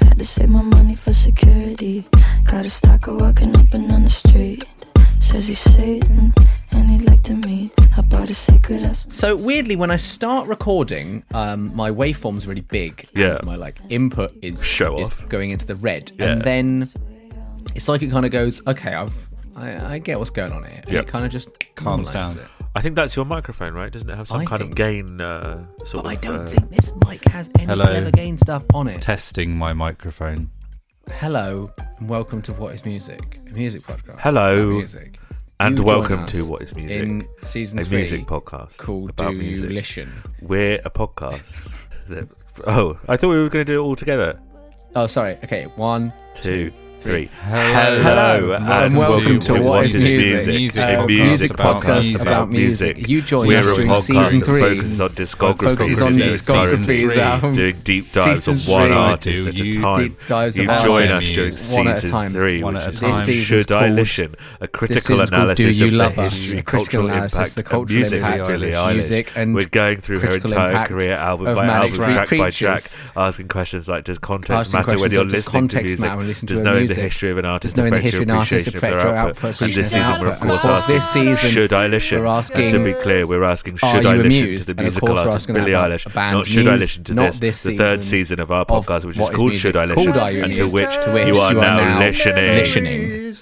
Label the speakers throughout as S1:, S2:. S1: Had to save my money for security. Got a stalker walking up and down the street. Says he's Satan and he'd like to meet. I bought a secret ass.
S2: So weirdly, when I start recording, um, my waveform's really big.
S3: Yeah.
S2: And my like input is
S3: Show
S2: is
S3: off.
S2: going into the red,
S3: Yeah.
S2: and then it's like it kind of goes, okay, I've I, I get what's going on here, and
S3: Yep.
S2: it kind of just
S4: Calms
S2: normalises
S4: down.
S2: it.
S3: I think that's your microphone, right? Doesn't it have some
S2: I
S3: kind of
S2: think-
S3: gain uh, sort
S2: But I
S3: of,
S2: don't
S3: uh,
S2: think this mic has any
S4: Hello.
S2: clever gain stuff on it.
S4: testing my microphone.
S2: Hello and welcome to What Is Music, a music podcast.
S3: Hello
S2: about music.
S3: and
S2: You
S3: welcome
S2: join us
S3: to What Is Music,
S2: in season
S3: a
S2: three
S3: music podcast
S2: called
S3: about
S2: Do
S3: music.
S2: You Listen?
S3: We're a podcast. that, oh, I thought we were going to do it all together.
S2: Oh, sorry. Okay, one.
S3: Two, three.
S2: Three.
S4: Hello,
S2: and welcome to What Is Music,
S4: music,
S2: a
S3: a music podcast about music.
S2: music. You join
S3: We're
S2: us
S3: a
S2: during
S3: podcast
S2: season
S3: that
S2: three.
S3: focuses on discography,
S2: Focuses on
S3: reviews,
S2: discographies,
S3: season
S2: album,
S3: doing deep dives on
S2: season
S3: one
S2: three.
S3: artist at
S4: Do
S3: a
S4: you
S3: time.
S2: deep dives
S3: you
S2: of
S3: join us
S4: artists?
S3: during
S2: One at a
S3: season
S2: time.
S3: three,
S4: One
S3: which
S4: at a
S3: is
S4: time. This
S3: Should
S2: season's
S3: I
S2: called-
S3: listen? A critical
S2: season's called Do
S3: analysis
S2: You
S3: of
S2: Love
S3: the
S2: Us?
S3: history,
S2: A critical
S3: cultural
S2: analysis,
S3: impact,
S2: the
S3: and
S2: cultural
S3: music
S2: impact
S3: of
S2: of
S3: Billie Eilish.
S2: music and
S3: We're going through her
S2: critical
S3: entire
S2: impact
S3: career, album
S2: of
S3: by
S2: Manic
S3: album,
S2: Street
S3: track by track,
S2: Preachers.
S3: asking questions like, does context
S2: Asking
S3: matter when
S2: questions
S3: you're
S2: of does
S3: listening to
S2: context
S3: music?
S2: matter when listening to
S3: Does
S2: her
S3: knowing the
S2: music?
S3: history of an artist
S2: Does knowing the
S3: affect your
S2: history of an artist
S3: appreciation of their
S2: affect your
S3: output?
S2: output,
S3: And this season,
S2: appreciation of
S3: we're of
S2: output.
S3: course
S2: Of course,
S3: asking,
S2: this season,
S3: should I listen?
S2: we're asking,
S3: To be clear, we're asking,
S2: Are
S3: should
S2: you
S3: I listen to
S2: amused?
S3: the
S2: And of
S3: musical
S2: course, we're
S3: artist
S2: asking
S3: Billie
S2: about
S3: Eilish?
S2: a band
S3: Not should I
S2: Muse,
S3: listen to
S2: not
S3: this?
S2: this
S3: The third
S2: season
S3: season of our
S2: of
S3: podcast, which is
S2: What Is
S3: called
S2: Music,
S3: Should I Listen?
S2: called Are You
S3: And to
S2: Amused?
S3: which
S2: To which
S3: you are
S2: you are
S3: now
S2: now
S3: listening.
S2: listening.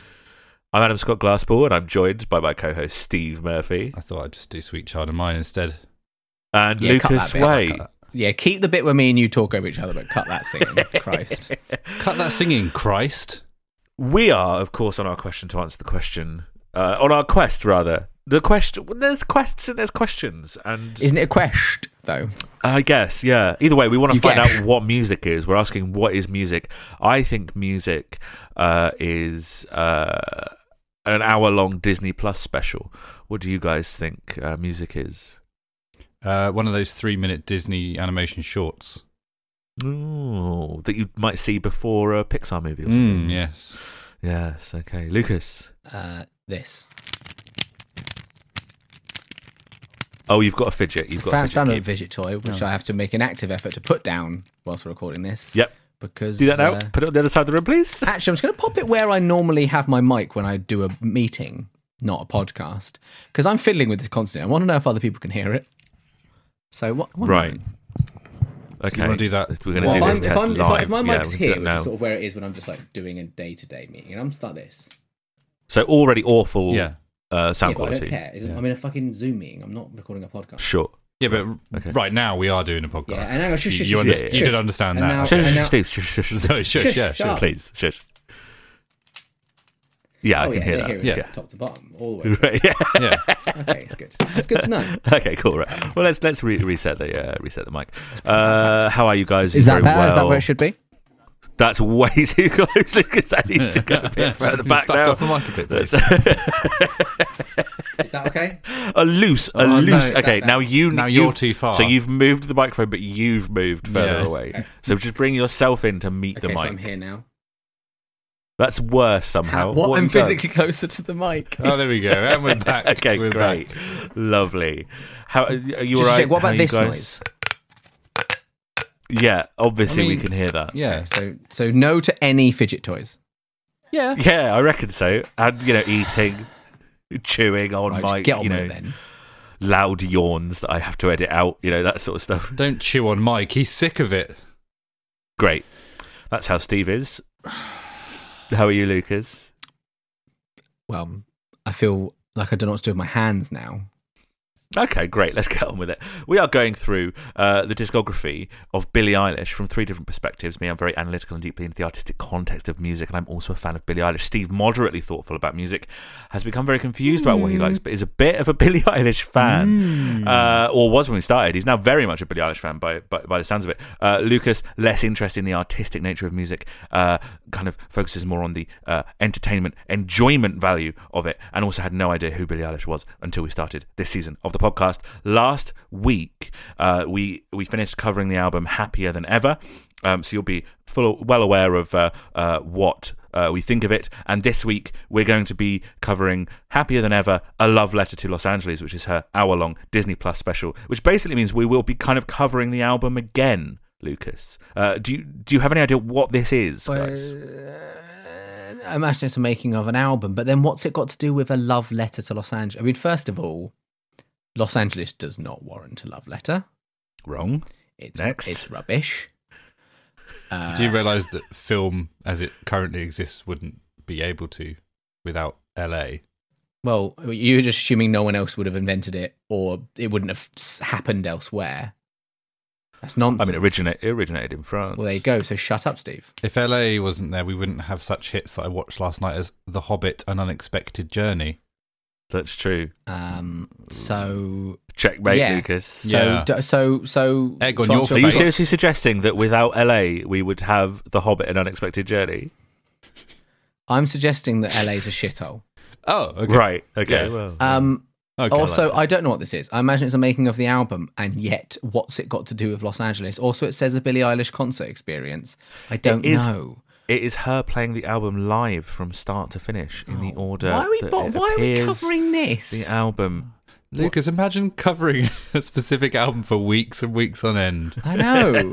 S3: I'm Adam Scott Glassball, and I'm joined by my co-host Steve Murphy
S4: I thought I'd just do Sweet Child of Mine instead.
S3: and
S2: Yeah, cut
S3: Lucas
S2: that bit.
S3: Way.
S2: Yeah, keep the bit where me and you talk over each other, but cut that scene. Christ.
S4: Cut that singing, Christ.
S3: We are, of course, on our question to answer the question, uh, on our quest rather. The question. well, There's quests and there's questions, and
S2: Isn't it a quest, though?
S3: I guess yeah. Either way, we want to
S2: You
S3: find
S2: get-
S3: out what music is. We're asking what is music. I think music uh, is uh, an hour-long Disney Plus special. What do you guys think uh, music is?
S4: Uh, one of those three-minute Disney animation shorts.
S3: Ooh, that you might see before a Pixar movie or
S2: Hmm,
S3: something.
S4: Mm, yes.
S3: Yes, okay. Lucas.
S2: Uh, this.
S3: Oh, you've got a fidget. You've got a
S2: Found,
S3: fidget.
S2: found a
S3: cube.
S2: fidget toy, which
S4: No.
S2: I have to make an active effort to put down whilst we're recording this.
S3: Yep.
S2: Because
S3: Do that now.
S2: uh,
S3: Put it on the other side of the room, please.
S2: Actually, I'm just going to pop it where I normally have my mic when I do a meeting, not a podcast, because I'm fiddling with this constantly. I want to know if other people can hear it. So what? one
S3: Right.
S2: moment.
S3: Okay.
S4: wanna do that
S3: We're going to
S2: So
S3: do
S2: if,
S4: Well,
S3: this
S2: I'm, if,
S3: test
S2: I'm, if,
S3: live.
S2: I, if my
S3: Yeah,
S2: mic's
S3: we'll do
S2: here,
S3: that
S2: which
S3: now.
S2: is sort of where it is when I'm just like doing a day-to-day meeting, and I'm just like this.
S3: So already awful
S4: Yeah.
S3: uh, sound
S2: Yeah, but I don't
S3: quality.
S2: care. It's-
S4: Yeah.
S2: I'm in a fucking Zoom meeting. I'm not recording a podcast.
S3: Sure.
S4: Yeah, but
S3: Okay.
S4: right now we are doing a podcast.
S2: Yeah, and hang on, shush,
S4: you,
S2: shush,
S4: you,
S2: shush,
S4: under-
S3: shush,
S4: you
S2: shush.
S4: did understand
S2: And
S4: that.
S2: now-
S3: Shush,
S2: and
S3: shush,
S2: now-
S3: Steve, shush, shush,
S4: Sorry, shush,
S2: Shush,
S4: yeah,
S2: shut
S4: shush.
S2: up.
S3: Please, shush. Yeah, I
S2: oh,
S3: can
S2: yeah,
S3: hear
S2: they
S3: that.
S2: hear it
S3: yeah.
S2: top to bottom, all the way.
S3: Right, yeah.
S4: Yeah.
S2: Okay, it's good. It's good to know.
S3: Okay, cool. Right. Well, let's let's re- reset the uh, reset the mic. Uh, how are you guys?
S5: Is that
S3: Very
S5: better? Is that
S3: well.
S5: where it should be?
S3: That's way too close because that needs to go a bit further
S4: Just
S3: back
S4: back
S3: now.
S4: off the mic a bit, please.
S2: Is that okay?
S3: A loose, a
S4: Oh, no,
S3: loose.
S4: that-
S3: okay,
S2: that-
S3: now you
S4: Now you're
S3: you've-
S4: too far.
S2: Uh-huh.
S3: So you've moved the microphone, but you've moved further
S4: Yeah.
S3: away. So just bring yourself in to meet
S2: Okay,
S3: the
S2: so
S3: mic.
S2: I'm here now.
S3: That's worse somehow.
S2: What?
S3: What
S2: I'm
S3: have you done?
S2: physically closer to the mic.
S4: Oh, there we go. And we're back.
S3: Okay,
S4: we're
S3: great,
S4: Back.
S3: lovely. How are you?
S2: Just
S3: all right?
S2: check, what
S3: How
S2: about
S3: you
S2: this
S3: guys?
S2: noise?
S3: Yeah, obviously
S4: I mean,
S3: we can hear that.
S4: Yeah.
S2: So, so no to any fidget toys.
S4: Yeah.
S3: Yeah, I reckon so. And you know, eating, chewing on
S2: Right,
S3: my
S2: just get on
S3: you
S2: with
S3: know
S2: it then.
S3: loud yawns that I have to edit out. You know that sort of stuff.
S4: Don't chew on Mike. He's sick of it.
S3: Great. That's how Steve is. How are you, Lucas?
S2: Well, I feel like I don't know what to do with my hands now.
S3: Okay, great. Let's get on with it. We are going through uh, the discography of Billie Eilish from three different perspectives. Me, I'm very analytical and deeply into the artistic context of music, and I'm also a fan of Billie Eilish. Steve, moderately thoughtful about music, has become very confused about what he likes, but is a bit of a Billie Eilish fan, uh, or was when we started. He's now very much a Billie Eilish fan by by, by the sounds of it. Uh, Lucas, less interested in the artistic nature of music, uh, kind of focuses more on the uh, entertainment, enjoyment value of it, and also had no idea who Billie Eilish was until we started this season of the podcast. Last week, uh, we we finished covering the album "Happier Than Ever," um, so you'll be full well aware of uh, uh, what. Uh, we think of it, and this week we're going to be covering "Happier Than Ever: A Love Letter to Los Angeles," which is her hour-long Disney Plus special, which basically means we will be kind of covering the album again. Lucas, uh, do you do you have any idea what this is, guys?
S2: I imagine it's a making of an album, but then what's it got to do with a love letter to Los Angeles? I mean, first of all, Los Angeles does not warrant a love letter.
S3: Wrong.
S2: It's
S3: Next.
S2: it's rubbish.
S4: Do you realise that film as it currently exists wouldn't be able to without LA?
S2: Well, you're just assuming no one else would have invented it, or it wouldn't have s- happened elsewhere. That's
S3: I
S2: nonsense.
S3: mean, it originate, it originated in France.
S2: Well, there you go. So shut up, Steve.
S4: If LA wasn't there, we wouldn't have such hits that I watched last night as The Hobbit and Unexpected Journey.
S3: That's true.
S2: Um, so
S3: Checkmate,
S2: Yeah.
S3: Lucas.
S2: so
S4: Yeah.
S2: d- so so.
S4: Egg on
S2: to
S4: your
S3: Are
S2: answer
S4: face.
S3: you
S2: question-
S3: seriously suggesting that without LA, we would have The Hobbit and Unexpected Journey?
S2: I'm suggesting that LA's a shithole.
S4: Oh, okay.
S3: Right. Okay.
S4: Yeah.
S3: Well,
S2: Um,
S4: Okay,
S2: also,
S4: like
S2: I don't know what this is. I imagine it's a making of the album, and yet, what's it got to do with Los Angeles? Also, it says a Billie Eilish concert experience. I don't
S3: is-
S2: know.
S3: it is her playing the album live from start to finish in the order.
S2: Oh. Why are we
S3: that
S2: bo-
S3: it
S2: why are we
S3: appears
S2: covering this?
S3: the album?
S4: Lucas, imagine covering a specific album for weeks and weeks on end.
S2: I know.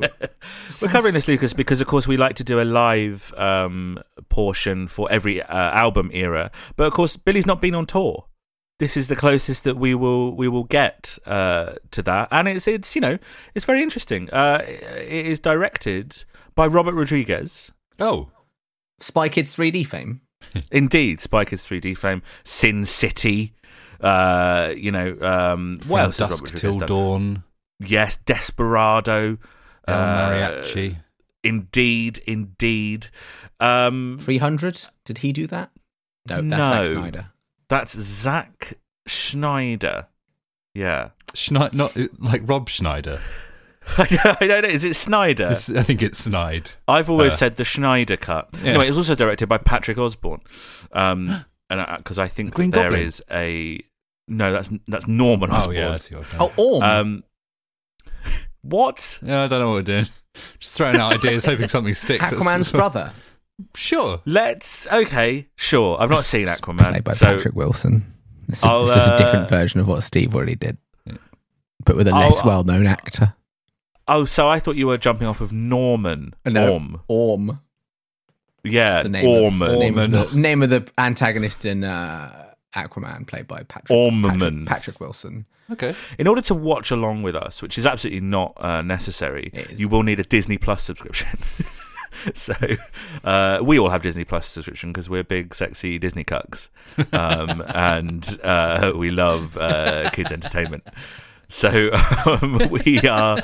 S3: We're covering this, Lucas, because of course we like to do a live um, portion for every uh, album era. But of course, Billy's not been on tour. This is the closest that we will we will get uh, to that, and it's it's you know it's very interesting. Uh, it is directed by Robert Rodriguez,
S4: Oh,
S2: Spy Kids 3D fame.
S3: indeed. Spike is 3D Flame, Sin City. Uh, you know, um,
S4: From
S3: what else has
S4: Dusk
S3: Robert
S4: Till
S3: Rodriguez done?
S4: Dawn,
S3: Yes, Desperado.
S4: El
S3: uh,
S4: Mariachi.
S3: Indeed, indeed. Um,
S2: 300? Did he do that? No, that's
S3: No.
S2: Zack Snyder.
S3: That's Zach Schneider. Yeah.
S4: Schneid, not like Rob Schneider.
S3: I don't- I don't know. Is it Snyder?
S4: It's- I think it's Snide.
S3: I've always
S4: uh,
S3: said the Schneider cut.
S4: Yeah.
S3: Anyway, it was also directed by Patrick Osborne. Um, and because I, think
S4: The Green
S3: that there
S4: Goblin?
S3: is a no. That's that's Norman
S4: Oh
S3: Osborne.
S4: yeah, I see what I've done.
S2: Oh, Orm.
S3: Um, what?
S4: yeah, I don't know what we're doing. Just throwing out ideas, hoping something sticks. That's-
S2: Aquaman's brother.
S4: Sure.
S3: Let's okay, sure. I've not seen
S2: Played by
S3: Aquaman, so
S2: Patrick Wilson. It's, a-
S3: I'll,
S2: it's just a
S3: uh,
S2: different version of what Steve already did, but with a
S3: I'll- uh,
S2: less well known actor.
S3: oh, so I thought you were jumping off of Norman
S2: No,
S3: Orm,
S2: Orm.
S3: yeah,
S2: It's the name
S3: Orman,
S2: Of, the name, of
S4: Orman.
S2: the, name of the antagonist in uh, Aquaman, played by Patrick,
S3: Orman.
S2: Patrick, Patrick Wilson.
S4: Okay.
S3: In order to watch along with us, which is absolutely not uh, necessary,
S2: It is.
S3: you will need a Disney Plus subscription. so uh, we all have Disney Plus subscription because we're big, sexy Disney cucks, um, and uh, we love uh, kids entertainment. So um, we are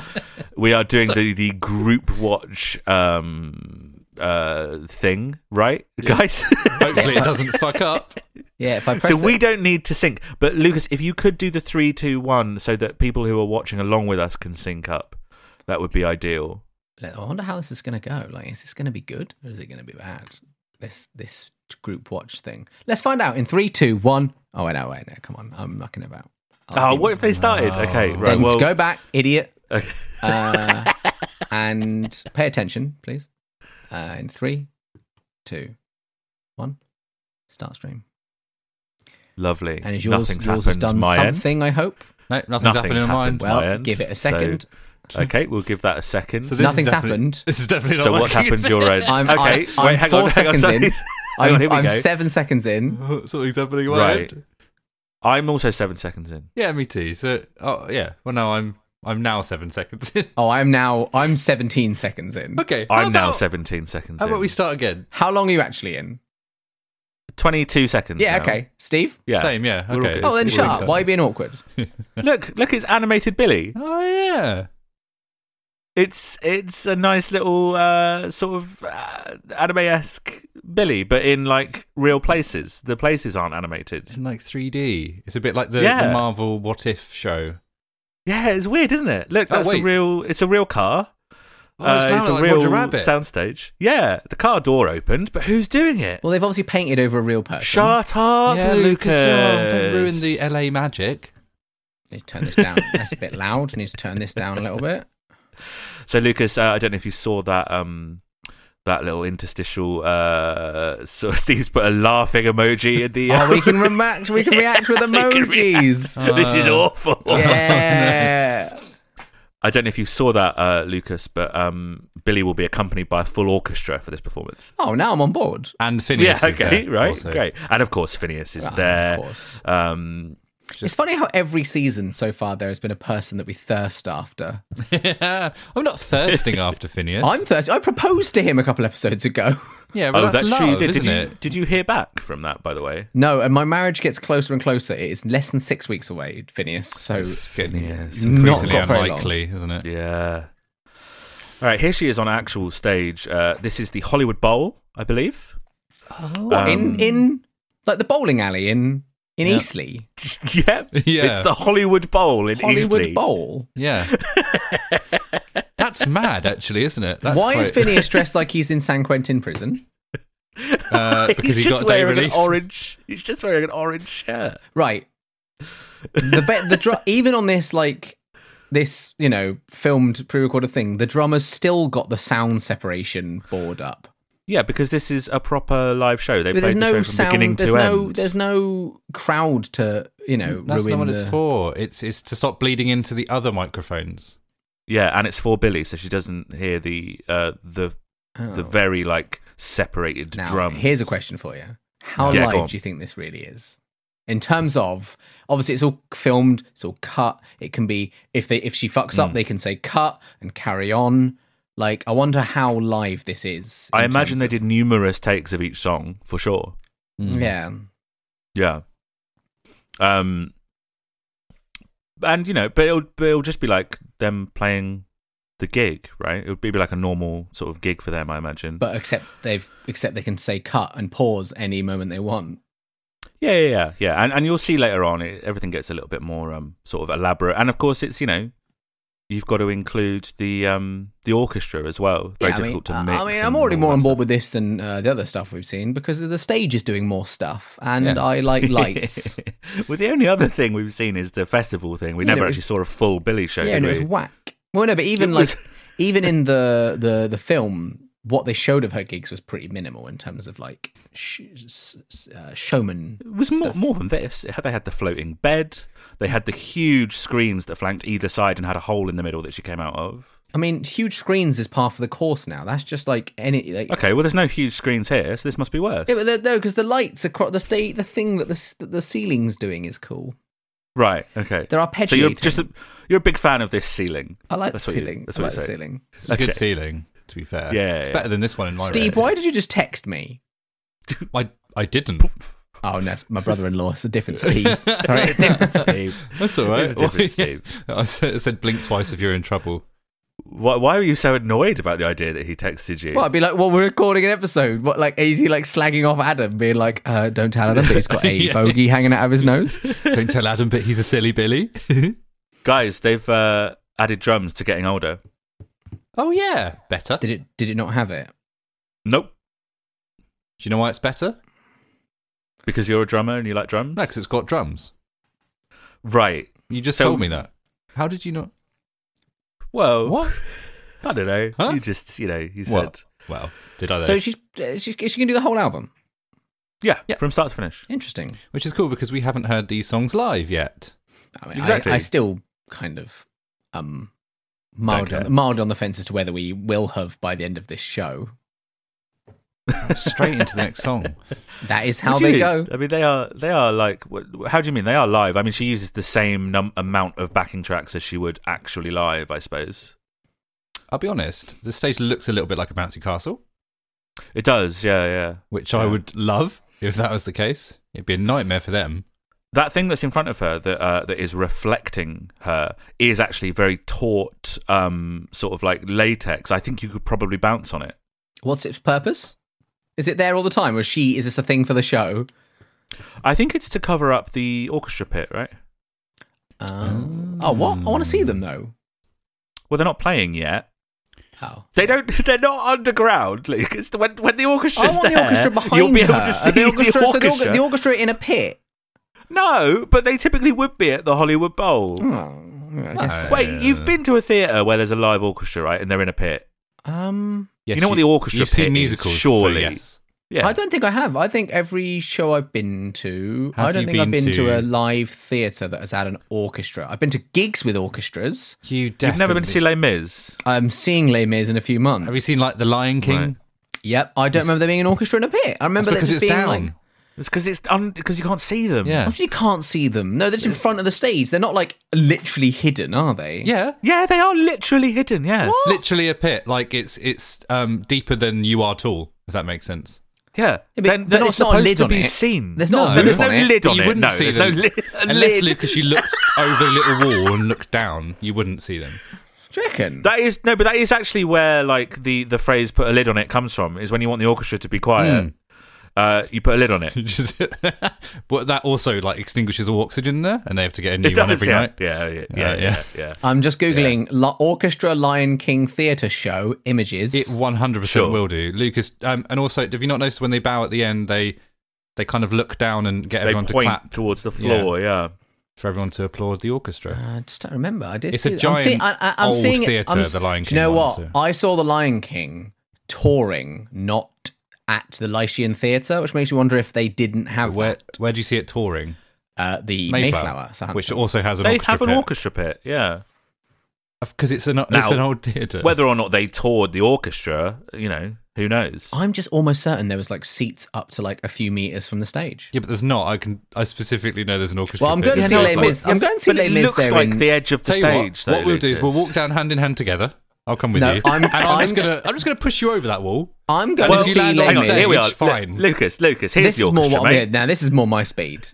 S3: we are doing the the group watch um, uh, thing, right, guys?
S4: Hopefully, it doesn't fuck up.
S2: Yeah, if I press
S3: so
S2: the-
S3: we don't need to sync. But Lucas, if you could do the three, two, one, so that people who are watching along with us can sync up, that would be ideal.
S2: I wonder how this is going to go. Like, is this going to be good or is it going to be bad? This this group watch thing. Let's find out in three, two, one. Oh wait, no, wait, no, come on, I'm mucking about. I'll
S3: Oh,
S2: be-
S3: what if they started? Okay,
S4: Oh.
S3: right.
S2: Then
S3: Well,
S2: go back, idiot,
S3: okay.
S2: uh, and pay attention, please. Uh, in three, two, one, start stream.
S3: lovely.
S2: And is yours,
S3: Nothing's
S2: yours has
S3: happened
S2: done
S3: my end.
S2: something? I hope.
S4: No, nothing's,
S3: Nothing's
S4: happening in mine.
S3: happened.
S2: Well,
S3: My end,
S2: give it a
S3: so-
S2: second.
S3: Okay, we'll give that a second.
S4: So
S3: So,
S4: this is
S2: Nothing's
S4: definitely-
S2: happened.
S4: This is definitely not.
S3: what
S4: working.
S3: happened your end?
S2: I'm-
S3: okay,
S2: I'm- I'm
S3: wait, hang
S2: four
S3: on, hang on.
S2: seconds
S3: sorry.
S2: in.
S3: Hang
S2: I'm,
S3: on, here we
S2: I'm
S3: go.
S2: seven seconds in.
S4: Something's happening. my
S3: Right.
S4: end.
S3: I'm also seven seconds in.
S4: Yeah, me too. So, oh yeah. Well, no, I'm I'm now seven seconds. in.
S2: Oh, I'm now. I'm 17 seconds in.
S4: okay. how
S3: I'm now
S4: about-
S3: 17 seconds
S4: How
S3: in.
S4: about we start again?
S2: How long are you actually in?
S3: 22 seconds.
S2: Yeah,
S3: now.
S2: okay. Steve?
S3: Yeah.
S4: Same. Yeah.
S3: We're all
S4: Okay.
S3: good.
S2: Oh, then
S4: It's-
S2: shut
S4: it's
S2: up. Why are you being awkward?
S3: Look, look, it's animated Billy.
S4: Oh yeah.
S3: It's it's a nice little uh, sort of uh, anime esque Billy, but in like real places. The places aren't animated.
S4: In like 3D. It's a bit like the, the
S3: Yeah.
S4: Marvel What If show.
S3: Yeah, it's weird, isn't it? Look,
S4: Oh,
S3: that's a
S4: wait.
S3: real. It's a real car.
S4: Oh, it's now
S3: Uh, a
S4: like
S3: real
S4: Roger Rabbit.
S3: soundstage. Yeah, the car door opened, but who's doing it?
S2: Well, they've obviously painted over a real person.
S3: Shut up,
S4: yeah,
S3: Lucas.
S4: Don't ruin the LA magic.
S2: Need to turn this down. That's a bit loud. Need to turn this down a little bit.
S3: So, Lucas, uh, I don't know if you saw that um, that little interstitial. Uh, so Steve's put a laughing emoji at the.
S2: Oh, we can react. We can react with
S3: can Oh,
S2: emojis.
S3: this is awful.
S4: Uh,
S2: Yeah.
S3: I don't know if you saw that, uh, Lucas, but um, Billy will be accompanied by a full orchestra for this performance.
S2: Oh, now I'm on board.
S4: And Phineas.
S3: yeah,
S4: is
S3: okay,
S4: there
S3: right,
S4: also.
S3: great, and of course Phineas is
S2: Ah, of
S3: there.
S2: course.
S3: Um,
S2: It's funny how every season so far there has been a person that we thirst after.
S4: I'm not thirsting after Phineas.
S2: I'm thirsty. I proposed to him a couple episodes ago.
S4: Yeah, but
S3: oh,
S4: that's
S3: that's
S4: love,
S3: true. You did. Did
S4: isn't
S3: you,
S4: it?
S3: did you hear back from that? By the way,
S2: No, and my marriage gets closer and closer. It is less than six weeks away, Phineas. So
S4: It's getting
S3: Phineas.
S4: it's increasingly
S2: Not got very
S4: unlikely, isn't it?
S3: yeah. All right, here she is on actual stage. Uh, this is the Hollywood Bowl, I believe.
S2: what,
S3: Um,
S2: in in like the bowling alley in in
S4: Yeah.
S2: Eastleigh,
S3: yep,
S4: Yeah.
S3: it's the Hollywood Bowl in
S2: Hollywood
S3: Eastleigh.
S2: Bowl.
S4: Yeah. That's mad, actually, isn't it? That's
S2: Why is
S4: quite-
S2: Phineas dressed like he's in San Quentin prison?
S4: Uh, because
S3: he's
S4: he
S3: just
S4: got day
S3: wearing
S4: release.
S3: an orange. He's just wearing an orange shirt.
S2: Right. The be- the dr- even on this like this you know filmed pre-recorded thing, the drummer's still got the sound separation board up.
S3: Yeah, because this is a proper live show. They
S2: But
S3: played
S2: there's
S3: the show
S2: no
S3: from beginning
S2: sound. There's
S3: to
S2: no
S3: end.
S2: there's no crowd to you know
S4: That's
S2: ruin
S4: not what it's
S2: the-
S4: for. It's it's to stop bleeding into the other microphones.
S3: Yeah, and it's for Billy, so she doesn't hear the uh, the the
S2: Oh.
S3: very like separated
S2: Now,
S3: drums.
S2: here's a question for you: How
S3: Yeah, go on.
S2: live do you think this really is? In terms of obviously, it's all filmed, it's all cut. It can be if they if she fucks
S3: Hmm.
S2: up, they can say cut and carry on. Like, I wonder how live this is.
S3: I
S2: in
S3: imagine they Hmm.
S2: terms
S3: did numerous takes of each song for sure.
S4: Mm.
S2: of- Mm. Hmm. Yeah,
S3: Yeah. Um. And you know, but it'll, but it'll just be like them playing the gig, right? It would be like a normal sort of gig for them, I imagine.
S2: but except they've except they can say cut and pause any moment they want.
S3: Yeah, yeah, yeah, yeah. And and you'll see later on, it, everything gets a little bit more um sort of elaborate. And of course, it's you know, you've got to include the um the orchestra as well. Very
S2: Yeah,
S3: difficult
S2: I
S3: to
S2: mean,
S3: mix.
S2: I mean,
S3: and
S2: I'm already
S3: all
S2: more
S3: that
S2: on board
S3: stuff.
S2: with this than uh, the other stuff we've seen because the stage is doing more stuff, and
S4: Yeah.
S2: I like lights.
S3: well, the only other thing we've seen is the festival thing. We
S2: Yeah,
S3: never
S2: it was-
S3: actually saw a full Billy show.
S2: Yeah,
S3: did
S2: and it was
S3: we?
S2: whack. Well, no, but even
S3: It was-
S2: like even in the the the film, what they showed of her gigs was pretty minimal in terms of like sh- s- s- uh, showman.
S3: It was more, more than this. They had the floating bed. They had the huge screens that flanked either side and had a hole in the middle that she came out of.
S2: I mean, huge screens is part of the course now. That's just like any like.
S3: Okay, well, there's no huge screens here, so this must be worse.
S2: Yeah, but the- no, because the lights across the state, the thing that the s- that the ceiling's doing is cool.
S3: Right. Okay.
S2: They're
S3: So you're
S2: arpeggiating.
S3: just a, you're a big fan of this ceiling.
S2: I like
S3: That's
S2: the
S3: what you-
S2: ceiling.
S3: that's
S2: I
S3: what you
S2: like the
S3: say.
S2: ceiling.
S4: It's a good
S3: Okay.
S4: ceiling, to be fair.
S3: Yeah,
S4: It's
S3: yeah.
S4: better than this one in my
S2: Steve,
S4: rating.
S2: why did you just text me?
S4: I, I didn't.
S2: Oh, no, that's my brother-in-law. It's a different Steve. Sorry, different Steve.
S4: That's all right.
S3: It's a different
S4: Why-
S3: Steve.
S4: I said, I said blink twice if you're in trouble.
S3: Why, why were you so annoyed about the idea that he texted you?
S2: Well, I'd be like, well, we're recording an episode. What, like, is he like slagging off Adam, being like, uh, don't tell Adam that he's got a
S4: Yeah.
S2: bogey hanging out of his nose?
S4: Don't tell Adam, but he's a silly Billy.
S3: Guys, they've uh, added drums to Getting Older.
S4: oh yeah, better.
S2: Did it? Did it not have it?
S3: Nope,
S4: Do you know why it's better?
S3: because you're a drummer and you like drums.
S4: No, because it's got drums.
S3: Right.
S4: You just
S3: So-
S4: told me that. How did you not?
S3: Well,
S4: What?
S3: I don't know.
S4: Huh?
S3: You just, you know, you Oh, said,
S4: What? Well, did I? Though?
S2: So she's, uh, she she can do the whole album.
S3: yeah,
S4: Yeah.
S3: from start to finish.
S2: Interesting.
S4: Which is cool because we haven't heard these songs live yet.
S2: I mean,
S3: Exactly.
S2: I, I still kind of um mild
S3: care.
S2: on, mild on the fence as to whether we will have by the end of this show.
S4: Straight into the next song.
S2: That is how
S3: What do you
S2: they
S3: mean?
S2: go.
S3: I mean, they are they are like. wh- How do you mean they are live? I mean, she uses the same num- amount of backing tracks as she would actually live, I suppose.
S4: I'll be honest. The stage looks a little bit like a bouncy castle,
S3: It does, yeah, yeah.
S4: which I
S3: Yeah.
S4: would love if that was the case. It'd be a nightmare for them.
S3: That thing that's in front of her that uh, that is reflecting her is actually very taut, um, sort of like latex. I think you could probably bounce on it.
S2: What's its purpose? Is it there all the time, or is she? Is this a thing for the show?
S3: I think it's to cover up the orchestra pit, right?
S2: Um, oh, what? I want to see them though.
S3: Well, they're not playing yet.
S2: Oh.
S3: They don't. They're not underground. Like it's the, when when the
S2: I
S3: orchestra's
S2: want
S3: there,
S2: the orchestra behind
S3: you'll be
S2: her.
S3: able to see
S2: the orchestra,
S3: The
S2: so the,
S3: orchestra.
S2: orga- the orchestra in a pit.
S3: no, but they typically would be at the Hollywood Bowl.
S2: Oh, yeah, I guess so.
S3: Wait,
S4: Uh,
S3: you've been to a theatre where there's a live orchestra, right? And they're in a pit.
S2: Um,
S4: Yes,
S3: You know what the orchestra
S4: you've seen
S3: pit is,
S4: musicals, so
S3: surely.
S4: yes.
S3: Yeah,
S2: I don't think I have. I think every show I've been to,
S4: Have
S2: I don't
S4: you
S2: think I've
S4: been
S2: been to, a
S4: to-
S2: live theatre that has had an orchestra. I've been to gigs with orchestras.
S4: You definitely.
S3: you've never been to see Les Mis.
S2: I'm seeing Les Mis in a few months.
S4: Have you seen like The Lion King?
S3: Right.
S2: Yep, I don't remember there being an orchestra in a pit. I
S4: That's
S2: remember
S4: because
S2: there
S4: it's
S2: just being
S4: down.
S2: like,
S3: It's because it's because you can't see them.
S4: yeah.
S2: obviously you can't see them. No, they're just in front of the stage. They're not like literally hidden, are they?
S4: Yeah.
S3: yeah, they are literally hidden. Yes,
S4: Literally a pit. Like it's it's um deeper than you are tall. If that makes sense.
S3: yeah.
S2: but-
S3: they're, they're
S2: but
S3: not
S2: it's not a
S3: supposed
S2: lid
S3: to
S2: on
S3: be
S2: it.
S3: seen.
S2: There's not
S4: No.
S2: a
S3: And
S2: lid
S3: there's
S2: on
S3: no
S2: it.
S3: lid
S4: But
S3: on
S4: you
S3: it.
S4: wouldn't
S3: No,
S4: see
S3: there's
S4: them
S3: no lid. a
S4: unless
S3: lid.
S4: Lucas, you looked over the little wall and looked down. You wouldn't see them.
S2: Do you reckon?
S3: That is no, but that is actually where like the the phrase "put a lid on it" comes from. Is when you want the orchestra to be quiet, uh, you put a lid on it.
S4: Just- but that also like extinguishes all oxygen there, and they have to get a new
S3: It
S4: one
S3: does,
S4: every
S3: yeah.
S4: night.
S3: yeah, yeah, yeah, yeah,
S4: Right, yeah.
S3: yeah.
S2: I'm just googling Li- orchestra Lion King theatre show images.
S4: It one hundred
S3: Sure.
S4: percent will do, Lucas. Um, and also, have you not noticed when they bow at the end, they they kind of look down and get
S3: They
S4: everyone to
S3: point
S4: clap
S3: towards the floor. Yeah.
S4: for everyone to applaud the orchestra.
S2: I just don't remember. I did.
S4: It's
S2: see
S4: a
S2: that. I'm seeing-
S4: giant
S2: I, I, I'm
S4: old
S2: seeing it-
S4: theatre,
S2: I'm s-
S4: the Lion
S2: Do you know
S4: King one,
S2: what?
S4: so-
S2: I saw the Lion King touring, not at the Lycian Theatre, which makes me wonder if they didn't have
S4: Where
S2: that.
S4: where do you see it touring?
S2: Uh, the Mayflower,
S4: Mayflower,
S2: Southampton.
S4: which also has an
S3: They
S4: orchestra.
S3: have an orchestra pit. Yeah.
S4: because it's an
S3: Now,
S4: it's an old theatre.
S3: Whether or not they toured the orchestra, you know, who knows?
S2: I'm just almost certain there was like seats up to like a few meters from the stage.
S4: yeah, but there's not. I can I specifically know there's an orchestra.
S2: Well, I'm going
S4: pit.
S2: to
S4: It's
S2: see
S4: not
S2: Les
S4: like-
S2: Mis. I'm going to see
S3: but
S2: Les
S3: it
S2: Mis
S3: looks
S2: there
S3: like
S2: in-
S3: the edge of the
S4: Tell you
S3: stage.
S4: What,
S3: though,
S4: what we'll do is we'll
S3: Lucas.
S4: walk down hand in hand together. I'll come with
S2: No,
S4: you.
S2: I'm-
S4: and I'm,
S2: I'm-
S4: just gonna I'm just gonna push you over that wall.
S2: I'm going
S4: Well,
S2: to
S4: you
S2: see
S4: land
S2: Les
S4: on
S3: Hang on,
S4: stage.
S3: here we
S2: Mis.
S3: are.
S4: It's fine.
S3: Lu- Lucas, Lucas, here's
S2: This
S3: the
S2: is more
S3: orchestra,
S2: what I'm
S3: mate.
S2: doing now. This is more my speed.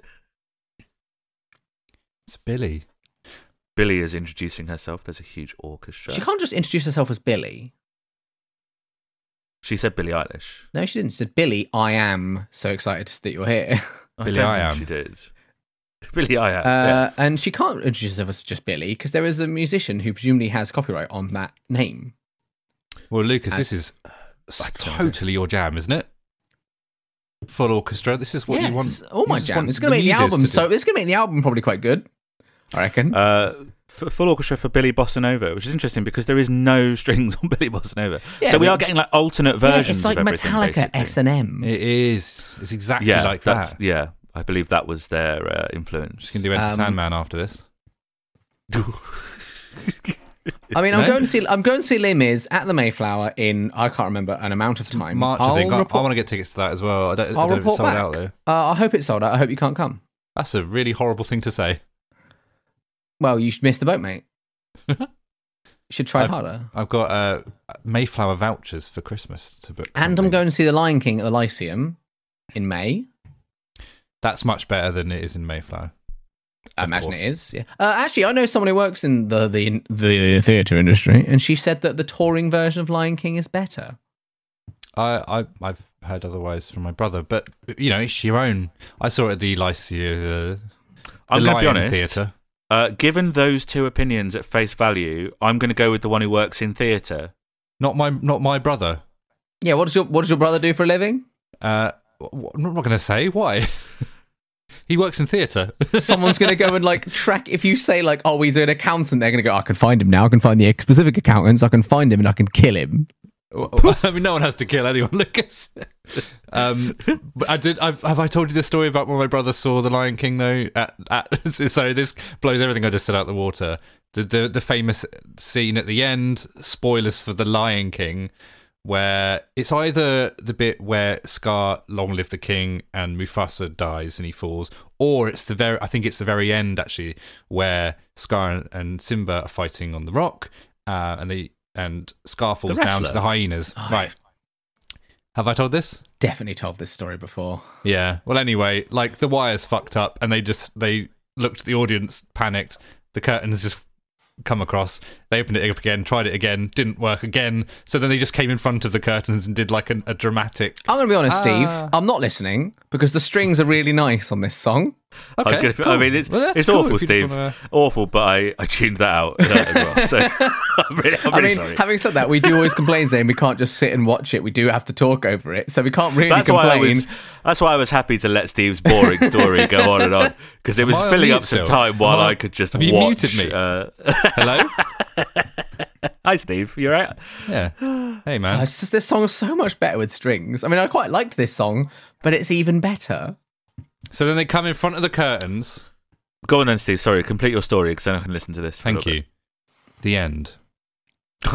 S4: It's Billy.
S3: Billy is introducing herself. There's a huge orchestra.
S2: She can't just introduce herself as Billy.
S3: She said Billie Eilish.
S2: No, she didn't. She said, Billy, I am so excited that you're here.
S3: I
S4: Billie
S3: don't think
S4: I Am. Um,
S3: She did. Billie I am. yeah.
S2: Uh, and she can't introduce herself as just Billy because there is a musician who presumably has copyright on that name.
S4: Well, Lucas,
S2: Uh,
S4: this is s-
S2: don't know.
S4: totally your jam, isn't it? Full orchestra. This is what
S2: Yeah,
S4: you want.
S2: it's All
S4: you
S2: Oh my
S4: just
S2: jam.
S4: want
S2: It's going to make the
S4: muses
S2: album.
S4: to
S2: So
S4: do.
S2: it's going to make the album probably quite good. I reckon.
S3: Uh, f- full orchestra for Billy Bossa Nova, which is interesting because there is no strings on Billy Bossa Nova.
S2: Yeah,
S3: so we
S2: but
S3: are
S2: it's-
S3: getting like alternate
S2: Yeah,
S3: versions.
S2: it's like
S3: of everything,
S2: Metallica
S3: basically.
S2: S and M.
S4: It is. It's exactly
S3: Yeah,
S4: like
S3: that's,
S4: that.
S3: Yeah, I believe that was their uh, influence.
S4: Just gonna do Enter
S2: Um,
S4: Sandman after this.
S2: I mean, I'm
S4: No?
S2: going to see. I'm going to see Les Mis at the Mayflower in I can't remember an amount of time.
S4: March,
S2: I'll
S4: I think. I- I,
S2: Report,
S4: want to get tickets to that as well. I don't, I
S2: I'll
S4: don't know if it's
S2: report
S4: sold
S2: back.
S4: out though.
S2: Uh, I hope it's sold out. I hope you can't come.
S4: That's a really horrible thing to say.
S2: Well, you should miss the boat, mate. you should try
S4: I've-
S2: harder.
S4: I've got uh, Mayflower vouchers for Christmas to book.
S2: And I'm
S4: something.
S2: going to see The Lion King at the Lyceum in May.
S4: That's much better than it is in Mayflower.
S2: I
S4: Of
S2: imagine it
S4: course.
S2: is. Yeah. Uh, actually, I know someone who works in the the the theater industry, and she said that the touring version of Lion King is better.
S4: I, I I've heard otherwise from my brother, but you know, it's your own. I saw it at the Lycia.
S3: I'm going to be
S4: the Lion
S3: honest.
S4: Theatre.
S3: Uh, given those two opinions at face value, I'm going to go with the one who works in theatre.
S4: Not my not my brother.
S2: Yeah. What does your What does your brother do for a living?
S4: Uh, wh- I'm not going to say why. he works in theatre.
S2: Someone's going to go and like track. If you say like, "Oh, he's an accountant," they're going to go, "I can find him now. I can find the specific accountants. I can find him and I can kill him."
S4: I mean, no one has to kill anyone, Lucas. Um, but I did. I've, have I told you the story about when my brother saw The Lion King? Though, at, at, so this blows everything I just said out the water. The, the the famous scene at the end. Spoilers for The Lion King, where it's either the bit where Scar, long live the king, and Mufasa dies and he falls, or it's the very. I think it's the very end actually, where Scar and, and Simba are fighting on the rock, uh, and they. And Scar falls down to
S3: wrestler.
S4: the hyenas. right. Have I told this?
S2: Definitely told this story before.
S4: Yeah. Well, anyway, like the wires fucked up, and they just they looked at the audience, panicked. The curtains just come across. They opened it up again, tried it again, didn't work again. So then they just came in front of the curtains and did like an, a dramatic.
S2: I'm going to be honest,
S4: Ah.
S2: Steve. I'm not listening because the strings are really nice on this song.
S3: I'm
S4: Okay,
S3: gonna-
S4: cool.
S3: I mean, it's
S4: Well, that's
S3: it's
S4: cool
S3: awful,
S4: if you just
S3: Steve.
S4: wanna-
S3: Awful, but I, I tuned that out uh, as well. So I'm really, I'm
S2: I
S3: really
S2: mean,
S3: sorry.
S2: having said that, we do always complain saying we can't just sit and watch it. We do have to talk over it, so we can't really
S3: That's why I
S2: complain.
S3: was. That's why I was happy to let Steve's boring story go on and on because it was
S4: I on
S3: filling
S4: mute
S3: up some
S4: still?
S3: time while
S4: Am I-
S3: I could just.
S4: Have you
S3: watch,
S4: muted me?
S3: Uh,
S4: Hello.
S3: Hi, Steve. You're right.
S4: yeah. Hey,
S2: Uh,
S4: man.
S2: it's just- this song is so much better with strings. I mean, I quite liked this song, but it's even better.
S4: So then they come in front of the curtains.
S3: Go on then, Steve. Sorry, complete your story because then I can listen to this. for a
S4: Thank
S3: little
S4: you. The end.
S3: bit.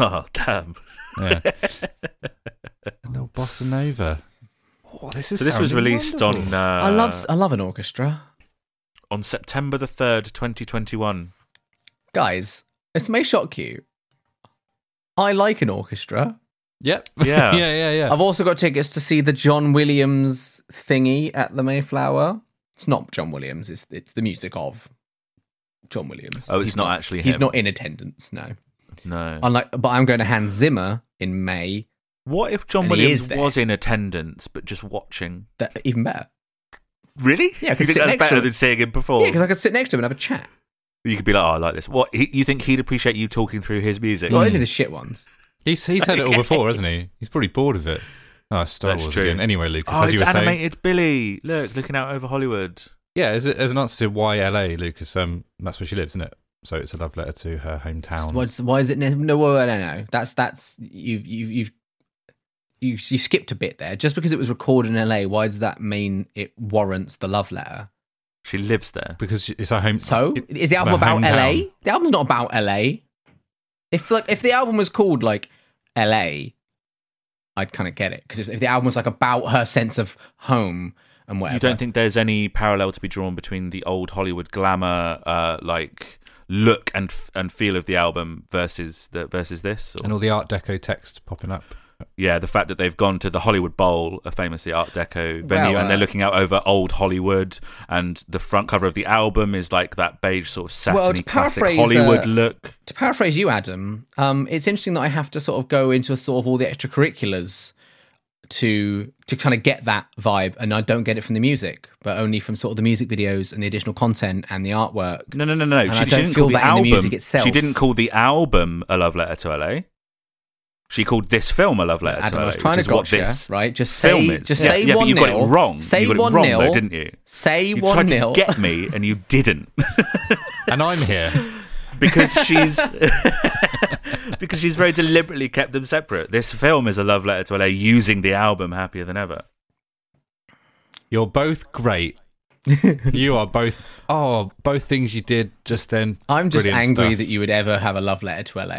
S3: Oh damn!
S4: Yeah. a little bossa nova. Oh, this is
S3: So this was
S4: sounding
S3: released
S4: wonderful.
S3: on. Uh,
S2: I love I love an orchestra,
S3: on September the third, twenty twenty one.
S2: guys. This may shock you. I like an orchestra.
S4: Yep.
S3: Yeah.
S4: yeah. Yeah. Yeah.
S2: I've also got tickets to see the John Williams thingy at the Mayflower. It's not John Williams. It's it's the music of John Williams.
S3: Oh, it's
S2: He's
S3: not actually
S2: He's
S3: him.
S2: not in attendance. No.
S3: No.
S2: Unlike, but I'm going to Hans Zimmer in May.
S3: What if John
S2: And he
S3: Williams
S2: is there.
S3: was in attendance but just watching?
S2: That even better.
S3: Really?
S2: Yeah, 'cause
S3: you think
S2: sit
S3: that's
S2: next to
S3: better
S2: him.
S3: than seeing him
S2: Yeah,
S3: perform?
S2: 'cause yeah, because I could sit next to him and have a chat.
S3: you could be like, "Oh, I like this." What he, you think he'd appreciate you talking through his music? Mm.
S2: Well, only the shit ones.
S4: He's he's had it all before, hasn't he? He's probably bored of it. Oh, Star
S3: That's
S4: Wars
S3: true.
S4: again. Anyway, Lucas,
S3: Oh,
S4: as you
S3: it's
S4: were saying,
S3: animated Billy. Look, looking out over Hollywood.
S4: yeah. As, as an answer to why LA, Lucas, um, that's where she lives, isn't it? So it's a love letter to her hometown.
S2: What's, why is it? No, no, no, no, no. That's that's you've you've you've you, you skipped a bit there. Just because it was recorded in LA, why does that mean it warrants the love letter?
S3: She lives there.
S4: Because she- it's her home.
S2: So is
S4: it-
S2: the
S4: it's
S2: album
S4: her
S2: about
S4: hometown.
S2: LA? The album's not about LA. If like if the album was called like LA, I'd kind of get it because if the album was like about her sense of home and whatever,
S3: You don't think there's any parallel to be drawn between the old Hollywood glamour, uh, like look and f- and feel of the album versus the versus this? Or-
S4: And all the Art Deco text popping up.
S3: yeah, the fact that they've gone to the Hollywood Bowl, a famously Art Deco venue,
S2: Well, uh,
S3: and they're looking out over old Hollywood, and the front cover of the album is like that beige sort of satiny
S2: Well, to
S3: classic
S2: paraphrase,
S3: Hollywood
S2: uh,
S3: look.
S2: to paraphrase you, Adam, um, it's interesting that I have to sort of go into sort of all the extracurriculars to to kind of get that vibe, and I don't get it from the music, but only from sort of the music videos and the additional content and the artwork.
S3: No, no, no, no.
S2: And
S3: She,
S2: I
S3: she
S2: don't
S3: didn't
S2: feel
S3: call the
S2: that in the
S3: album.
S2: music itself.
S3: She didn't call the album a love letter to LA. She called this film a love letter to
S2: Adam,
S3: LA,
S2: I was trying
S3: which
S2: to
S3: is what
S2: gotcha,
S3: this
S2: right? Just
S3: film
S2: say,
S3: is.
S2: just
S3: yeah,
S2: say
S3: yeah,
S2: one
S3: but you got
S2: nil.
S3: it wrong.
S2: Say
S3: you got it
S2: one
S3: wrong,
S2: nil,
S3: though, didn't you?
S2: Say
S3: You
S2: one
S3: tried
S2: nil.
S3: to get me, and you didn't.
S4: And I'm here.
S3: because she's because she's very deliberately kept them separate. This film is a love letter to LA using the album happier than ever.
S4: You're both great. you are both. Oh, both things you did just then.
S2: I'm just
S4: Brilliant
S2: angry
S4: stuff.
S2: that you would ever have a love letter to LA.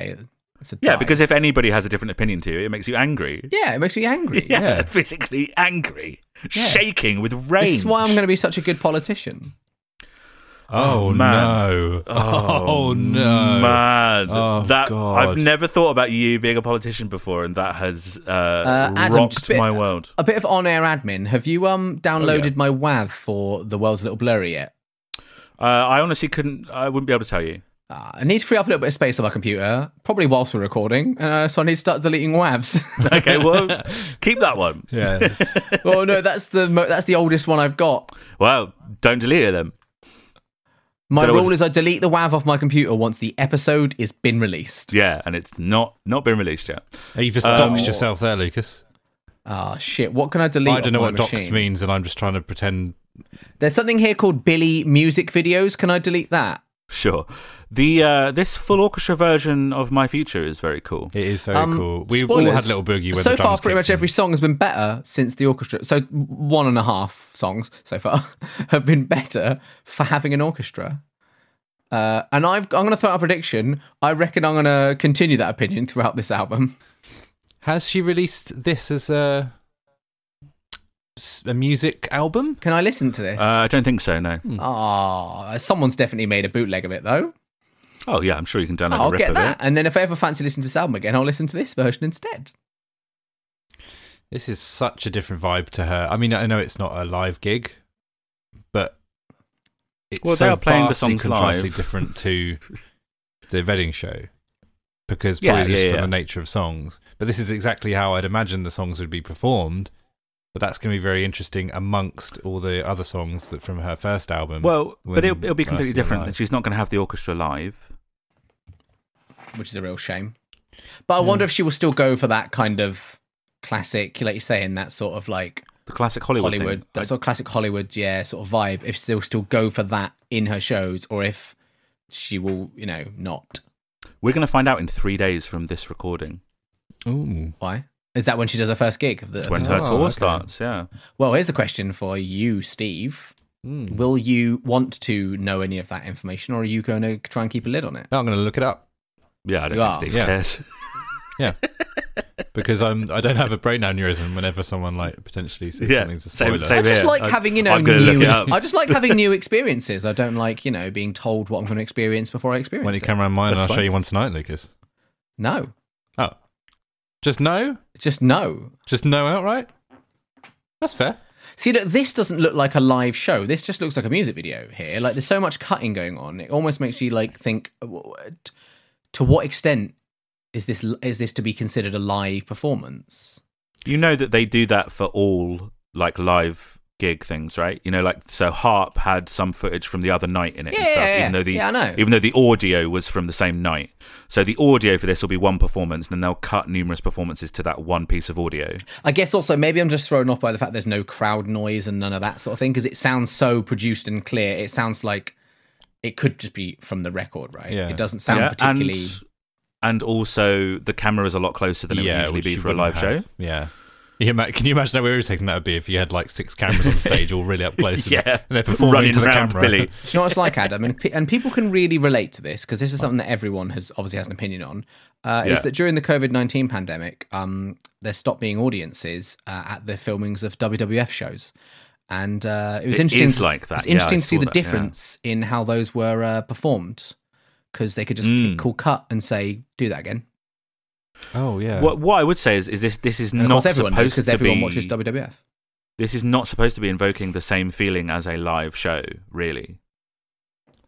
S2: It's a
S3: Yeah,
S2: dive.
S3: because if anybody has a different opinion to you, it makes you angry.
S2: yeah, it makes me angry.
S3: Yeah,
S4: Yeah.
S3: physically angry,
S4: Yeah.
S3: shaking with rage.
S2: This is why I'm going to be such a good politician.
S4: Oh,
S3: Oh, man.
S4: no.
S3: Oh,
S4: no.
S3: man!
S4: Oh,
S3: that
S4: God.
S3: I've never thought about you being a politician before, and that has uh,
S2: Adam,
S3: rocked
S2: just a bit-
S3: my world.
S2: A bit
S4: Oh,
S2: of on-air admin. Have you um downloaded my WAV for the world's a little blurry yet?
S3: Uh, I honestly couldn't. I wouldn't be able to tell you.
S2: Uh, I need to free up a little bit of space on my computer, probably whilst we're recording, uh, so I need to start deleting WAVs.
S3: Okay, well, keep that one.
S4: Yeah.
S2: oh no, that's the mo- that's the oldest one I've got.
S3: Well, don't delete it then.
S2: My
S3: But it was-
S2: rule is I delete the WAV off my computer once the episode is been released.
S3: Yeah, and it's not not been released yet.
S4: You've just
S3: Um,
S4: doxed yourself there, Lucas.
S2: Ah shit, what can I delete?
S4: I don't know
S2: off
S4: what
S2: my
S4: doxed
S2: machine?
S4: means, and I'm just trying to pretend.
S2: There's something here called Billy music videos. Can I delete that?
S3: Sure. The uh, this full orchestra version of My Future is very cool.
S4: It is very
S2: Um,
S4: cool. We all
S2: spoilers.
S4: had little boogie. When
S2: so
S4: the
S2: far,
S4: drums
S2: pretty
S4: kicked
S2: much
S4: in.
S2: every song has been better since the orchestra. So one and a half songs so far have been better for having an orchestra. Uh, and I've, I'm going to throw out a prediction. I reckon I'm going to continue that opinion throughout this album.
S4: Has she released this as a s- a music album?
S2: Can I listen to
S4: Um,
S2: this?
S3: Uh, I don't think so. No.
S2: Ah, someone's definitely made a bootleg of it though.
S3: Oh yeah, I'm sure you can download
S2: I'll
S3: a rip
S2: get
S3: of it.
S2: that, and then if I ever fancy listening to this album again, I'll listen to this version instead.
S4: This is such a different vibe to her. I mean, I know it's not a live gig, but it's
S3: Well, they
S4: so
S3: are playing the
S4: vastly
S3: songs
S4: contrastly
S3: live.
S4: different to the Reading show because
S3: Yeah,
S4: probably just
S3: yeah,
S4: from
S3: yeah.
S4: the nature of songs. But this is exactly how I'd imagine the songs would be performed. But that's going to be very interesting amongst all the other songs that from her first album.
S3: Well,
S4: when
S3: but it'll, it'll be
S4: Mercy
S3: completely
S4: were
S3: different.
S4: live.
S3: She's not going to have the orchestra live.
S2: which is a real shame. But I
S4: Hmm.
S2: wonder if she will still go for that kind of classic, like you're saying, that sort of like
S3: The classic Hollywood.
S2: Hollywood,
S3: thing.
S2: that sort of classic Hollywood, yeah, sort of vibe. If she'll still go for that in her shows, or if she will, you know, not.
S3: We're going to find out in three days from this recording.
S4: Ooh.
S2: Why? Is that when she does her first gig? Of the,
S3: It's when her
S4: Oh,
S3: tour
S4: okay.
S3: starts. Yeah.
S2: well, here's the question for you, Steve.
S3: hmm.
S2: Will you want to know any of that information, or are you going to try and keep a lid on it?
S4: I'm going to look it up.
S3: Yeah, I don't
S2: You
S3: think
S2: are,
S3: Steve
S4: yeah.
S3: cares.
S4: Yeah. because I'm I don't have a brain aneurysm whenever someone like potentially says
S3: Yeah,
S4: something's a
S3: same-
S4: spoiler.
S2: I
S3: same.
S2: just
S3: Yeah,
S2: like
S3: I-
S2: having you know
S3: I'm gonna look
S2: new.
S3: it up.
S2: I just like having new experiences. I don't like you know being told what I'm going to experience before I experience
S4: When you
S2: it.
S4: come around mine,
S3: That's
S4: I'll show
S3: fine.
S4: you one tonight, Lucas.
S2: no,
S4: Oh, just no,
S2: just no.
S4: just no outright. That's fair.
S2: See, look, this doesn't look like a live show. This just looks like a music video here. Like there's so much cutting going on. It almost makes you like think, w- w- t- to what extent is this is this to be considered a live performance?
S3: You know that they do that for all like live gig things, right? You know, like so Harp had some footage from the other night in it and
S2: Yeah,
S3: stuff,
S2: yeah, yeah.
S3: even though the
S2: Yeah, I know.
S3: even though the audio was from the same night. So the audio for this will be one performance, and then they'll cut numerous performances to that one piece of audio.
S2: I guess also maybe I'm just thrown off by the fact there's no crowd noise and none of that sort of thing because it sounds so produced and clear. It sounds like it could just be from the record, right?
S4: Yeah.
S2: It doesn't sound particularly.
S3: and and also the camera is a lot closer than it would usually
S4: which
S3: be
S4: you
S3: for a live
S4: wouldn't
S3: show.
S4: have. Yeah. You ima- Can you imagine how irritating that would be if you had like six cameras on stage, all really up close? and-
S3: Yeah.
S4: and they're performing
S3: Running
S4: to the
S3: around,
S4: camera.
S3: Billy.
S2: Do you know what it's like, Adam? And, pe- and people can really relate to this because this is something that everyone has obviously has an opinion on. Uh,
S3: Yeah.
S2: Is that during the COVID nineteen pandemic, um, there stopped being audiences uh, at the filmings of WWF shows, and uh, it was
S3: It
S2: interesting.
S3: is
S2: to-
S3: like that.
S2: It's
S3: Yeah,
S2: interesting
S3: I
S2: to see
S3: saw
S2: the
S3: that, yeah.
S2: difference in how those were uh, performed because they could just
S3: Mm.
S2: call cut and say, "Do that again."
S4: Oh yeah.
S3: What what I would say is is this this is
S2: And of
S3: not
S2: course, everyone knows
S3: supposed
S2: because
S3: to
S2: everyone
S3: be
S2: watches E. WWF.
S3: this is not supposed to be invoking the same feeling as a live show, really.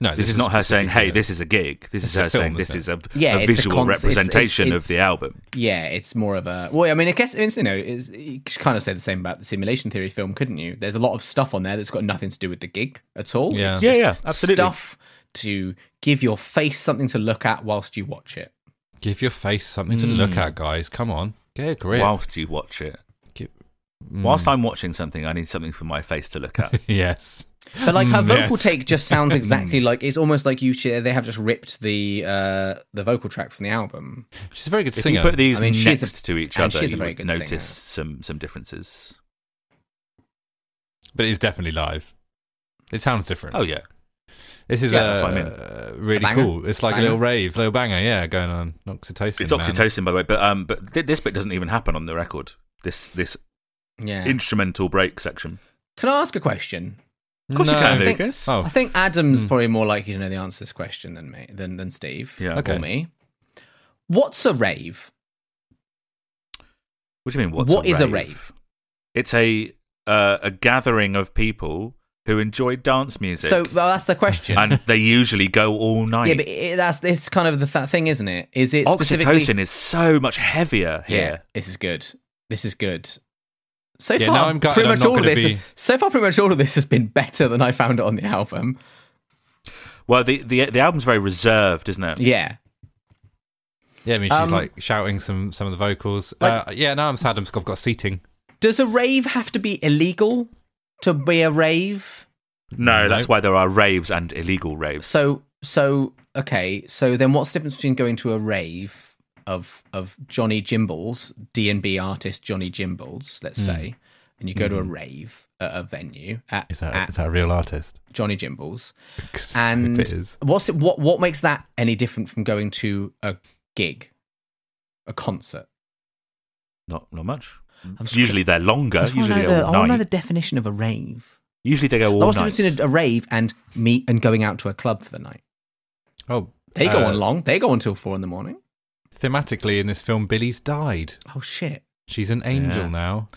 S4: No,
S3: This, is, not her saying,
S4: specific
S3: "Hey,
S4: to-
S3: this is a gig." This
S4: It's
S3: is
S4: a
S3: her
S4: film,
S3: saying, "This
S4: isn't
S3: is a,
S2: Yeah,
S3: a
S2: it's a
S3: visual
S2: cons- it's- it's-
S3: representation
S2: it's-
S3: of the album."
S2: Yeah, it's more of a. Well, I mean, I guess it's, you know, it's, you could kind of say the same about the simulation theory film, couldn't you? There's a lot of stuff on there that's got nothing to do with the gig at all.
S4: Yeah.
S2: It's
S3: Yeah,
S2: just
S3: yeah, absolutely.
S2: Stuff to give your face something to look at whilst you watch it.
S4: Give your face something
S3: Hmm.
S4: to look at, guys. Come on, get a grip. Hmm.
S3: Whilst you watch it,
S4: Give-
S3: whilst I'm watching something, I need something for my face to look at.
S4: yes.
S2: But like her
S4: Mm,
S2: vocal
S4: yes.
S2: take just sounds exactly like it's almost like you. sh- They have just ripped the uh the vocal track from the album.
S4: She's a very good
S3: if
S4: singer.
S3: you put these
S2: I mean, she's a-
S3: next to each
S2: and
S3: other,
S2: she's a
S3: you
S2: very
S3: would
S2: good
S3: notice
S2: singer.
S3: some some differences.
S4: but it's definitely live. It sounds different.
S3: Oh yeah,
S4: This is
S2: Yeah,
S4: uh,
S3: that's what I mean.
S4: uh, really
S2: banger?
S4: cool. It's like
S2: Banger?
S4: a little rave, little banger, yeah, going on oxytocin.
S3: it's
S4: man.
S3: oxytocin, by the way. But um, but th- this bit doesn't even happen on the record. This this
S2: Yeah.
S3: instrumental break section.
S2: Can I ask a question?
S3: Of course you
S4: No.
S3: can,
S2: I think-
S3: Lucas.
S4: Oh.
S2: I think Adam's probably more likely to know the answer to this question than me than than Steve.
S3: Yeah.
S4: Okay.
S2: Or me. What's a rave?
S3: What do you mean? What's
S2: What
S3: a
S2: is a
S3: rave?
S2: rave?
S3: It's a uh, a gathering of people who enjoy dance music.
S2: So well, that's the question.
S3: and they usually go all night.
S2: yeah, but it, that's it's kind of the th- thing, isn't it? Is it specifically?
S3: Oxytocin is so much heavier
S2: Yeah,
S3: here.
S2: this is good. This is good. So
S4: Yeah,
S2: far,
S4: now I'm gutted
S2: pretty
S4: I'm
S2: much
S4: not
S2: all of
S4: gonna
S2: this.
S4: be-
S2: So far, pretty much all of this has been better than I found it on the album.
S3: Well, the, the the album's very reserved, isn't it?
S2: Yeah,
S4: Yeah, I mean, she's
S2: Um,
S4: like shouting some some of the vocals.
S2: like-
S4: uh, yeah, no, I'm sad. I'm, I've got seating.
S2: Does a rave have to be illegal to be a rave?
S3: No, that's
S4: No.
S3: why there are raves and illegal raves.
S2: So so okay, so then what's the difference between going to a rave of of Johnny Jimbles, D and B artist Johnny Jimbles,
S4: Hmm.
S2: let's say, and you go to a rave at a venue at,
S4: Is that is
S2: at
S4: that a real artist?
S2: Johnny Jimbles.
S4: 'Cause
S2: And
S4: if it is,
S2: what's it, what what makes that any different from going to a gig? A concert.
S3: not not much.
S2: I'm just-
S3: Usually they're
S2: I
S3: longer.
S2: just wanna
S3: Usually
S2: know the-
S3: they're
S2: I
S3: all
S2: want to know
S3: night.
S2: the definition of a rave.
S3: Usually they go
S2: I
S3: all
S2: was
S3: night.
S2: in a, a rave and meet and going out to a club for the night.
S4: oh,
S2: They go
S4: uh,
S2: on long. They go until four in the morning.
S4: Thematically, in this film, Billy's died.
S2: Oh shit!
S4: She's an angel
S3: Yeah.
S4: now.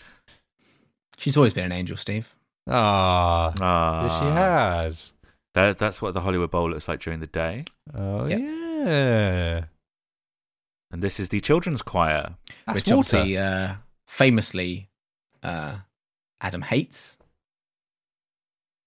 S2: She's always been an angel, Steve.
S4: Ah,
S3: Ah.
S4: yes, she has.
S3: That, that's what the Hollywood Bowl looks like during the day.
S4: Oh
S2: Yeah.
S4: yeah,
S3: And this is the children's choir.
S4: that's
S2: which
S4: water.
S2: obviously, uh, famously, uh, Adam hates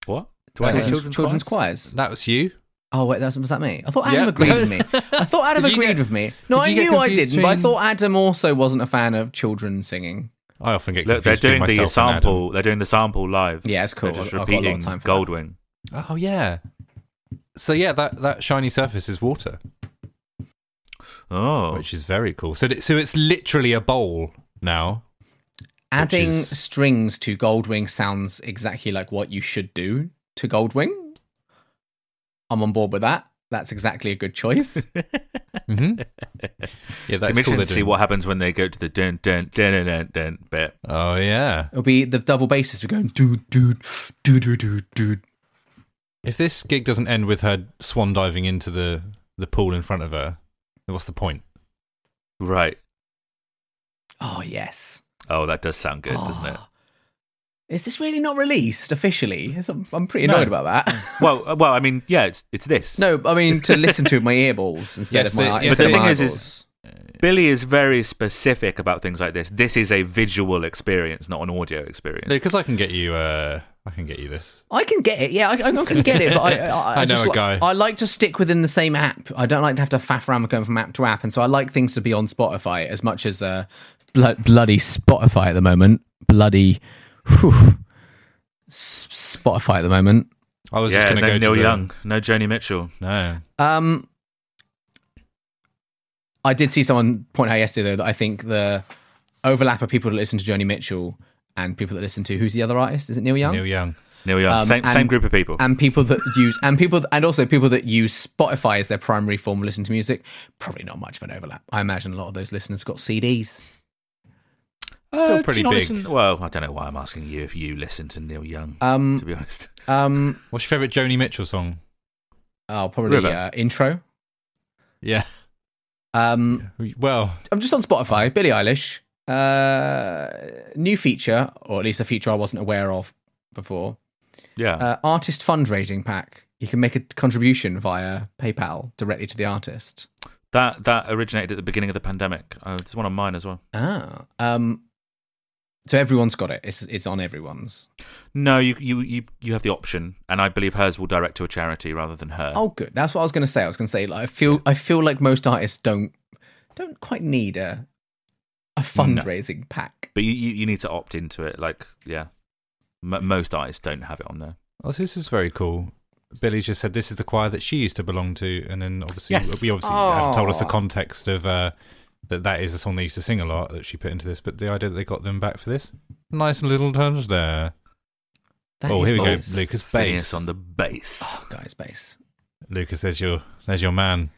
S3: What? Do
S4: Uh,
S3: I say
S4: children's-
S3: children's,
S2: children's
S3: choirs?
S2: choirs.
S4: That was you.
S2: Oh wait, that's, was that me? I thought Adam
S4: Yeah.
S2: agreed with me. I thought Adam
S4: Did you
S2: agreed
S4: get-
S2: with me. No,
S4: did
S2: I
S4: you get
S2: knew I
S4: confused
S2: didn't, but I
S4: between-
S2: thought Adam also wasn't a fan of children singing.
S4: I often get
S3: Look, they're
S4: confused between
S3: doing the
S4: myself and Adam.
S3: sample. They're doing the sample live.
S2: Yeah, it's cool.
S3: They're just
S2: I've- I've got a lot of
S3: repeating
S2: time for that.
S3: Goldwing.
S4: Oh yeah. So yeah, that, that shiny surface is water,
S3: Oh,
S4: which is very cool. So it- so it's literally a bowl now.
S2: Adding
S4: is-
S2: strings to Goldwing sounds exactly like what you should do to Goldwing. I'm on board with that. That's exactly a good choice.
S4: Mm-hmm. yeah,
S3: so
S4: that's
S3: I'm interested
S4: cool.
S3: to see what happens when they go to the dun dun dun dun dun, dun bit.
S4: Oh yeah.
S2: It'll be the double basses were going doo doo doo doo doo doo.
S4: If this gig doesn't end with her swan diving into the the pool in front of her, then what's the point?
S3: Right.
S2: Oh yes.
S3: Oh, that does sound good, doesn't it?
S2: Oh. Is this really not released officially? It's- I'm, I'm pretty
S3: No.
S2: annoyed about that.
S3: Well, uh, well, I mean, yeah, it's it's this.
S2: no, I mean to listen to my earballs instead
S4: Yes,
S2: of my
S4: the-
S2: eye-
S4: yes,
S2: instead
S4: the
S2: of
S4: thing
S2: my
S3: is- is-
S2: eyeballs.
S3: Billy is very specific about things like this. This is a visual experience, not an audio experience.
S4: Because I can get you. Uh, I can get you this.
S2: I can get it. Yeah, I, I can get it, but I, I, I,
S4: I know
S2: just
S4: a
S2: li-
S4: guy.
S2: I like to stick within the same app. I don't like to have to faff around going from app to app, and so I like things to be on Spotify as much as uh, blo- bloody Spotify at the moment. Bloody whew, S- Spotify at the moment.
S4: I was just
S3: yeah,
S4: going to
S3: no
S4: go
S3: Neil
S4: to the-
S3: Young, no Joni Mitchell.
S4: No.
S2: Um, I did see someone point out yesterday though that I think the overlap of people that listen to Joni Mitchell and people that listen to who's the other artist? Is it Neil Young?
S4: Neil Young.
S3: Neil Young,
S2: Um,
S3: same
S2: and-
S3: same group of people.
S2: and people that use and people and also people that use Spotify as their primary form of listening to music, probably not much of an overlap. I imagine a lot of those listeners got CDs.
S4: still
S3: Uh, do
S4: pretty
S3: you not
S4: big.
S3: listen- well, I don't know why I'm asking you if you listen to Neil Young. to
S2: Um,
S3: be honest,
S2: um,
S4: What's your favourite Joni Mitchell song?
S2: oh, probably
S3: River.
S2: uh, intro.
S4: Yeah.
S2: Um,
S4: Well,
S2: I'm just on
S3: Uh-huh.
S2: Spotify. Billie Eilish, uh, new feature or at least a feature I wasn't aware of before.
S3: yeah.
S2: Uh, artist fundraising pack. You can make a contribution via PayPal directly to the artist.
S3: That that originated at the beginning of the pandemic. Uh, there's one on mine as well.
S2: Ah, um, so everyone's got it. It's it's on everyone's.
S3: No, you you you you have the option, and I believe hers will direct to a charity rather than her.
S2: Oh, good. That's what I was going to say. I was going to say, like, I feel, I feel like most artists don't, don't quite need a, a fundraising pack.
S3: But you, you you need to opt into it. Like yeah, M- most artists don't have it on there.
S4: oh, this is very cool. Billy just said this is the choir that she used to belong to, and then obviously
S3: Yes.
S4: we obviously have told us the
S2: Aw.
S4: context of uh, that that is a song they used to sing a lot that she put into this. But the idea that they got them back for this, nice little touch there.
S2: That
S4: oh,
S2: is
S4: here we
S2: nice.
S4: go, Lucas
S3: Phineas
S4: bass.
S3: on the bass.
S2: Oh, guy's bass.
S4: Lucas, there's your there's your man.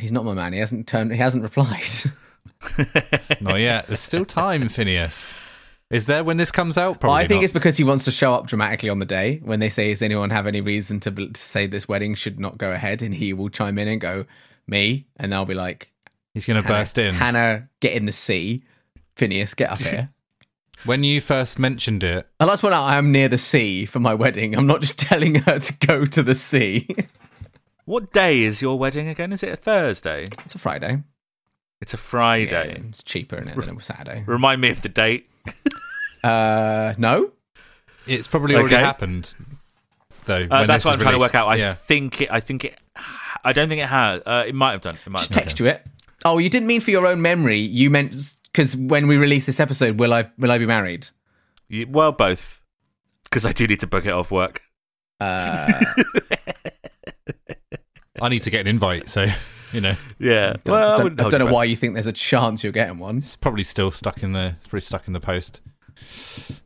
S2: He's not my man. He hasn't turned. He hasn't replied.
S4: Not yet. There's still time, Phineas. Is there when this comes out?
S2: Well,
S4: Probably.
S2: I think
S4: not.
S2: it's because he wants to show up dramatically on the day when they say, "Does anyone have any reason to, bel- to say this wedding should not go ahead?" And he will chime in and go, "Me," and I'll be like,
S4: he's going to
S2: "Hannah-
S4: burst in.
S2: Hannah, get in the sea. Phineas, get up here."
S4: When you first mentioned it,
S2: I like to point out I am near the sea for my wedding. I'm not just telling her to go to the sea.
S3: What day is your wedding again? Is it a Thursday?
S2: it's a Friday.
S3: It's a Friday.
S2: Yeah, it's cheaper isn't it, than a Saturday.
S3: Remind me of the date.
S2: Uh, no,
S4: it's probably already
S3: Okay.
S4: happened. Though
S3: Uh,
S4: when
S3: that's
S4: this
S3: what
S4: is
S3: I'm trying to work
S4: released.
S3: out. I
S4: yeah.
S3: think it. I think it. I don't think it has. Uh, it might have done. It might
S2: just
S3: have done.
S2: text you it. Oh, you didn't mean for your own memory. You meant because when we release this episode, will I will I be married?
S3: You- well, both. Because I do need to book it off work.
S2: Uh,
S4: I need to get an invite, so you know
S3: Yeah.
S2: don't-
S3: well, I,
S2: don't,
S3: wouldn't
S2: I
S3: hold
S2: don't know
S3: you back.
S2: why you think there's a chance you're getting one.
S4: it's probably still stuck in the it's probably stuck in the post,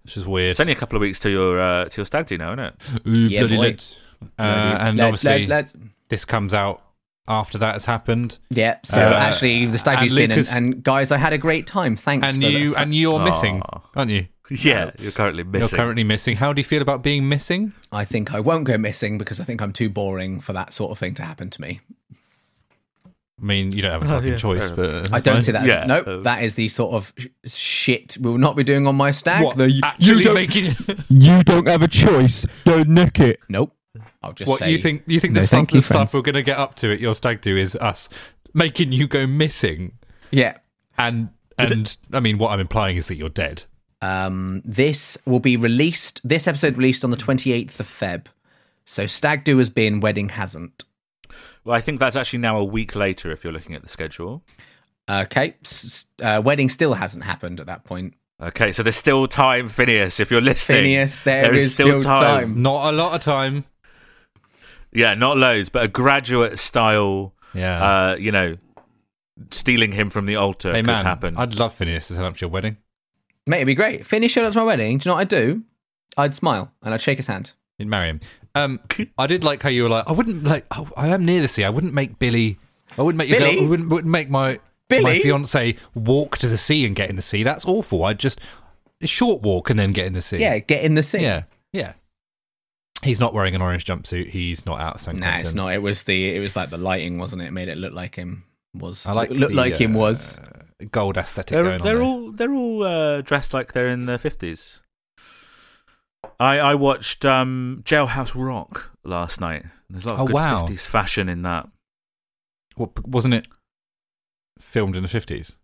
S4: which is weird.
S3: It's only a couple of weeks to your uh, to your stag do now, isn't it?
S4: Ooh,
S2: Yeah,
S4: bloody
S2: boy.
S4: loads. Uh, and
S2: Let-
S4: obviously
S2: let- let's-
S4: this comes out after that has happened,
S2: yeah. So
S4: Uh,
S2: actually, the stag
S4: and
S2: has been and,
S4: Lucas-
S2: and guys, I had a great time. Thanks.
S4: and
S2: for the-
S4: you
S2: for-
S4: and you're
S3: Aw.
S4: missing, aren't you?
S2: Uh,
S3: Yeah. You're currently missing.
S4: You're currently missing. How do you feel about being missing?
S2: I think I won't go missing because I think I'm too boring for that sort of thing to happen to me.
S4: I mean, you don't have a fucking choice, but that's
S2: I don't
S4: fine.
S2: see that.
S3: Yeah.
S2: As, nope.
S3: Uh,
S2: that is the sort of sh- shit we will not be doing on my stag.
S4: What,
S2: The- you-
S4: actually
S2: you don't-
S4: making
S6: You don't have a choice. Don't nick it.
S2: nope. I'll just
S4: what
S2: say.
S4: you think? You think
S6: No,
S4: the stuff,
S6: thank you,
S4: the stuff
S6: friends.
S4: we're going to get up to at your stag do is us making you go missing,
S2: Yeah.
S4: and and I mean, what I'm implying is that you're dead.
S2: Um, this will be released. This episode released on the 28th of Feb. So stag do has been, wedding hasn't.
S3: Well, I think that's actually now a week later if you're looking at the schedule.
S2: Okay. S- s- uh, wedding still hasn't happened at that point.
S3: Okay, so there's still time, Phineas, if you're listening.
S2: Phineas,
S3: there is, still, time.
S4: Not a lot of time.
S3: Yeah, not loads, but a graduate style,
S4: Yeah.
S3: uh, you know, stealing him from the altar
S4: hey
S3: could
S4: man,
S3: happen.
S4: I'd love Phineas to set up to your wedding.
S2: Mate, it'd be great. Finish showed up to my wedding. Do you know what I'd do? I'd smile and I'd shake his hand.
S4: You'd marry him. Um, I did like how you were like, I wouldn't like. Oh, I am near the sea. I wouldn't make Billy. I wouldn't make your
S2: Billy?
S4: girl, I wouldn't, wouldn't make my my
S2: Billy?
S4: fiance walk to the sea and get in the sea. That's awful. I'd just a short walk and then get in the sea.
S2: Yeah, get in the scene.
S4: yeah, yeah. He's not wearing an orange jumpsuit. He's not out of San
S2: Nah, it's
S4: Quentin.
S2: not. It was the it was like the lighting, wasn't it? It made it look like him was.
S4: I like
S2: look
S4: the,
S2: like him
S4: uh,
S2: was.
S4: Gold aesthetic
S3: they're
S4: going
S3: they're
S4: on.
S3: all they're all uh, dressed like they're in their fifties. I I watched um, Jailhouse Rock last night. There's a lot of
S4: Oh,
S3: good
S4: wow.
S3: fifties fashion in that.
S4: there. What, wasn't it filmed in the fifties?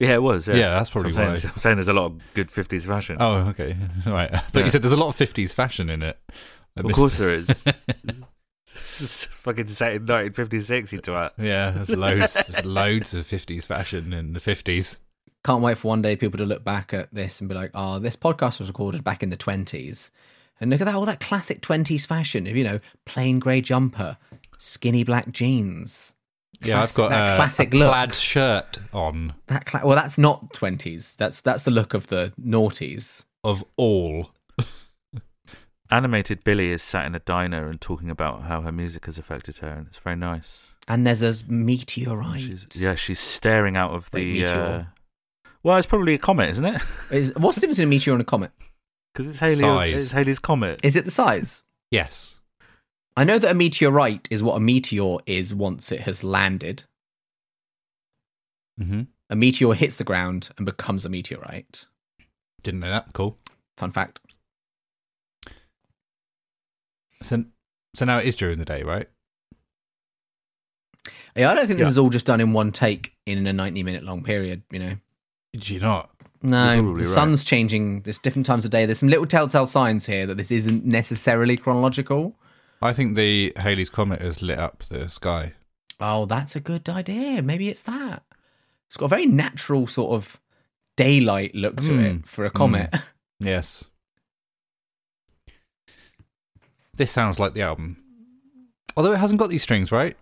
S3: Yeah, it was. Yeah,
S4: Yeah, that's probably
S3: So I'm saying,
S4: why.
S3: I'm saying there's a lot of good fifties fashion.
S4: Oh, okay. All right. I thought
S3: Yeah.
S4: you said there's a lot of fifties fashion in it. I
S3: of
S4: missed-
S3: course there is. It's fucking set in 1956, you twat.
S4: Yeah, there's loads, there's loads of fifties fashion in the fifties.
S2: Can't wait for one day people to look back at this and be like, "Oh, this podcast was recorded back in the twenties, and look at that all that classic twenties fashion of you know plain grey jumper, skinny black jeans,
S4: Yeah, I've
S2: Classic-
S4: got
S2: that
S4: uh,
S2: classic
S4: a
S2: look.
S4: plaid shirt on
S2: that cla- well, that's not twenties. That's that's the look of the noughties.
S4: of all.
S3: Animated Billy is sat in a diner and talking about how her music has affected her, and it's very nice.
S2: And there's a meteorite.
S3: She's, yeah, she's staring out of
S2: Like
S3: the. uh,
S2: meteor.
S3: well, it's probably a comet, isn't it?
S2: Is, what's the difference between a meteor and a comet?
S3: Because it's Haley's.
S4: Size.
S3: It's Haley's comet.
S2: Is it the size?
S4: Yes,
S2: I know that a meteorite is what a meteor is once it has landed.
S4: mm-hmm.
S2: A meteor hits the ground and becomes a meteorite.
S4: didn't know that. Cool.
S2: Fun fact.
S4: So, so now it is during the day, right?
S2: Yeah, I don't think this
S4: Yeah.
S2: is all just done in one take in a 90 minute long period, you know.
S4: Do you not?
S3: You're
S2: No,
S3: probably
S2: the
S3: right.
S2: sun's changing. There's different times of day. There's some little telltale signs here that this isn't necessarily chronological.
S4: I think the Haley's comet has lit up the sky.
S2: Oh, that's a good idea. Maybe it's that. It's got a very natural sort of daylight look to
S3: Hmm.
S4: Mm.
S2: it for a comet.
S4: Yes. This sounds like the album, although it hasn't got these strings, right?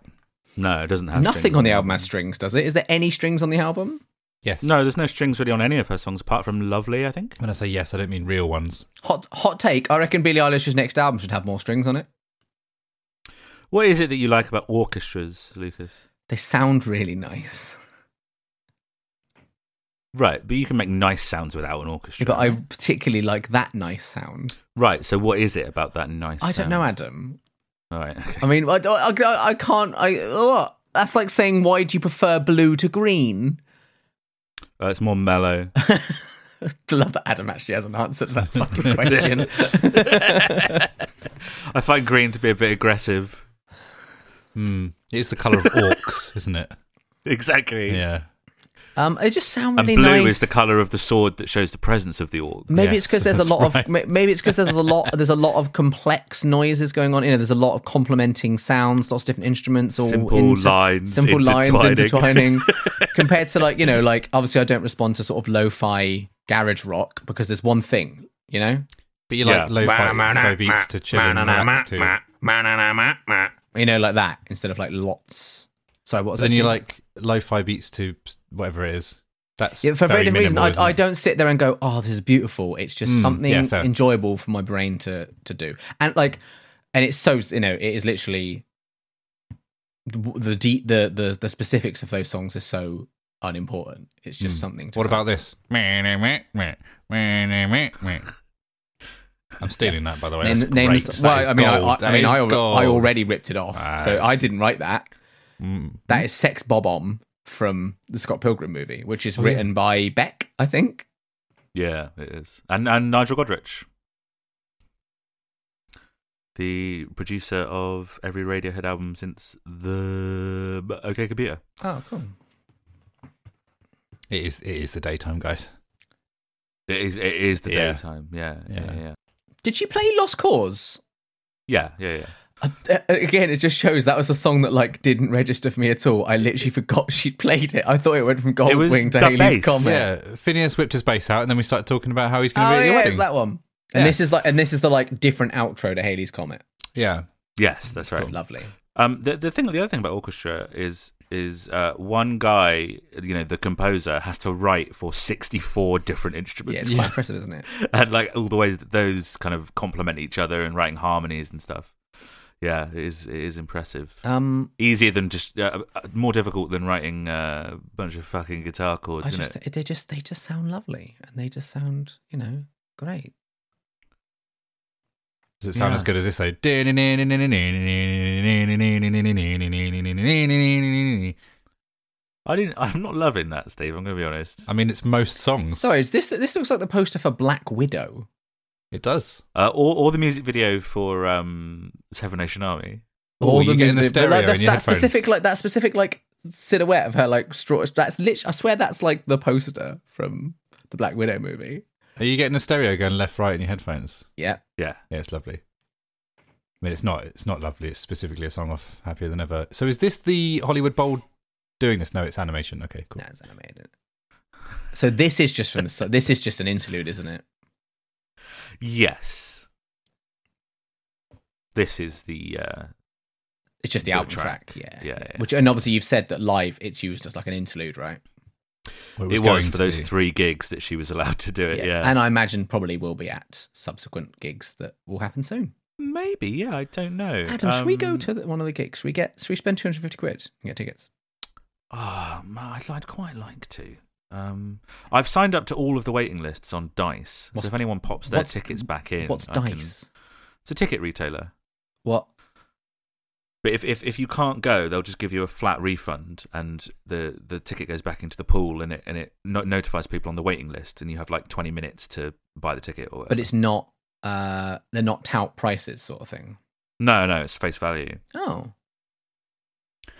S3: No, it doesn't have
S2: Nothing
S3: strings
S2: on the album has strings, does it? Is there any strings on the album?
S4: Yes.
S3: No, there's no strings really on any of her songs apart from "Lovely." I think.
S4: When I say yes, I don't mean real ones.
S2: Hot hot take. I reckon Billie Eilish's next album should have more strings on it.
S3: What is it that you like about orchestras, Lucas?
S2: They sound really nice.
S3: Right, but you can make nice sounds without an orchestra.
S2: But I particularly like that nice sound.
S3: Right, so what is it about that nice?
S2: I don't know,
S3: sound?
S2: Adam.
S3: All right, okay.
S2: I mean, I, I, I- I can't. I ugh. that's like saying why do you prefer blue to green?
S3: Uh, it's more mellow.
S2: Love that Adam actually hasn't answered that fucking question.
S3: I find green to be a bit aggressive.
S4: Hmm. It's the colour of orcs, isn't it?
S3: Exactly.
S4: Yeah.
S2: um, it just sounds
S3: And
S2: really
S3: blue
S2: nice.
S3: is the colour of the sword that shows the presence of the orc.
S2: Maybe it's because there's
S4: Yes,
S2: a
S4: that's
S2: lot
S4: right.
S2: of ma- maybe it's because there's a lot there's a lot of complex noises going on. You know, there's a lot of complementing sounds, lots of different instruments, all
S3: Simple lines
S2: simple lines
S3: intertwining.
S2: intertwining. compared to like you know, like obviously I don't respond to sort of lo-fi garage rock because there's one thing, you know,
S4: But you
S3: Yeah.
S4: like lo-fi lo-fi beats to chill and relax to.
S2: you know, like that instead of like lots. Sorry, what was
S4: Then
S2: I
S4: you
S2: saying?
S4: like lo-fi beats to whatever it is. That's
S2: Yeah, for a very different reason,
S4: minimal,
S2: I,
S4: isn't
S2: I
S4: it?
S2: don't sit there and go, "Oh, this is beautiful." It's just
S4: Mm,
S2: something
S4: yeah, fair.
S2: enjoyable for my brain to to do, and like, and it's so you know, it is literally the the deep the the, the specifics of those songs are so unimportant. It's just something. To
S4: Mm. What
S2: kind
S4: about this? I'm stealing that, by the way.
S2: of-
S4: That's
S2: name, name the
S4: great.
S2: song-
S4: That
S2: Well,
S4: is
S2: I mean, I,
S4: gold.
S2: I, I
S4: That
S2: mean,
S4: is
S2: I, al- I
S4: gold.
S2: already ripped it off,
S4: Ah,
S2: so
S4: it's-
S2: I didn't write that.
S4: Mm.
S2: That is Sex Bob Om from the Scott Pilgrim movie, which is
S4: Oh, yeah.
S2: written by Beck, I think.
S3: Yeah, it is. And and Nigel Godrich, the producer of every Radiohead album since the OK Computer.
S2: Oh, cool.
S4: It is. It is the daytime, guys.
S3: It is. It is the
S4: Yeah.
S3: daytime. Yeah, yeah,
S4: Yeah.
S3: yeah,
S2: Did you play Lost Cause?
S3: yeah, yeah, yeah.
S2: Uh, Again, it just shows that was a song that like didn't register for me at all. I literally forgot she'd played it. I thought it went from
S3: was
S2: Goldwing to
S3: the
S2: Haley's
S3: bass.
S2: Comet.
S4: Yeah, Phineas whipped his bass out, and then we started talking about how he's going to
S2: Oh
S4: be at your
S2: yeah,
S4: wedding.
S2: it's that one. And
S4: Yeah.
S2: this is like, and this is the like different outro to Haley's Comet.
S4: Yeah,
S3: Yes, that's right.
S2: It's lovely.
S3: Um, the the thing, the other thing about orchestra is is uh, one guy, you know, the composer has to write for sixty four different
S2: Yeah,
S3: instruments,
S2: it's quite impressive, isn't it?
S3: and like all the ways that those kind of complement each other and writing harmonies and stuff. Yeah, it is it is impressive.
S2: Um,
S3: Easier than just uh, uh, more difficult than writing uh, a bunch of fucking guitar chords,
S2: I
S3: isn't
S2: just
S3: it?
S2: they just they just sound lovely, and they just sound you know great.
S4: does it sound
S3: Yeah.
S4: as good as this though? I
S3: I didn't. I'm not loving that, Steve. I'm going to be honest.
S4: mean, it's most songs.
S2: Sorry, is this this looks like the poster for Black Widow?
S4: It does.
S3: Uh, or or the music video for um, Seven Nation Army.
S4: Oh, you get in the
S2: music- but,
S4: stereo
S2: like, that's-
S4: in your
S2: that
S4: headphones.
S2: specific like that specific like silhouette of her like straw. That's lit. I swear that's like the poster from the Black Widow movie.
S4: Are you getting a stereo going left, right in your headphones?
S2: Yeah.
S3: Yeah,
S4: Yeah, it's lovely. I mean, it's not. It's not lovely. It's specifically a song off "Happier Than Ever." So, is this the Hollywood Bowl doing this? No, it's animation. Okay, cool.
S2: That's animated. So this is just from the. so This is just an interlude, isn't it?
S3: Yes. This is the uh,
S2: It's just the
S3: The
S2: album
S3: track.
S2: track. Yeah.
S3: Yeah, yeah.
S2: Which and obviously you've said that live it's used as like an interlude, right?
S4: Well,
S3: it was,
S4: going
S3: for
S4: to
S3: those
S4: be.
S3: three gigs that she was allowed to do it. Yeah,
S2: And I imagine probably will be at subsequent gigs that will happen soon.
S3: maybe. Yeah, I don't know.
S2: Adam, should we go
S3: Um,
S2: to the, one of the gigs? Should we get? Should we spend two hundred fifty quid and get tickets?
S3: Ah, man, I'd, I'd quite like to. Um, I've signed up to all of the waiting lists on Dice.
S2: What's-
S3: so if anyone pops their
S2: what's-
S3: tickets back in,
S2: What's
S3: I can-
S2: dice?
S3: it's a ticket retailer.
S2: What?
S3: But if, if, if you can't go, they'll just give you a flat refund, and the, the ticket goes back into the pool, and it and it no- notifies people on the waiting list, and you have like twenty minutes to buy the ticket. Or
S2: But
S3: whatever.
S2: it's not. Uh, they're not tout prices, sort of thing.
S3: no, no, it's face value.
S2: Oh,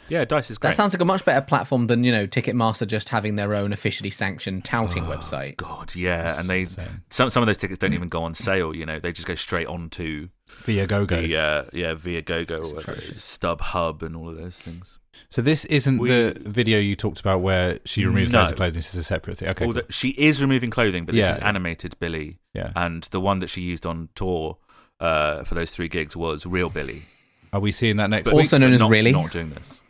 S3: Yeah, Dice is
S2: that
S3: great.
S2: sounds like a much better platform than you know Ticketmaster just having their own officially sanctioned touting website.
S3: God, yeah, and they
S4: Same.
S3: some some of those tickets don't even go on sale. You know, they just go straight onto
S4: Via GoGo.
S3: the uh, yeah via GoGo or whatever,
S2: atrocious.
S3: Stub Hub and all of those things.
S4: So this isn't
S3: uh, We-
S4: the video you talked about where she removes
S3: No.
S4: loads of clothing. This is a separate thing. Okay,
S3: All
S4: cool.
S3: that- she is removing clothing, but this
S4: Yeah,
S3: is
S4: yeah.
S3: animated Billy,
S4: yeah.
S3: and the one that she used on tour uh, for those three gigs was real Billy,
S4: Are we seeing that next
S3: But-
S4: week?
S2: Also known
S3: but
S2: as
S3: not,
S2: Really?
S3: not doing this.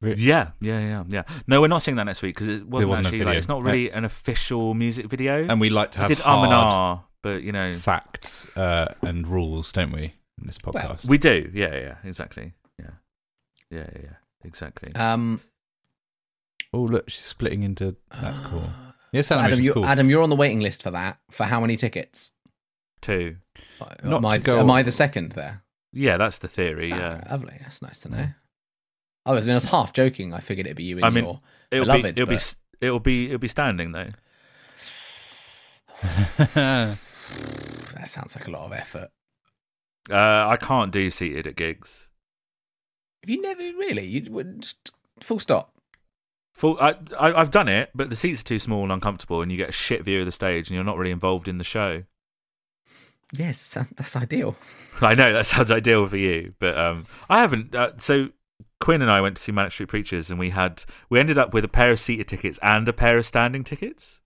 S4: Re-
S3: Yeah, yeah, yeah, yeah. No, we're not seeing that next week because it wasn't,
S4: wasn't a
S3: actually
S4: video. Uh,
S3: like it's not really an official music video.
S4: And we like to
S3: I
S4: have
S3: did um and
S4: hard
S3: R, but you know
S4: facts uh, and rules, don't we? In this podcast,
S3: we do. Yeah, yeah, exactly. Yeah, yeah, yeah, yeah, exactly.
S4: Uh,
S2: Um,
S4: oh look, she's splitting into. That's cool. Yes,
S2: Ah. so Adam,
S4: animation's
S2: you,
S4: cool.
S2: Adam, you're on the waiting list for that. For how many tickets?
S3: Two.
S4: Not
S2: am, I,
S4: to go-
S2: am I the second there?
S3: Yeah, that's the theory.
S4: uh,
S3: Yeah.
S2: Ah, lovely. That's nice to know. Oh, I mean, I was half joking. I figured it'd be you and
S3: I mean,
S2: your
S3: it'll be
S2: beloved,
S3: it'll be
S2: but-
S3: s- it'll be it'll be standing though.
S4: Uh.
S2: That sounds like a lot of effort.
S3: Uh, I can't do seated at gigs.
S2: Have you never really? You would just- full stop.
S3: Full, I, I, I've done it, but the seats are too small and uncomfortable, and you get a shit view of the stage, and you're not really involved in the show.
S2: Yes, sound- that's ideal.
S3: I know that sounds ideal for you, but um, I haven't. Uh, so Quinn and I went to see Manic Street Preachers, and we had we ended up with a pair of seated tickets and a pair of standing tickets,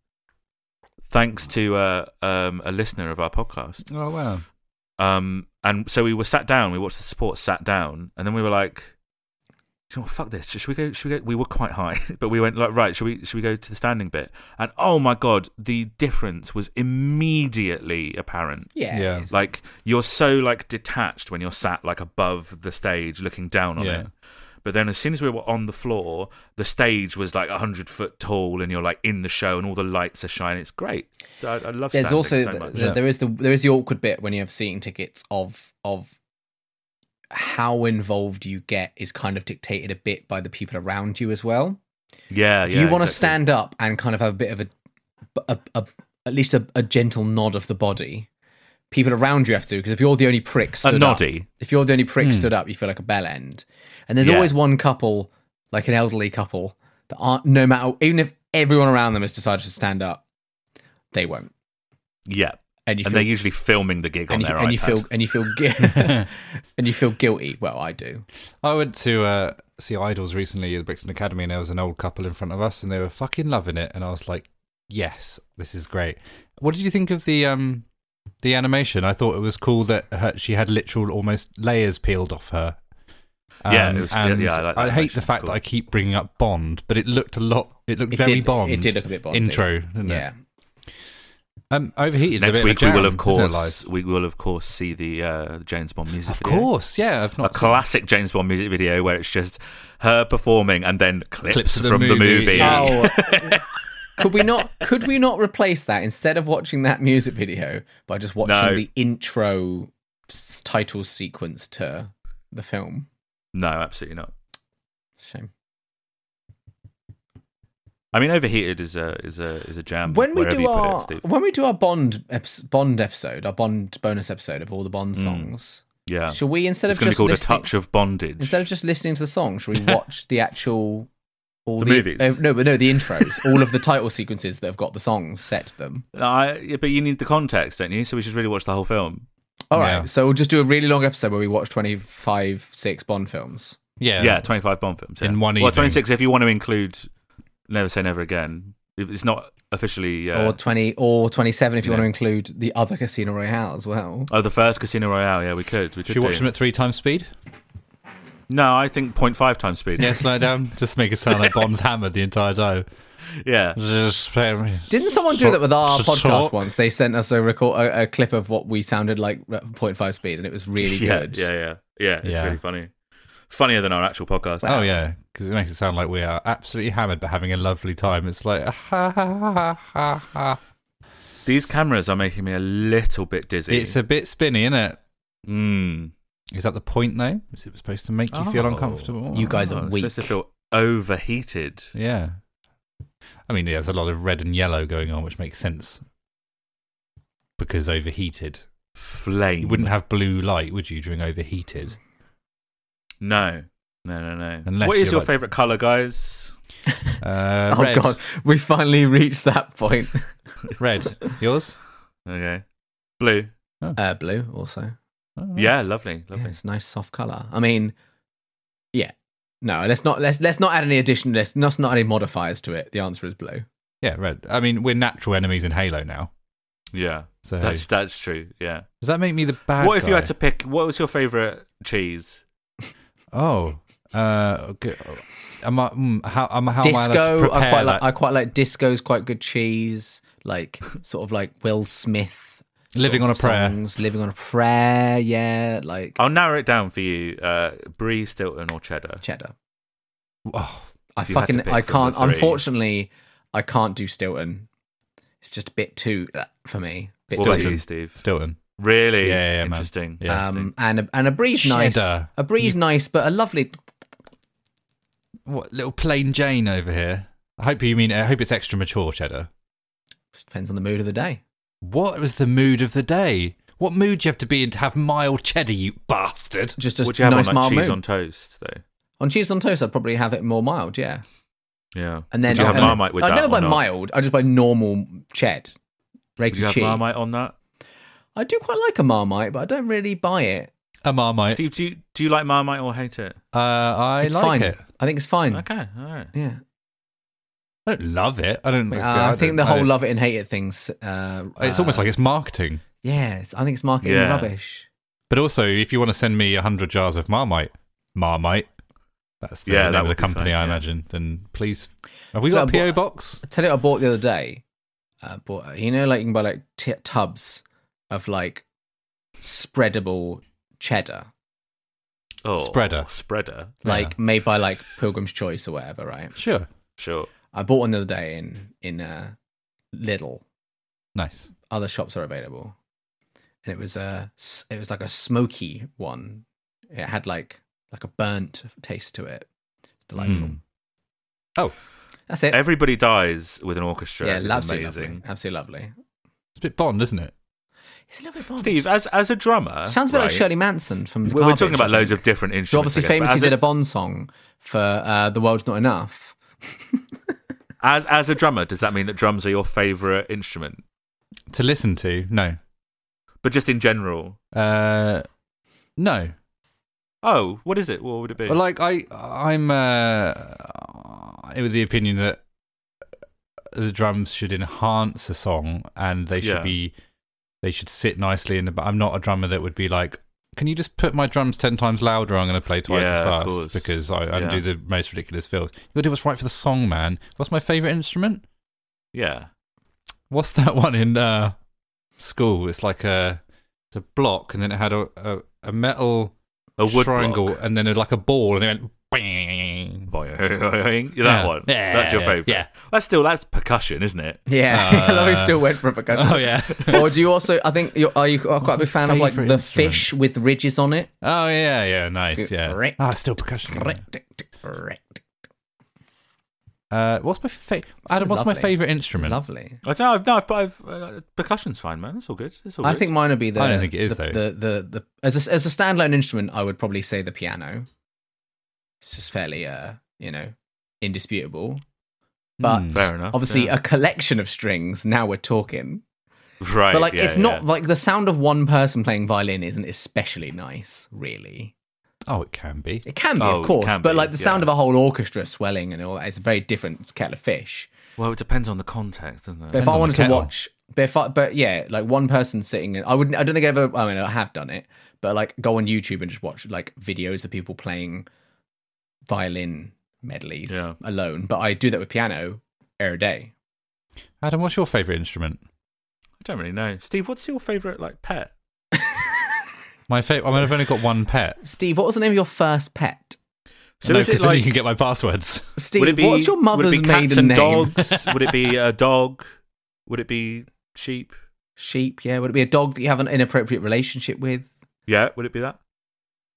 S3: thanks to uh, um, a listener of our podcast.
S4: oh wow.
S3: Um, and so we were sat down. We watched the support sat down, and then we were like, "Do you know what? Fuck this! Should we go? Should we go?" We were quite high, but we went like, "Right, should we? Should we go to the standing bit?" And oh my god, the difference was immediately apparent.
S2: Yeah.
S4: Yeah.
S2: it is.
S3: Like you're so like detached when you're sat like above the stage, looking down on
S4: Yeah.
S3: it. But then, as soon as we were on the floor, the stage was like hundred foot tall, and you're like in the show, and all the lights are shining. It's great. I, I love.
S2: There's
S3: standing
S2: also
S3: so
S2: the,
S3: much.
S2: the- there is the there is the awkward bit when you have seating tickets of of how involved you get is kind of dictated a bit by the people around you as well.
S3: yeah,
S2: If
S3: Uh, yeah.
S2: you want to
S3: exactly.
S2: stand up and kind of have a bit of a, a, a at least a, a gentle nod of the body, people around you have to because if you're the only prick stood up,
S3: noddy.
S2: if you're the only prick stood up, you feel like a bell end. And there's
S3: Yeah.
S2: always one couple, like an elderly couple, that aren't no matter even if everyone around them has decided to stand up, they won't.
S3: Yeah.
S2: And you
S3: and
S2: feel
S3: they're usually filming the gig on
S2: and you,
S3: their
S2: and you
S3: iPad.
S2: feel and you feel gui- and you feel guilty. Well, I do.
S4: I went to uh, see Idols recently at the Brixton Academy, and there was an old couple in front of us, and they were fucking loving it. And I was like, "Yes, this is great." What did you think of the um, the animation? I thought it was cool that her, she had literal almost layers peeled off her. Um,
S3: Yeah, it was- yeah,
S4: and
S3: yeah, I like that
S4: hate the
S3: animation,
S4: fact
S3: it's
S4: that
S3: cool.
S4: I keep bringing up Bond, but it looked a lot. It looked
S2: It
S4: very
S2: did-
S4: Bond.
S2: it did look a bit Bondy.
S4: intro, didn't
S2: Yeah.
S4: it? Um, overheated.
S3: Next
S4: a bit
S3: week
S4: of a jam,
S3: we will of
S4: isn't it,
S3: course
S4: live?
S3: we will of course see the uh, James Bond music
S4: of
S3: video.
S4: course, yeah. I've
S3: A
S4: not. seen-
S3: classic James Bond music video where it's just her performing and then clips,
S4: Clips of the
S3: from the
S4: movie.
S3: movie.
S4: Yeah.
S2: Oh, could we not? Could we not replace that instead of watching that music video by just watching
S3: No.
S2: the intro s- title sequence to the film?
S3: No, absolutely not.
S2: Shame.
S3: I mean, overheated is a is a is a jam.
S2: When we
S3: Um, wherever
S2: do
S3: you put
S2: our
S3: it, Steve.
S2: when we do our Bond eps Bond episode, our Bond bonus episode of all the Bond songs,
S3: Hmm. yeah,
S2: shall we instead
S3: it's
S2: of
S3: going to be
S2: just
S3: called a
S2: listening-
S3: touch of bondage.
S2: instead of just listening to the song, should we watch the actual all
S3: The movies?
S2: uh, no, but no, the intros, all of the title sequences that have got the songs set to them.
S3: No, I- yeah, but you need the context, don't you? So we should really watch the whole film.
S2: All right,
S4: Yeah.
S2: so we'll just do a really long episode where we watch twenty five, six Bond films.
S4: yeah,
S3: Yeah, twenty five Bond films yeah.
S4: In one
S3: Well,
S4: evening.
S3: twenty six if you want to include Never Say Never Again. If It's not officially uh,
S2: or 20 or 27 if you
S3: Yeah.
S2: want to include the other casino royale as well
S3: Oh, the first Casino Royale. Yeah, we could. We could.
S4: Should we
S3: do.
S4: watch them at three times speed?
S3: No, I think 0.5 times speed.
S4: Yeah, slow down. Just make it sound like Bond's hammered the entire time.
S3: Yeah.
S4: Just oh, play me.
S2: didn't someone do
S4: Short-
S2: that with our
S4: short-
S2: podcast once they sent us a record a, a clip of what we sounded like at 0.5 speed and it was really
S3: Yeah,
S2: good
S3: yeah, yeah, yeah. It's
S4: Yeah.
S3: really funny. Funnier than our actual podcast.
S4: Oh yeah, because it makes it sound like we are absolutely hammered but having a lovely time. It's like ha ha ha ha ha.
S3: These cameras are making me a little bit dizzy.
S4: It's a bit spinny, isn't it?
S3: Mm.
S4: Is that the point though? Is it supposed to make you feel
S3: Oh.
S4: uncomfortable?
S2: You guys are
S3: it's
S2: weak.
S3: supposed to feel overheated.
S4: Oh, Yeah. I mean, there's a lot of red and yellow going on, which makes sense because overheated.
S3: Flame.
S4: You wouldn't have blue light, would you, during overheated?
S3: No. No, no, no.
S4: Unless
S3: what is
S4: you're
S3: your
S4: like-
S3: favorite color, guys?
S4: Uh,
S2: oh
S4: red.
S2: god we finally reached that point
S4: Red. Yours?
S3: Okay. Blue.
S2: uh blue also
S4: Oh,
S3: Yeah, lovely,
S2: yeah,
S3: lovely.
S2: it's a nice soft color i mean yeah no let's not let's let's not add any addition let's, let's not add any modifiers to it the answer is blue
S4: Yeah, red. I mean, we're natural enemies in Halo now.
S3: Yeah.
S4: So
S3: That's that's true. Yeah.
S4: does that make me the bad?
S3: what if you
S4: guy?
S3: had to pick? What was your favorite cheese?
S4: Oh, uh, okay. am I? Mm, how am, how am I allowed to
S2: disco i
S4: prepare
S2: quite like
S4: that?
S2: i quite like disco's quite good cheese like sort of like will smith
S4: Living
S2: sort
S4: on a
S2: of
S4: prayer.
S2: songs, living on a prayer yeah like
S3: I'll narrow it down for you. Uh, Brie, Stilton, or cheddar.
S2: cheddar
S4: Oh,
S2: i
S3: If you had to
S2: fucking
S3: pick
S2: i
S3: from
S2: can't
S3: the three.
S2: unfortunately i can't do stilton it's just a bit too uh, for me Bit
S3: What about
S4: Stilton.
S3: you, Steve?
S4: Stilton.
S3: Really?
S4: Yeah, yeah, yeah, man.
S3: interesting.
S4: Yeah.
S2: um and a, and a breeze nice
S4: Cheddar.
S2: a breeze nice but a lovely
S4: What little plain Jane over here? I hope you mean. I hope it's extra mature cheddar.
S2: depends on the mood of the day
S4: What was the mood of the day? What mood do you have to be in to have mild cheddar, you bastard?
S2: Just a
S3: Would you have
S2: nice
S3: on like
S2: mild
S3: cheese
S2: moon.
S3: on toast though?
S2: On cheese on toast, I'd probably have it more mild, yeah.
S3: Yeah.
S2: And then
S3: Would you have
S2: and then-
S3: Marmite with
S2: I'd
S3: that
S2: never
S3: or
S2: buy
S3: not?
S2: mild. I just buy normal ched,
S3: Would you
S2: regular
S3: have
S2: cheese.
S3: Marmite on that?
S2: I do quite like a Marmite, but I don't really buy it.
S4: A marmite.
S3: Steve, do you, do you like Marmite or hate it?
S4: Uh, I
S2: it's
S4: like
S2: fine.
S4: it.
S2: I think it's fine.
S3: Okay, all right.
S2: Yeah,
S4: I don't love it. I don't.
S2: Uh,
S4: I,
S2: I think
S4: don't-
S2: the
S4: I
S2: whole
S4: don't-
S2: love it and hate it things. Uh,
S4: It's almost
S2: uh,
S4: like it's marketing.
S2: yes. I think it's marketing
S3: Yeah.
S2: rubbish.
S4: But also, if you want to send me hundred jars of marmite, marmite. That's the
S3: Yeah,
S4: name
S3: that
S4: of the
S3: would be
S4: company,
S3: fine,
S4: I
S3: yeah.
S4: imagine. Then please, have we
S2: So
S4: got a
S2: I bought-
S4: PO box?
S2: I tell you, what I bought the other day. Uh, bought you know like you can buy like t- tubs of like spreadable cheddar,
S3: Oh,
S4: Spreader.
S3: Spreader.
S2: like
S4: Yeah.
S2: made by like Pilgrim's Choice or whatever, right?
S4: Sure.
S3: Sure.
S2: I bought one the other day in in uh, Lidl.
S4: Nice.
S2: Other shops are available, and it was a s- it was like a smoky one. It had like like a burnt taste to it. It's
S3: Hmm.
S2: delightful.
S4: Mm. Oh,
S2: That's it.
S3: Everybody dies with an orchestra.
S2: yeah,
S3: it's
S2: absolutely
S3: amazing.
S2: lovely. Absolutely lovely.
S4: it's a bit Bond, isn't it?
S2: It's a little bit. Bond.
S3: Steve, as as a drummer,
S2: sounds a bit like
S3: right,
S2: Shirley Manson from. The
S3: We're, we're
S2: Garbage,
S3: talking about
S2: I
S3: loads
S2: think.
S3: of different
S2: She
S3: instruments.
S2: obviously
S3: I guess, but
S2: famously
S3: as
S2: did a Bond song for uh, "The World's Not Enough."
S3: As as a drummer, does that mean that drums are your favourite instrument?
S4: To listen to? No.
S3: But just in general,
S4: Uh, no.
S3: oh, what is it? What would it be?
S4: But like I, I'm. Uh, it was the opinion that uh, the drums should enhance a song, and they should
S3: Yeah.
S4: be, they should sit nicely in the. But I'm not a drummer that would be like, can you just put my drums ten times louder? I'm going to play twice
S3: Yeah,
S4: as
S3: of
S4: fast
S3: course.
S4: because I, I
S3: Yeah.
S4: do the most ridiculous fills. You got to do what's right for the song, man. What's my favorite instrument?
S3: yeah,
S4: What's that one in uh, school? It's like a, it's a block, and then it had a a, a metal
S3: a wood
S4: triangle,
S3: block.
S4: and then like a ball, and it went. Bang.
S3: Boing, boing. that
S4: Yeah.
S3: one.
S4: Yeah,
S3: that's your
S4: yeah,
S3: favourite.
S4: yeah.
S3: that's still that's percussion, isn't it?
S2: Yeah,
S4: Uh,
S2: Laurie still went for a percussion.
S4: Oh yeah.
S2: or do you also? I think you're, are you are quite a big
S4: What's my
S2: fan of like
S4: favourite
S2: the
S4: instrument?
S2: fish with ridges on it.
S4: Oh yeah, yeah, nice, yeah.
S2: Correct.
S4: Ah, still percussion.
S2: Correct.
S4: Uh, what's my favorite? Adam,
S2: is
S4: what's my
S2: lovely.
S4: favorite instrument?
S2: Lovely.
S3: I don't know. I've, no, I've, but I've uh, percussion's fine, man. It's all good. It's all
S2: I
S3: good.
S2: think mine would be the.
S4: I don't think it is,
S2: the,
S4: though.
S2: The, the, the, as, a, as a standalone instrument, I would probably say the piano. It's just fairly, uh, you know, indisputable. But
S4: Hmm.
S3: fair enough.
S2: obviously,
S3: yeah.
S2: a collection of strings. Now we're talking.
S3: right?
S2: but like,
S3: yeah,
S2: it's not like the sound of one person playing violin isn't especially nice, really.
S4: Oh, it can be.
S2: It can be,
S3: Oh,
S2: of
S3: it
S2: course,
S3: can
S2: but
S3: be,
S2: like the sound
S3: yeah.
S2: of a whole orchestra swelling and all that is a very different kettle of fish.
S3: Well, it depends on the context, doesn't it?
S2: But if
S4: Depends on
S2: I
S4: the
S2: wanted to
S4: kettle.
S2: watch, but if I, but yeah, like one person sitting, in, I wouldn't. I don't think I ever. I mean, I have done it, but like go on YouTube and just watch like videos of people playing violin medleys
S3: Yeah.
S2: alone. But I do that with piano every day.
S4: Adam, what's your favorite instrument?
S3: I don't really know. Steve, what's your favourite like pet?
S4: My favorite. I mean, I've only got one pet.
S2: Steve, what was the name of your first pet?
S3: So
S4: no,
S3: is it
S4: because then you
S3: like
S4: can get my passwords.
S3: would it
S2: Steve,
S3: be,
S2: what's your mother's
S3: would it be
S2: maiden
S3: cats and
S2: name?
S3: dogs? would it be a dog? Would it be sheep?
S2: Sheep, yeah. Would it be a dog that you have an inappropriate relationship with?
S3: Yeah, would it be that?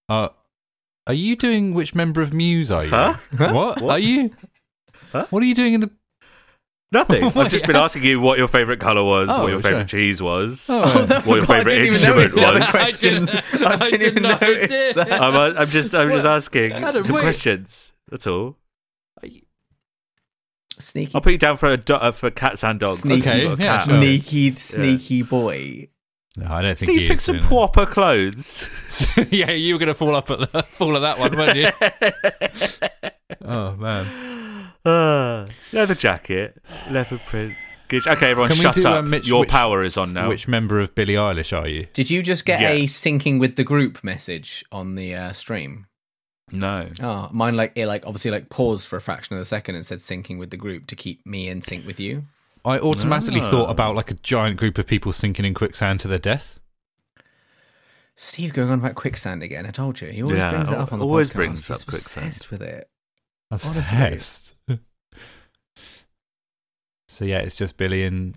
S4: Uh, are you doing which member of Muse are you?
S3: Huh?
S4: What? Are you?
S3: Huh?
S4: What are you doing in the?
S3: Nothing. I've just been
S4: Yeah.
S3: asking you what your favourite colour was,
S4: Oh,
S3: what your
S4: sure.
S3: favourite cheese was.
S4: Oh,
S2: that-
S3: What your
S2: forgot, I
S3: favourite
S2: didn't even notice
S3: instrument
S2: the other
S3: was?
S2: question. questions. I didn't even notice that.
S3: I'm, uh, I'm just I'm just
S4: What?
S3: asking
S4: Adam,
S3: some
S4: wait.
S3: questions. That's all.
S2: Sneaky,
S3: I'll put you down for a do- uh, for cats and dogs.
S2: Sneaky.
S3: Okay, you've got a
S4: Yeah,
S3: cat.
S4: sure.
S2: sneaky, sneaky boy.
S4: no, I don't think
S3: Steve,
S4: he
S3: pick
S4: is
S3: some
S4: doing that.
S3: proper clothes.
S4: yeah, you were gonna fall up at the, fall at that one, weren't you? oh man.
S3: Uh, leather jacket, leather print. Good. Okay, everyone,
S4: Can we
S3: shut
S4: do,
S3: up.
S4: um, Mitch,
S3: Your
S4: which-
S3: power is on now.
S4: Which member of Billie Eilish are you?
S2: Did you just get
S3: Yeah.
S2: a syncing with the group message on the uh, stream?
S3: No.
S2: Oh, mine like it like obviously like paused for a fraction of a second and said syncing with the group to keep me in sync with you.
S4: I automatically thought
S3: Oh.
S4: about like a giant group of people sinking in quicksand to their death.
S2: Steve going on about quicksand again. I told you. He always
S3: Yeah,
S2: brings it up on the
S3: always
S2: podcast.
S3: brings
S2: He's
S3: up quicksand.
S2: obsessed with it.
S4: Obsessed. so yeah, it's just Billy and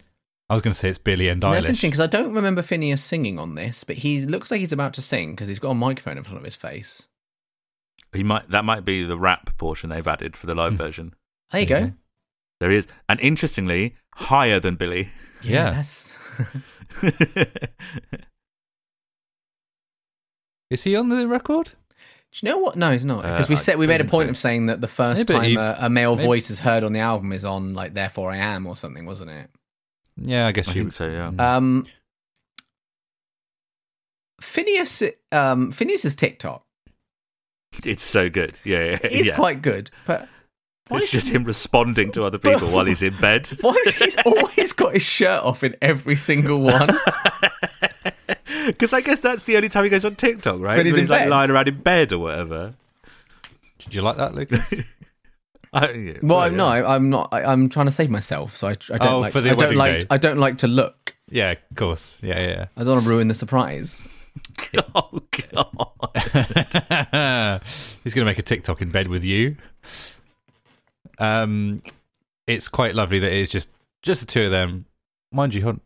S4: I was going to say it's Billy and
S2: No, it's
S4: Eilish.
S2: interesting because I don't remember Phineas singing on this, but he looks like he's about to sing because he's got a microphone in front of his face.
S3: He might. That might be the rap portion they've added for the live version.
S2: There you
S4: Yeah.
S2: go.
S3: There he is, and interestingly, higher than Billy.
S4: Yeah.
S2: That's
S4: Is he on the record?
S2: Do you know what? No, it's not because
S3: Uh,
S2: we
S3: I
S2: said we made a
S3: don't
S2: point
S3: think
S2: of saying that the first
S4: Maybe
S2: time
S4: he-
S2: a, a male
S4: maybe-
S2: voice is heard on the album is on like "Therefore I Am" or something, wasn't it?
S4: Yeah, I guess
S3: I
S4: you.
S3: think so, yeah.
S4: Mm.
S2: Um, Phineas, um, Phineas's TikTok
S3: It's so good. Yeah, yeah.
S2: is
S3: yeah.
S2: quite good, but why
S3: it's
S2: is,
S3: just him responding to other people while he's in bed.
S2: why is he's always got his shirt off in every single one?
S3: Because I guess that's the only time he goes on TikTok, right?
S2: When he's
S3: When
S2: in
S3: he's like
S2: bed.
S3: lying around in bed or whatever.
S4: Did you like that,
S3: Oh,
S4: Lucas?
S3: I, yeah,
S2: Well,
S3: yeah.
S2: I'm no, I'm not. I, I'm trying to save myself, so I, I don't
S4: Oh,
S2: like.
S4: for the
S2: I don't
S4: wedding
S2: like.
S4: day.
S2: I don't like to look.
S4: yeah, of course. Yeah,
S2: I don't want to ruin the surprise.
S3: Oh god.
S4: yeah. He's going to make a TikTok in bed with you. Um, it's quite lovely that it's just just the two of them. Mind you, hold-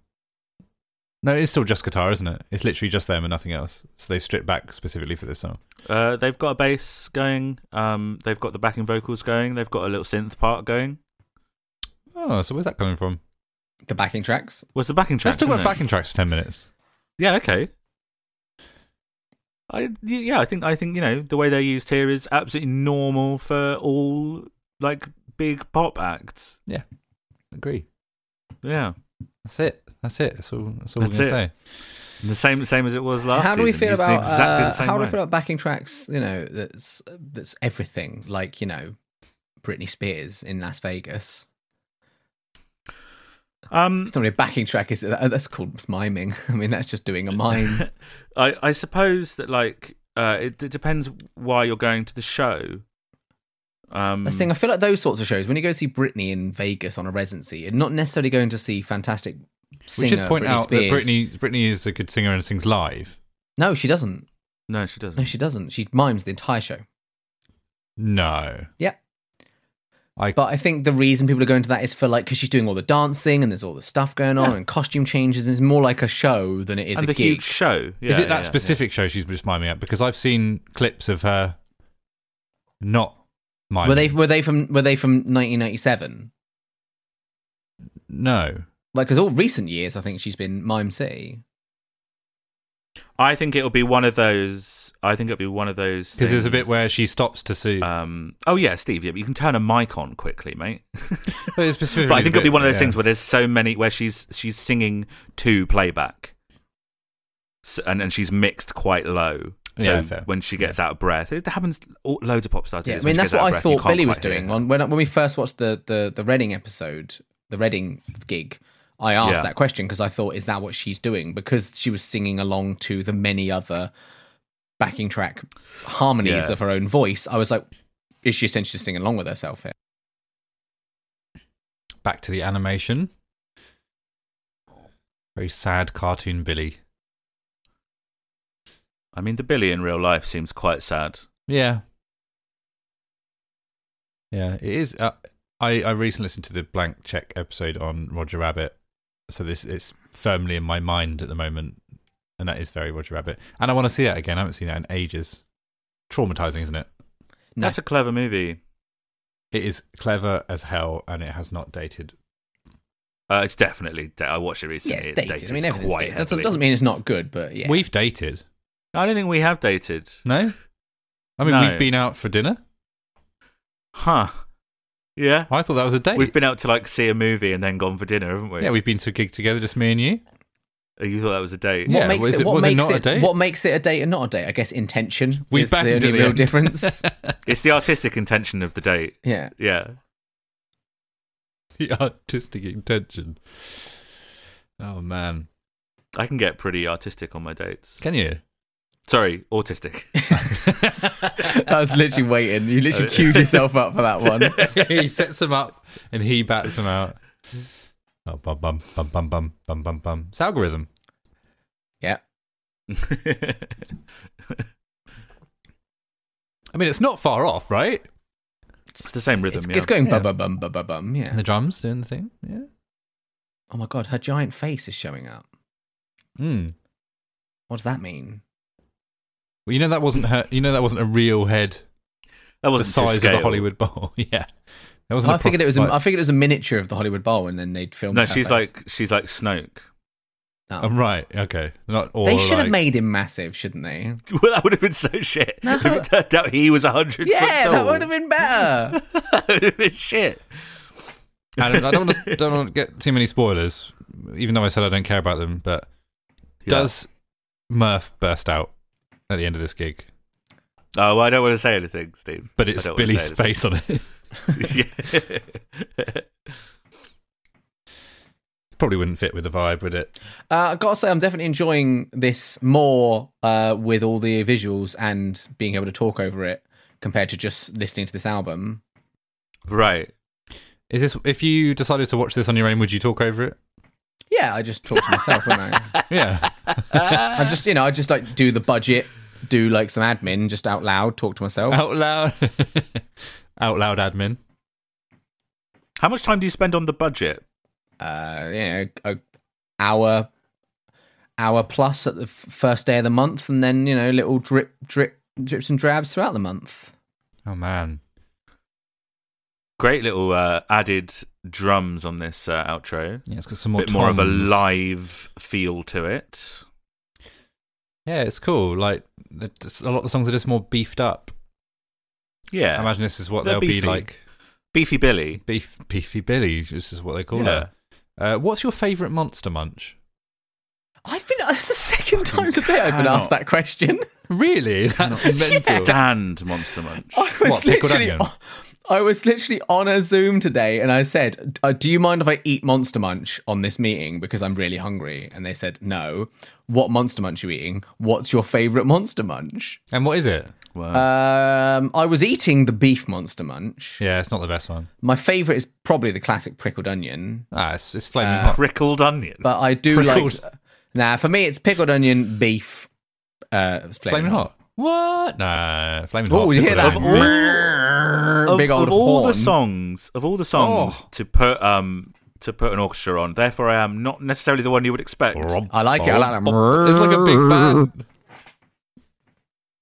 S4: no, it's still just guitar, isn't it? It's literally just them and nothing else. So they've stripped back specifically for this song.
S3: Uh, they've got a bass going. Um, they've got the backing vocals going. They've got a little synth part going.
S4: Oh, so where's that coming from?
S2: The backing tracks.
S3: What's the backing track?
S4: Let's talk about backing tracks for ten minutes.
S3: Yeah. Okay. I y- yeah. I think I think you know the way they're used here is absolutely normal for all like big pop acts.
S4: Agree.
S3: Yeah.
S4: That's it. That's it. That's all. That's all
S3: That's
S4: we're
S3: it.
S4: gonna say.
S3: The same same as it was last.
S2: how do we
S3: season,
S2: feel
S3: used in
S2: about
S3: exactly
S2: uh,
S3: the same
S2: how
S3: way.
S2: do we feel about backing tracks? You know, that's that's everything. Like you know, Britney Spears in Las Vegas.
S3: um,
S2: It's not really a backing track, is it? That- That's called miming. I mean, that's just doing a mime.
S3: I, I suppose that like uh, it, it depends why you're going to the show. Um,
S2: That's the thing. I feel like those sorts of shows. When you go see Britney in Vegas on a residency, you're not necessarily going to see fantastic
S4: We
S2: singer.
S4: should point
S2: Britney
S4: out
S2: Spears.
S4: that Britney Britney is a good singer and sings live.
S2: No, she doesn't.
S3: no, she doesn't.
S2: No, she doesn't. She mimes the entire show.
S4: No.
S2: Yeah.
S4: I
S2: But I think the reason people are going to that is for like because she's doing all the dancing and there's all the stuff going on and costume changes. And it's more like a show than it is
S3: and
S2: a
S3: the
S2: gig.
S3: huge show. Yeah,
S4: is it
S3: yeah,
S4: that specific show she's just miming at? Because I've seen clips of her not miming.
S2: Were they were they from were they from 1997?
S4: No.
S2: Like because all recent years, I think she's been Mime City.
S3: Yeah. I think it'll be one of those. I think it'll be one of those.
S4: Because there's a bit
S3: things,
S4: where she stops to see.
S3: Um, oh yeah, Steve. Yeah, but you can turn a mic on quickly, mate.
S4: but, it's specifically
S3: But I think
S4: the
S3: it'll be
S4: bit-
S3: one of those
S4: yeah.
S3: things where there's so many where she's she's singing to playback, S and and she's mixed quite low. So
S4: Yeah, fair.
S3: when she gets out of breath, it happens. All, loads of pop stars. do
S2: Yeah,
S3: this,
S2: I
S3: when she
S2: mean that's
S3: gets out of
S2: what I
S3: breath, you
S2: thought
S3: can't
S2: Billy was
S3: quite hear
S2: doing
S3: her.
S2: on when I- when we first watched the the the Reading episode, the Reading gig. I asked
S3: Yeah.
S2: that question because I thought, is that what she's doing? Because she was singing along to the many other backing track harmonies
S3: Yeah.
S2: of her own voice. I was like, is she essentially just singing along with herself here?
S4: Back to the animation. Very sad cartoon Billy.
S3: I mean, the Billy in real life seems quite sad.
S4: Yeah. Yeah, it is. Uh, I I recently listened to the Blank Check episode on Roger Rabbit, so this it's firmly in my mind at the moment, and that is very Roger Rabbit. And I want to see that again. I haven't seen that in ages. Traumatizing, isn't it?
S2: No.
S3: That's a clever movie.
S4: It is clever as hell, and it has not dated.
S3: Uh, it's definitely. da- I watched it recently.
S2: Yeah, it's dated. I mean, everything's
S3: quite
S2: dated. Doesn't,
S3: heavily.
S2: doesn't mean it's not good, but yeah.
S4: We've dated,
S3: I don't think we have dated.
S4: no? I mean,
S3: No.
S4: we've been out for dinner.
S3: Huh? Yeah.
S4: I thought that was a date.
S3: We've been out to like see a movie and then gone for dinner, haven't we?
S4: yeah, we've been to a gig together, just me and you.
S3: You thought that was a date?
S4: Yeah, was it- was it not a date?
S2: What makes it a date and not a date? I guess intention
S4: We
S2: is the
S4: banged at
S2: only
S4: the
S2: real
S4: end.
S2: difference.
S3: It's the artistic intention of the date.
S2: yeah.
S3: Yeah.
S4: the artistic intention. Oh man,
S3: I can get pretty artistic on my dates.
S4: can you?
S3: Sorry, autistic.
S2: I was literally waiting. You literally queued yourself up for that one.
S4: he sets them up and he bats them out. Oh, bum bum bum bum bum bum bum bum. It's algorithm.
S2: Yeah.
S4: I mean, it's not far off, right?
S3: it's the same rhythm.
S2: It's,
S3: yeah.
S2: it's going
S4: Yeah.
S2: bum bum bum bum bum bum.
S4: And
S2: Yeah.
S4: the drums doing the thing. Yeah.
S2: Oh my god, her giant face is showing up.
S4: Hmm.
S2: What does that mean?
S4: Well, you know that wasn't her. You know that wasn't a real head.
S3: that
S4: The
S3: wasn't to
S4: size of the
S3: scale.
S4: Hollywood Bowl. yeah. That wasn't.
S2: I
S4: a
S2: figured it was. A,
S4: prosth-
S2: I figured it was a miniature of the Hollywood Bowl, and then they'd filmed.
S3: No,
S2: her
S3: she's
S2: face.
S3: like she's like Snoke.
S2: that.
S4: I'm Oh, right. Okay. Not all.
S2: they should have
S4: alike.
S2: made him massive, shouldn't they?
S3: Well, that would have been so shit. If it turned out he was 100
S2: Yeah,
S3: foot
S2: that
S3: tall,
S2: would have been better.
S3: that would have been shit.
S4: Adam, I don't want to don't want to get too many spoilers, even though I said I don't care about them. But does Murph burst out at the end of this gig?
S3: Oh, well, I don't want to say anything, Steve.
S4: But
S3: I
S4: it's
S3: don't want to
S4: Billy's
S3: say anything.
S4: face on it.
S3: Yeah.
S4: Probably wouldn't fit with the vibe, would it?
S2: Uh, I gotta say, I'm definitely enjoying this more uh, with all the visuals and being able to talk over it compared to just listening to this album.
S3: right.
S4: Is this if you decided to watch this on your own, would you talk over it?
S2: Yeah, I just talk to myself, wouldn't I?
S4: Yeah.
S2: I just, you know, I just like do the budget, do like some admin, just out loud, talk to myself.
S4: Out loud. Out loud admin.
S3: How much time do you spend on the budget?
S2: Uh, you know, a hour, hour plus at the f- first day of the month, and then you know, little drip, drip, drips and drabs throughout the month.
S4: Oh man.
S3: Great little uh, added drums on this uh, outro.
S4: Yeah, it's got
S3: A
S4: some more
S3: bit more of a
S4: toms.
S3: live feel to it.
S4: Yeah, it's cool. Like the- just- a lot of the songs are just more beefed up. I
S3: Yeah.
S4: imagine this is what
S3: They're
S4: they'll
S3: beefy.
S4: be like.
S3: Beefy Billy.
S4: Beef, beefy Billy. This is what they call
S3: Yeah.
S4: it. Uh, what's your favourite monster munch?
S2: I've been. It's the second time
S3: Fucking
S2: today I've been asked
S3: cannot.
S2: that question.
S4: Really? That's mental.
S3: Stand Monster Munch.
S2: I was
S4: What, pickled
S2: literally,
S4: onion?
S2: I was literally on a Zoom today, and I said, uh, "Do you mind if I eat Monster Munch on this meeting because I'm really hungry?" And they said, "No." What Monster Munch are you eating? What's your favorite Monster Munch?
S4: And what is it?
S3: Wow.
S2: Um, I was eating the beef Monster Munch.
S4: Yeah, it's not the best one.
S2: My favorite is probably the classic prickled onion,
S4: Ah, it's, it's flaming
S3: Uh,
S4: hot.
S3: Prickled onion.
S2: but I do
S4: Prickled.
S2: like. Nah, for me, it's pickled onion, beef, uh,
S4: Flaming hot. What? Nah, flaming hot.
S2: Oh, you hear that?
S4: People don't.
S3: of,
S2: Big old
S3: of all
S2: horn.
S3: the songs of all the songs
S4: Oh.
S3: to put um to put an orchestra on therefore i am not necessarily the one you would expect
S2: I like it. I like that.
S4: It's like a big band.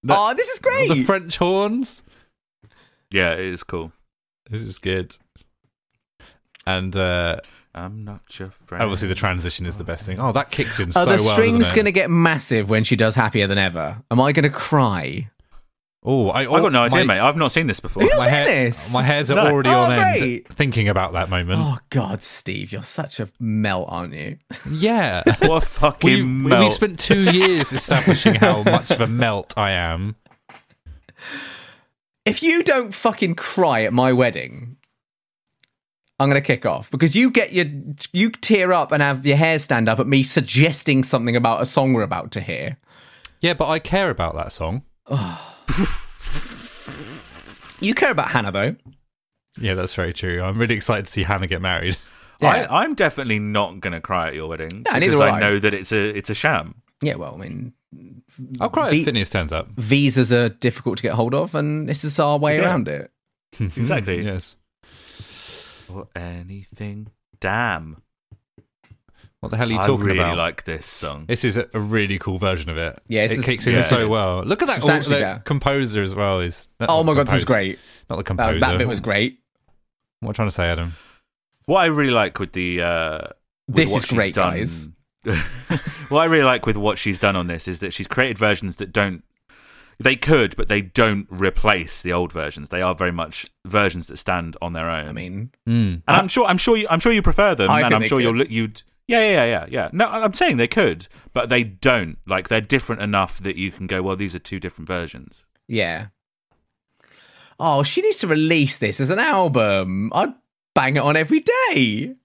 S2: Oh, this is great.
S4: The French horns.
S3: yeah it is cool
S4: This is good. And uh,
S3: i'm not your friend
S4: obviously, the transition is the best thing. Oh, that kicks in
S2: Oh,
S4: so
S2: the
S4: well.
S2: string's
S4: doesn't it?
S2: gonna get massive when she does happier than ever. Am I gonna cry?
S4: Oh, I,
S3: i got no idea
S4: my,
S3: mate i've not seen this before
S2: Are you-
S4: My,
S2: Seen
S4: hair,
S2: this?
S4: my hairs are
S3: No.
S4: already
S2: Oh,
S4: on end
S2: great.
S4: thinking about that moment.
S2: Oh God, Steve, you're such a melt, aren't you?
S4: Yeah.
S3: what a fucking
S4: We've,
S3: melt.
S4: we've spent two years establishing how much of a melt I am.
S2: If you don't fucking cry at my wedding, I'm gonna kick off because you get your you tear up and have your hair stand up at me suggesting something about a song we're about to hear.
S4: Yeah, but I care about that song.
S2: You care about Hannah though.
S4: Yeah, that's very true. I'm really excited to see Hannah get married.
S2: Yeah,
S3: I, i'm definitely not gonna cry at your wedding
S2: No, neither
S3: because
S2: will
S3: i
S2: I.
S3: know that it's a it's a sham
S2: yeah. Well, I mean,
S4: I'll cry
S2: The-
S4: if Phineas turns up.
S2: visas are difficult to get hold of, and this is our way
S3: Yeah.
S2: around it.
S3: Exactly.
S4: yes.
S3: or anything damn
S4: What the hell are you
S3: i
S4: talking
S3: really
S4: about?
S3: like this song
S4: this is a, a really cool version of it.
S2: Yeah, this
S4: it
S2: is-
S4: kicks in
S3: yeah,
S4: so
S3: it's
S4: well. Look at that. all-
S2: substantially
S4: the
S2: better.
S4: composer as well is. that's
S2: Oh
S4: not
S2: my
S4: the
S2: God, this is
S4: composer,
S2: great.
S4: Not the
S2: That,
S4: composer.
S2: was, that bit was great.
S4: What am I trying to say, Adam?
S3: what i really like with the uh with
S2: This
S3: what
S2: is
S3: she's
S2: great,
S3: done-
S2: guys.
S3: what I really like with what she's done on this is that she's created versions that don't. They could, but they don't replace the old versions. They are very much versions that stand on their own.
S2: I mean,
S3: and
S4: Mm.
S3: I'm sure, I'm sure, you, I'm sure you prefer them,
S2: I
S3: and
S2: think
S3: I'm
S2: they
S3: sure
S2: could.
S3: you'll, li- you'd, yeah, yeah, yeah, yeah, yeah. No, I- I'm saying they could, but they don't. Like they're different enough that you can go, well, these are two different versions.
S2: Yeah. Oh, she needs to release this as an album. I'd bang it on every day.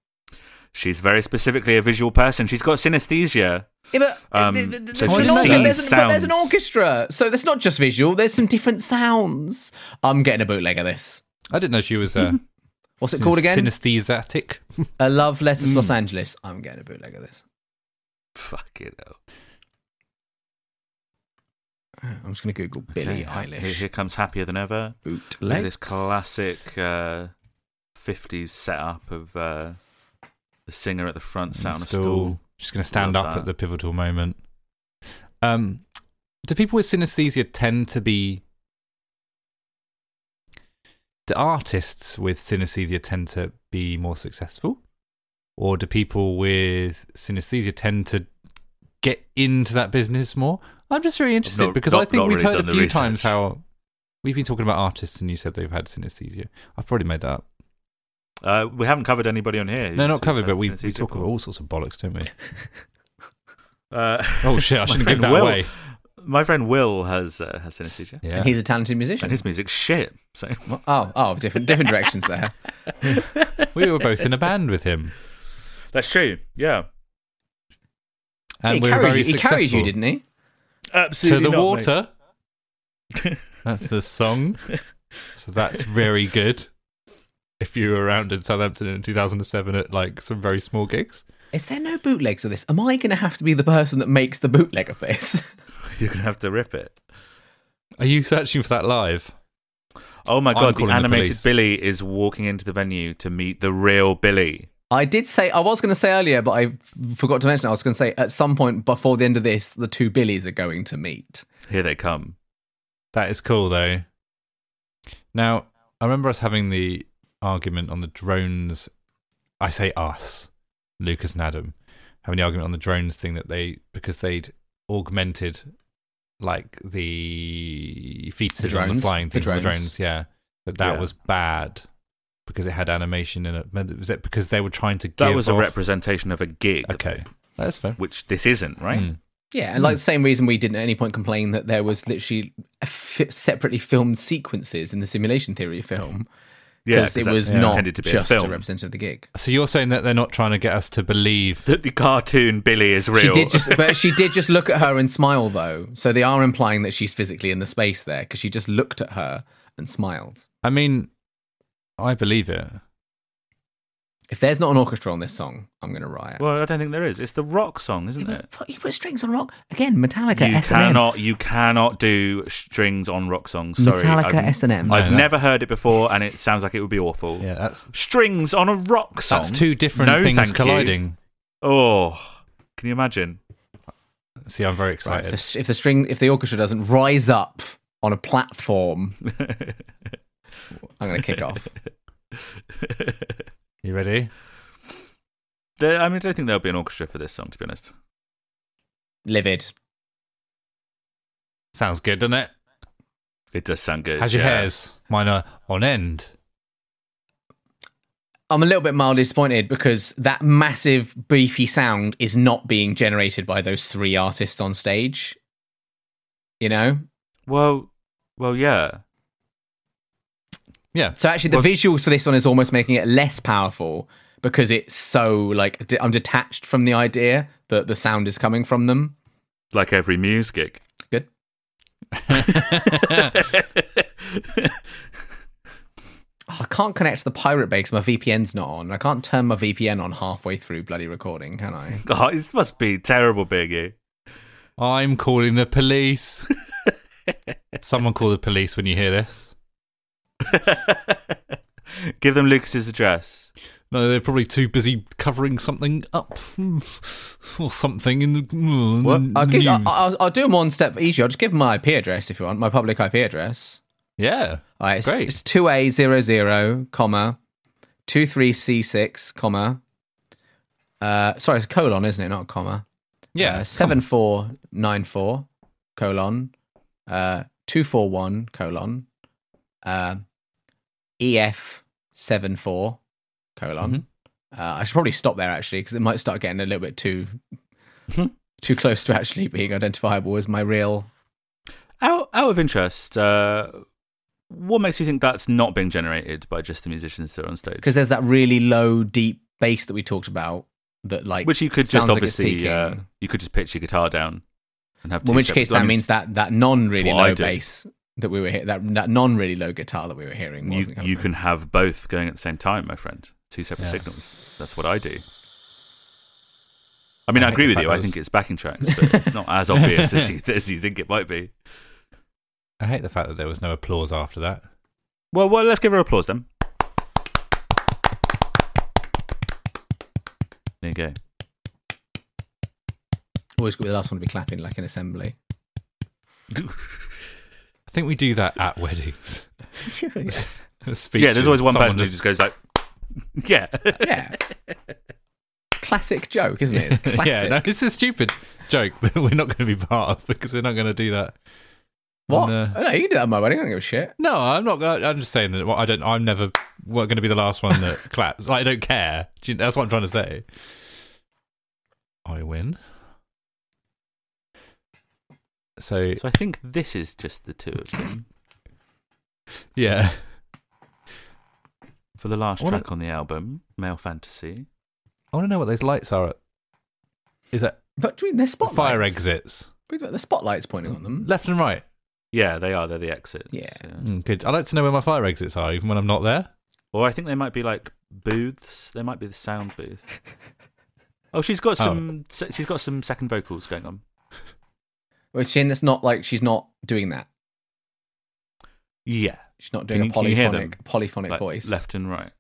S3: She's very specifically a visual person. She's got synesthesia.
S2: Yeah, but uh,
S3: Um,
S2: th- th- th-
S3: so
S2: there's
S4: she's
S2: an orchestra-
S4: singing
S2: there's an- but there's an
S3: sounds.
S2: orchestra, so that's not just visual. There's some different sounds. I'm getting a bootleg of this.
S4: I didn't know she was uh,
S2: What's it called again?
S4: Synesthetic.
S2: a Love Letters
S3: Hmm.
S2: Los Angeles. I'm getting a bootleg of this.
S3: Fucking hell.
S2: I'm just going to Google Billie
S3: Okay, Here,
S2: Eilish
S3: here comes happier than ever. Look
S2: bootleg.
S3: at this classic uh, 50s setup of uh, the singer at the front sat on a
S4: Stool.
S3: stool.
S4: She's going to stand
S3: Love
S4: up
S3: that.
S4: at the pivotal moment. Um, do people with synesthesia tend to be? Do artists with synesthesia tend to be more successful, or do people with synesthesia tend to get into that business more? I'm just very interested
S3: not-
S4: because I
S3: not-
S4: think
S3: not
S4: we've
S3: really
S4: heard a
S3: done the
S4: few times
S3: research.
S4: how we've been talking about artists, and you said they've had synesthesia. I've probably made that up.
S3: Uh, we haven't covered anybody on here.
S4: no,
S3: who's- uh,
S4: not covered,
S3: who's
S4: but we,
S3: had
S4: we talk
S3: synesthesia.
S4: about all sorts of bollocks, don't we?
S3: Uh,
S4: Oh shit! I shouldn't
S3: friend
S4: give that
S3: Will.
S4: away.
S3: my friend Will has uh, has synesthesia,
S4: Yeah.
S2: And he's a talented musician.
S3: and his music's shit. So
S2: Oh, oh, different different directions there.
S4: we were both in a band with him,
S3: that's true. Yeah,
S4: and
S2: he
S4: we were
S2: carried,
S4: very
S2: you, he
S4: successful.
S2: carried you, didn't he?
S4: to
S3: absolutely.
S4: the
S3: not, mate.
S4: water. That's the song. So that's very good. If you were around in Southampton in 2007 at like some very small gigs,
S2: Is there no bootlegs of this? Am I going to have to be the person that makes the bootleg of this?
S3: You're gonna have to rip it.
S4: are you searching for that live?
S3: Oh my
S4: I'm
S3: god, the
S4: calling the
S3: animated
S4: police.
S3: Billy is walking into the venue to meet the real Billy.
S2: I did say I was going to say earlier, but I forgot to mention. I was going to say at some point before the end of this, the two Billies are going to meet.
S3: Here they come.
S4: That is cool though. Now, I remember us having the argument on the drones. I say us, Lucas and Adam, having the argument on the drones thing that they, because they'd augmented like the features on the
S2: drones?
S4: flying
S2: The
S4: things, on the
S2: drones.
S4: drones, yeah, that that
S3: Yeah.
S4: was bad because it had animation in it. Was it because they were trying to give
S3: That was a
S4: off-
S3: representation of a gig,
S4: Okay, Hmm. that's fair.
S3: which this isn't, right?
S4: Mm.
S2: Yeah, and like the same reason we didn't at any point complain that there was literally f- separately filmed sequences in the simulation theory film
S3: Yeah,
S2: it
S3: that's
S2: was not
S3: intended to be
S2: just
S3: a
S2: a,
S3: film.
S2: representative of the gig.
S4: So you're saying that they're not trying to get us to believe
S3: that the cartoon Billy is real.
S2: She did just, but she did just look at her and smile though. So they are implying that she's physically in the space there because she just looked at her and smiled.
S4: I mean, I believe it.
S2: If there's not an orchestra on this song, I'm going to riot.
S3: well, I don't think there is. It's the rock song,
S2: you,
S3: isn't it?
S2: put, you put strings on rock again. Metallica,
S3: you
S2: S&M.
S3: cannot, you cannot do strings on rock songs. Sorry,
S2: Metallica,
S3: I've-
S2: S&M.
S3: I've
S4: No, no.
S3: never heard it before, and it sounds like it would be awful.
S4: Yeah, that's
S3: Strings on a rock song.
S4: That's two different
S3: No, thank
S4: things
S3: you.
S4: colliding.
S3: Oh, can you imagine?
S4: See, I'm very
S2: Right,
S4: excited.
S2: if, the, if the string, if the orchestra doesn't rise up on a platform, I'm going to kick off.
S4: You ready?
S3: There, I mean, I don't think there'll be an orchestra for this song, to be honest.
S2: Livid.
S4: Sounds good, doesn't it?
S3: It does sound good.
S4: How's your
S3: yeah.
S4: hairs? Mine are on end.
S2: I'm a little bit mildly disappointed because that massive beefy sound is not being generated by those three artists on stage. You know,
S3: Well, well, yeah.
S4: Yeah.
S2: so actually the
S4: Well-
S2: visuals for this one is almost making it less powerful because it's so like d- I'm detached from the idea that the sound is coming from them.
S3: Like every Muse gig.
S2: Good. Oh, I can't connect to the pirate bay because my VPN's not on. I can't turn my VPN on halfway through bloody recording, can I?
S3: Oh, this must be terrible E. being you.
S4: I'm calling the police. Someone call the police when you hear this.
S3: Give them Lucas's address.
S4: No, they're probably too busy covering something up or something in the, in
S3: What? uh,
S4: the
S2: I'll, give,
S4: news.
S2: I- I'll, I'll do them one step easier. I'll just give them my IP address if you want, my public IP address.
S4: yeah.
S2: All right, it's,
S4: Great.
S2: it's 2A00, comma, 23C6, comma, uh, sorry, it's a colon, isn't it? Not a comma.
S4: Yeah.
S2: Uh, 7494, colon, uh, 241, colon, uh, E EF74, colon.
S3: Mm-hmm.
S2: Uh, I should probably stop there actually because it might start getting a little bit too too close to actually being identifiable as my real.
S3: Out, out of interest, uh, what makes you think that's not being generated by just the musicians that are on stage?
S2: because there's that really low deep bass that we talked about that like
S3: Which you could
S2: sounds
S3: just
S2: like it's
S3: obviously,
S2: peaking.
S3: uh, you could just pitch your guitar down and have.
S2: well,
S3: two
S2: in which
S3: separate-
S2: case
S3: I
S2: that
S3: mean,
S2: means that that non really
S3: it's what I
S2: low
S3: do.
S2: bass that we were he- that that non really low guitar that we were hearing
S3: you,
S2: wasn't coming
S3: you
S2: from.
S3: can have both going at the same time, my friend. Two separate
S4: Yeah.
S3: signals. That's what I do. I mean,
S4: I
S3: I,
S4: think
S3: agree
S4: the
S3: with
S4: fact
S3: you.
S4: that
S3: I
S4: was-
S3: think it's backing tracks, but it's not as obvious as you, as you think it might be.
S4: I hate the fact that there was no applause after that.
S3: Well, well, let's give her applause then. There you go.
S2: always got to be the last one to be clapping like an assembly
S4: I think we do that at weddings.
S3: yeah, there's always one person who just goes like, "Yeah,
S2: yeah classic joke isn't it it's classic
S4: Yeah, no, this is stupid. joke that we're not going to be part of because we're not going to do that.
S2: What?
S4: And, uh,
S2: Oh, no, you can do that at my wedding. I don't give a shit.
S4: No, I'm not. I- I'm just saying that. Well, I don't. I'm never going to be the last one that claps. Like, I don't care. Do you- That's what I'm trying to say. I win. So
S3: So I think this is just the two of them
S4: yeah,
S3: for the last
S4: I wanna-
S3: track on the album, Male Fantasy.
S4: I want to know what those lights are. At. Is that
S2: But do you mean they're spotlights?
S4: fire exits
S2: What about The spotlight's pointing on them.
S4: left and right?
S3: Yeah, they are. They're the exits.
S2: Yeah.
S4: Mm, good. I like to know where my fire exits are, even when I'm not there.
S3: Or I think they might be like booths. They might be the sound booth. Oh, she's got
S4: Oh.
S3: some. se- She's got some second vocals going on.
S2: Well, she's that's not like she's not doing that.
S3: Yeah,
S2: She's not doing
S3: Can
S2: a
S3: you- can you hear them?
S2: polyphonic polyphonic
S3: like
S2: voice.
S3: left and right.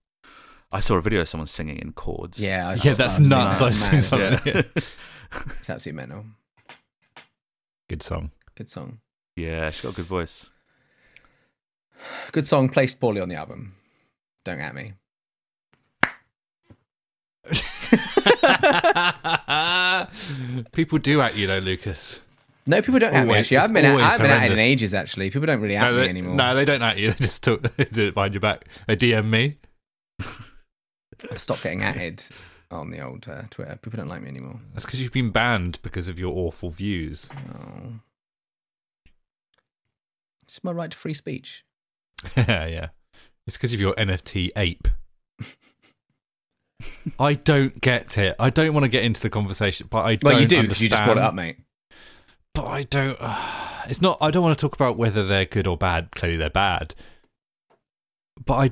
S3: I saw a video of someone singing in chords.
S2: Yeah, I-
S4: Yeah, that's
S2: I've seen
S4: nuts.
S2: that.
S4: I've seen
S2: Mad.
S4: something.
S3: Yeah.
S2: It's absolutely mental.
S4: Good song.
S2: Good song.
S3: yeah, she's got a good voice.
S2: Good song placed poorly on the album. Don't at me.
S4: People do at you though, Lucas.
S2: No, people don't at me
S4: always-
S2: actually.
S4: it's
S2: I've been at,
S4: always
S2: I've been at it in
S4: horrendous.
S2: ages actually. People don't really at
S4: no,
S2: me
S4: they,
S2: anymore.
S4: no, they don't at you. They just talk, they do it behind your back. They DM me.
S2: I've stopped getting atted on the old uh, Twitter. People don't like me anymore.
S4: That's because you've been banned because of your awful views.
S2: Oh. It's my right to free speech.
S4: yeah, it's because of your NFT ape. I don't get it. I don't want to get into the conversation, but I
S2: Well,
S4: don't
S2: you do. 'cause
S4: Understand.
S2: You just brought it up, mate.
S4: but I don't. uh, it's not. I don't want to talk about whether they're good or bad. Clearly, they're bad. But I,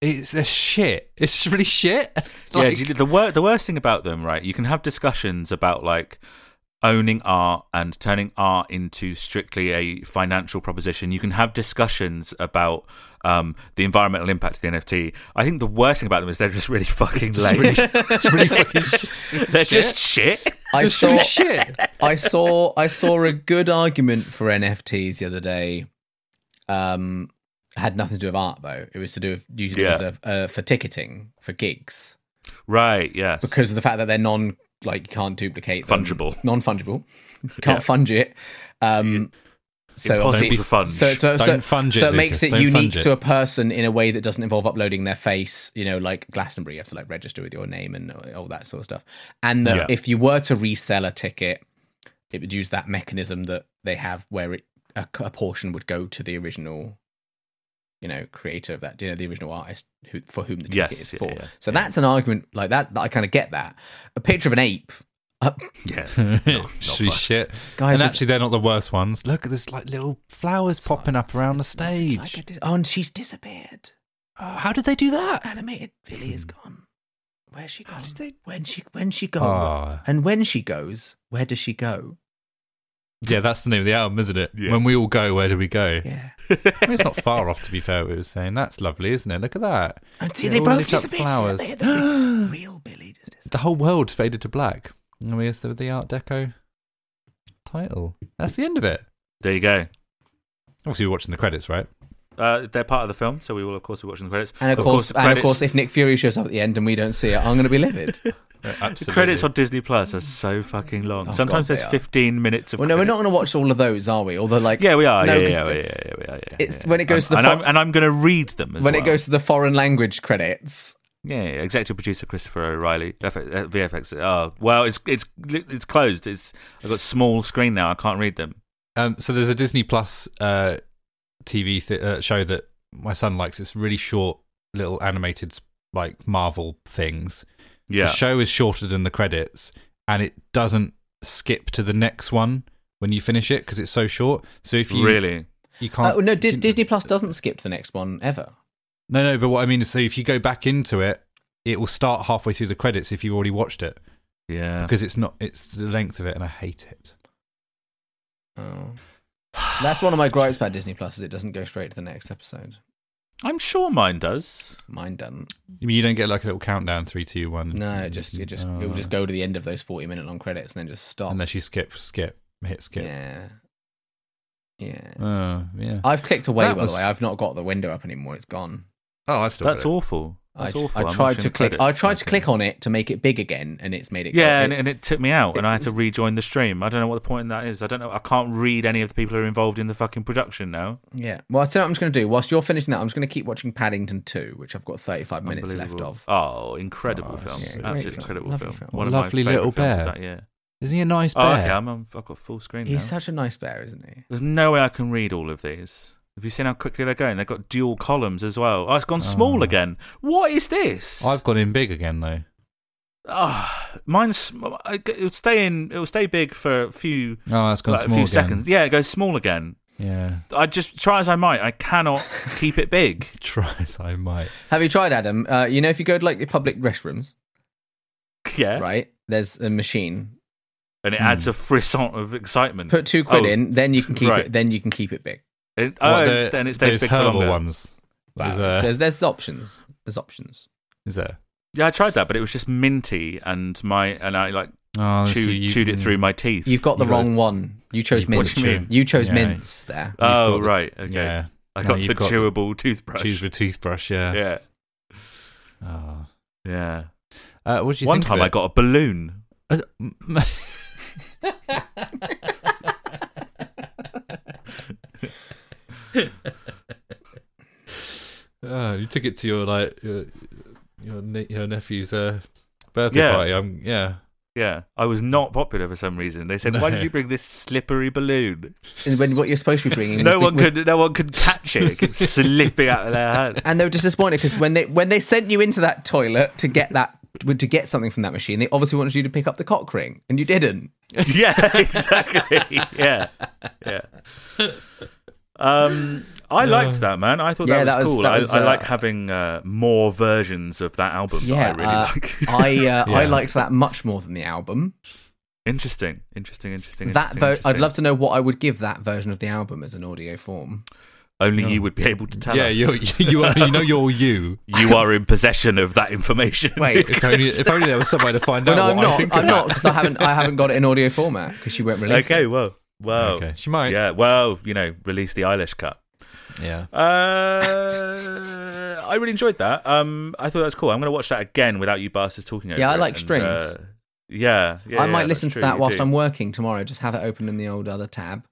S4: it's they're shit. It's really shit. Like-
S3: yeah, do you- the wor- the worst thing about them, right? You can have discussions about like owning art and turning art into strictly a financial proposition. You can have discussions about um, the environmental impact of the NFT. I think the worst thing about them is they're just really fucking lame.
S4: it's really fucking shit.
S3: they're just shit.
S2: I
S4: It's really
S2: saw,
S4: shit.
S2: I saw I saw a good argument for NFTs the other day. Um, had nothing to do with art though. It was to do with usually it
S3: Yeah.
S2: was a, uh, for ticketing for gigs
S3: Right? Yes.
S2: because of the fact that they're non like you can't duplicate them.
S3: Fungible.
S2: non fungible. Can't funge it. Um, so
S3: Impossible
S2: obviously,
S3: to funge.
S2: so so, so,
S4: Don't funge it,
S2: so it makes
S4: Lucas.
S2: it
S4: Don't
S2: unique
S4: funge it.
S2: to a person in a way that doesn't involve uploading their face. You know, like Glastonbury, you have to like register with your name and all that sort of stuff. And that
S4: Yeah.
S2: if you were to resell a ticket, it would use that mechanism that they have where it a, a portion would go to the original. You know, creator of that, you know, the original artist who, for whom the ticket
S3: Yes,
S2: is
S3: yeah,
S2: for.
S3: yeah,
S2: so that's an argument like that. that I kind of get that. A picture of an ape, uh,
S3: yeah.
S4: It's really shit.
S2: Guys,
S4: and
S2: it's-
S4: actually, they're not the worst ones. Look, there's like little flowers popping up around the stage.
S2: Like a dis- oh, and she's disappeared.
S4: Oh, how did they do that?
S2: Animated Billy is gone. Where's she gone?
S4: did they-
S2: When she when she goes,
S4: Oh.
S2: and when she goes, where does she go?
S4: Yeah, that's the name of the album, isn't it?
S3: Yeah.
S4: When we all go, where do we go?
S2: Yeah,
S4: I mean, it's not far off, to be fair. What we were saying that's lovely, isn't it? Look at that.
S2: and see,
S4: Yeah,
S2: they
S4: all
S2: both
S4: lit up
S2: disappeared.
S4: flowers.
S2: They- they- the real Billy just disappeared.
S4: The whole world's faded to black. And we the, the Art Deco title. That's the end of it.
S3: There you go.
S4: Obviously, we're watching the credits, right?
S3: Uh, they're part of the film, so we will of course be watching the credits.
S2: And of, course,
S3: the
S2: and
S3: credits,
S2: of course, if Nick Fury shows up at the end and we don't see it, I'm going to be livid.
S4: Absolutely.
S3: the credits on Disney Plus are so fucking long.
S2: Oh,
S3: Sometimes
S2: God, they
S3: there's
S2: are.
S3: 15 minutes of.
S2: well, no, we're not going to
S3: credits.
S2: watch all of those, are we? Although, like,
S3: Yeah, we are.
S2: No,
S3: yeah,
S2: 'cause
S3: yeah,
S2: the-
S3: yeah, yeah, we are. Yeah,
S2: it's-
S3: yeah.
S2: when it goes
S3: and,
S2: to the
S3: and
S2: fo-
S3: I'm, and I'm going to read them as
S2: when
S3: well.
S2: it goes to the foreign language credits,
S3: yeah, yeah, executive producer Christopher O'Reilly, F- uh, VFX. Oh, well, it's it's it's closed. It's I've got small screen now. I can't read them.
S4: Um, so there's a Disney Plus uh, TV th- uh, show that my son likes. It's really short, little animated like Marvel things.
S3: Yeah,
S4: The show is shorter than the credits, and it doesn't skip to the next one when you finish it because it's so short. So if you
S3: really.
S4: you can't.
S2: oh no, Di-
S4: you-
S2: Disney Plus doesn't skip to the next one ever.
S4: No, no. But what I mean is, so if you go back into it, it will start halfway through the credits if you've already watched it
S3: Yeah,
S4: because it's not. It's the length of it, and I hate it.
S2: Oh. That's one of my gripes about Disney Plus is it doesn't go straight to the next episode.
S3: I'm sure mine does.
S2: Mine doesn't.
S4: I mean, you don't get like a little countdown three, two, one. uh,
S2: No, it
S3: Mm-hmm.
S2: just it just
S3: Oh,
S2: it will just go to the end of those forty minute long credits and then just stop.
S4: unless you skip, skip, hit skip.
S2: yeah, Uh, yeah.
S4: Oh, yeah.
S2: I've clicked away
S4: That
S2: by
S4: was-
S2: the way. I've not got the window up anymore. It's gone.
S4: Oh, I've still
S3: That's
S4: got it.
S3: awful.
S2: I,
S3: That's awful.
S2: I
S3: I'm not
S2: tried
S3: showing
S2: to
S3: the
S2: click.
S3: credits.
S2: I tried to click on it to make it big again, and it's made it.
S3: Yeah,
S2: it-
S3: and, and it took me out, and I had to rejoin the stream. I don't know what the point in that is. I don't know. I can't read any of the people who are involved in the fucking production now.
S2: yeah. Well, I tell you what I'm just going to do. Whilst you're finishing that, I'm just going to keep watching Paddington Two, which I've got 35 minutes left
S3: Unbelievable.
S2: of.
S3: Oh, incredible
S2: Oh,
S3: film!
S2: it's a great
S3: Absolutely
S2: film.
S3: incredible
S2: Lovely
S3: film.
S2: film.
S3: One of my
S4: Lovely
S3: favourite
S4: Little
S3: films
S4: Bear.
S3: Of that year.
S4: Isn't he a nice bear?
S3: Oh, okay. I'm, I'm, I've got full screen now.
S2: He's such a nice bear, isn't he?
S3: There's no way I can read all of these. Have you seen how quickly they're going? They've got dual columns as well. Oh, it's gone small
S4: Oh.
S3: again. What is this?
S4: I've gone in big again though.
S3: Ah, mine's. sm- I- It'll stay in. It'll stay big for a few.
S4: Oh, that's gone
S3: like, a
S4: small
S3: few
S4: again.
S3: seconds. Yeah, it goes small again.
S4: Yeah,
S3: I just try as I might, I cannot keep it big.
S4: try as I might.
S2: Have you tried Adam? Uh, you know, if you go to like the public restrooms,
S3: Yeah,
S2: right? There's a machine.
S3: and it
S4: Hmm.
S3: adds a frisson of excitement.
S2: Put two quid
S3: Oh,
S2: in, then you can keep
S3: right.
S2: it. Then you can keep it big.
S3: It,
S4: What,
S3: oh,
S4: the-
S3: it's- and it stays
S4: those
S3: big for
S4: herbal
S3: longer.
S4: ones. Is,
S2: Wow.
S4: uh,
S2: there's, there's options. There's options.
S4: is there?
S3: Yeah, I tried that, but it was just minty, and my and I like
S4: Oh, so
S3: chewed,
S4: you-
S3: chewed it through my teeth.
S2: You've got the
S4: You got-
S2: wrong one. You chose
S4: You've got
S2: mints.
S3: to
S2: You,
S3: choose.
S2: chose
S4: Yeah.
S2: mints there.
S3: oh
S4: got the-
S3: right, okay.
S4: Yeah,
S3: I
S4: No,
S3: got
S4: you've
S3: the
S4: got the-
S3: chewable toothbrush.
S4: choose with toothbrush. Yeah.
S3: yeah,
S4: Oh.
S3: yeah.
S4: Uh, what do you
S3: One
S4: think of
S3: time I
S4: it?
S3: got a balloon.
S4: Uh, m- oh, you took it to your like your your, ne- your nephew's uh, birthday
S3: Yeah.
S4: party. Um, yeah,
S3: Yeah, I was not popular for some reason. They said, "Why did you bring this slippery balloon?"
S2: And when what you're supposed to be bringing,
S3: No
S2: was the-
S3: one
S2: was
S3: could, no one could catch it. It kept slipping out of their hand.
S2: and they were just disappointed because when they when they sent you into that toilet to get that to get something from that machine, they obviously wanted you to pick up the cock ring, and you didn't.
S3: yeah, exactly. yeah, yeah. Um, I liked that, man. I thought
S2: Uh, Yeah,
S3: that was,
S2: that was-
S3: cool.
S2: that
S3: I,
S2: was,
S3: I
S2: uh,
S3: like having uh, more versions of that album that I really
S2: uh,
S3: like.
S2: I uh, I
S4: Yeah.
S2: liked that much more than the album.
S3: interesting, interesting, interesting.
S2: That
S3: interesting,
S2: ver- I'd
S3: interesting.
S2: love to know what I would give that version of the album as an audio form.
S3: Only you would be able to tell
S4: yeah.
S3: us.
S4: You're, you you are you know you're you.
S3: You are in possession of that information.
S2: Wait,
S4: If only if only there was some way to find
S2: well,
S4: out
S2: no, I'm
S4: what I
S2: not.
S4: think
S2: I'm
S4: of
S2: not
S4: that.
S2: because I haven't I haven't got it in audio format because she won't release.
S3: okay.
S2: it.
S3: Well. Wow.
S4: Okay, she might.
S3: Yeah. Well, you know, release the Eilish cut.
S4: yeah.
S3: Uh, I really enjoyed that. Um, I thought that was cool. I'm going to watch that again without you bastards talking over
S2: Yeah, I
S3: it,
S2: like
S3: and,
S2: strings.
S3: uh, yeah, yeah,
S2: I
S3: yeah,
S2: might
S3: that's
S2: listen to
S3: true,
S2: that
S3: you
S2: whilst
S3: do.
S2: I'm working tomorrow. Just have it open in the old other tab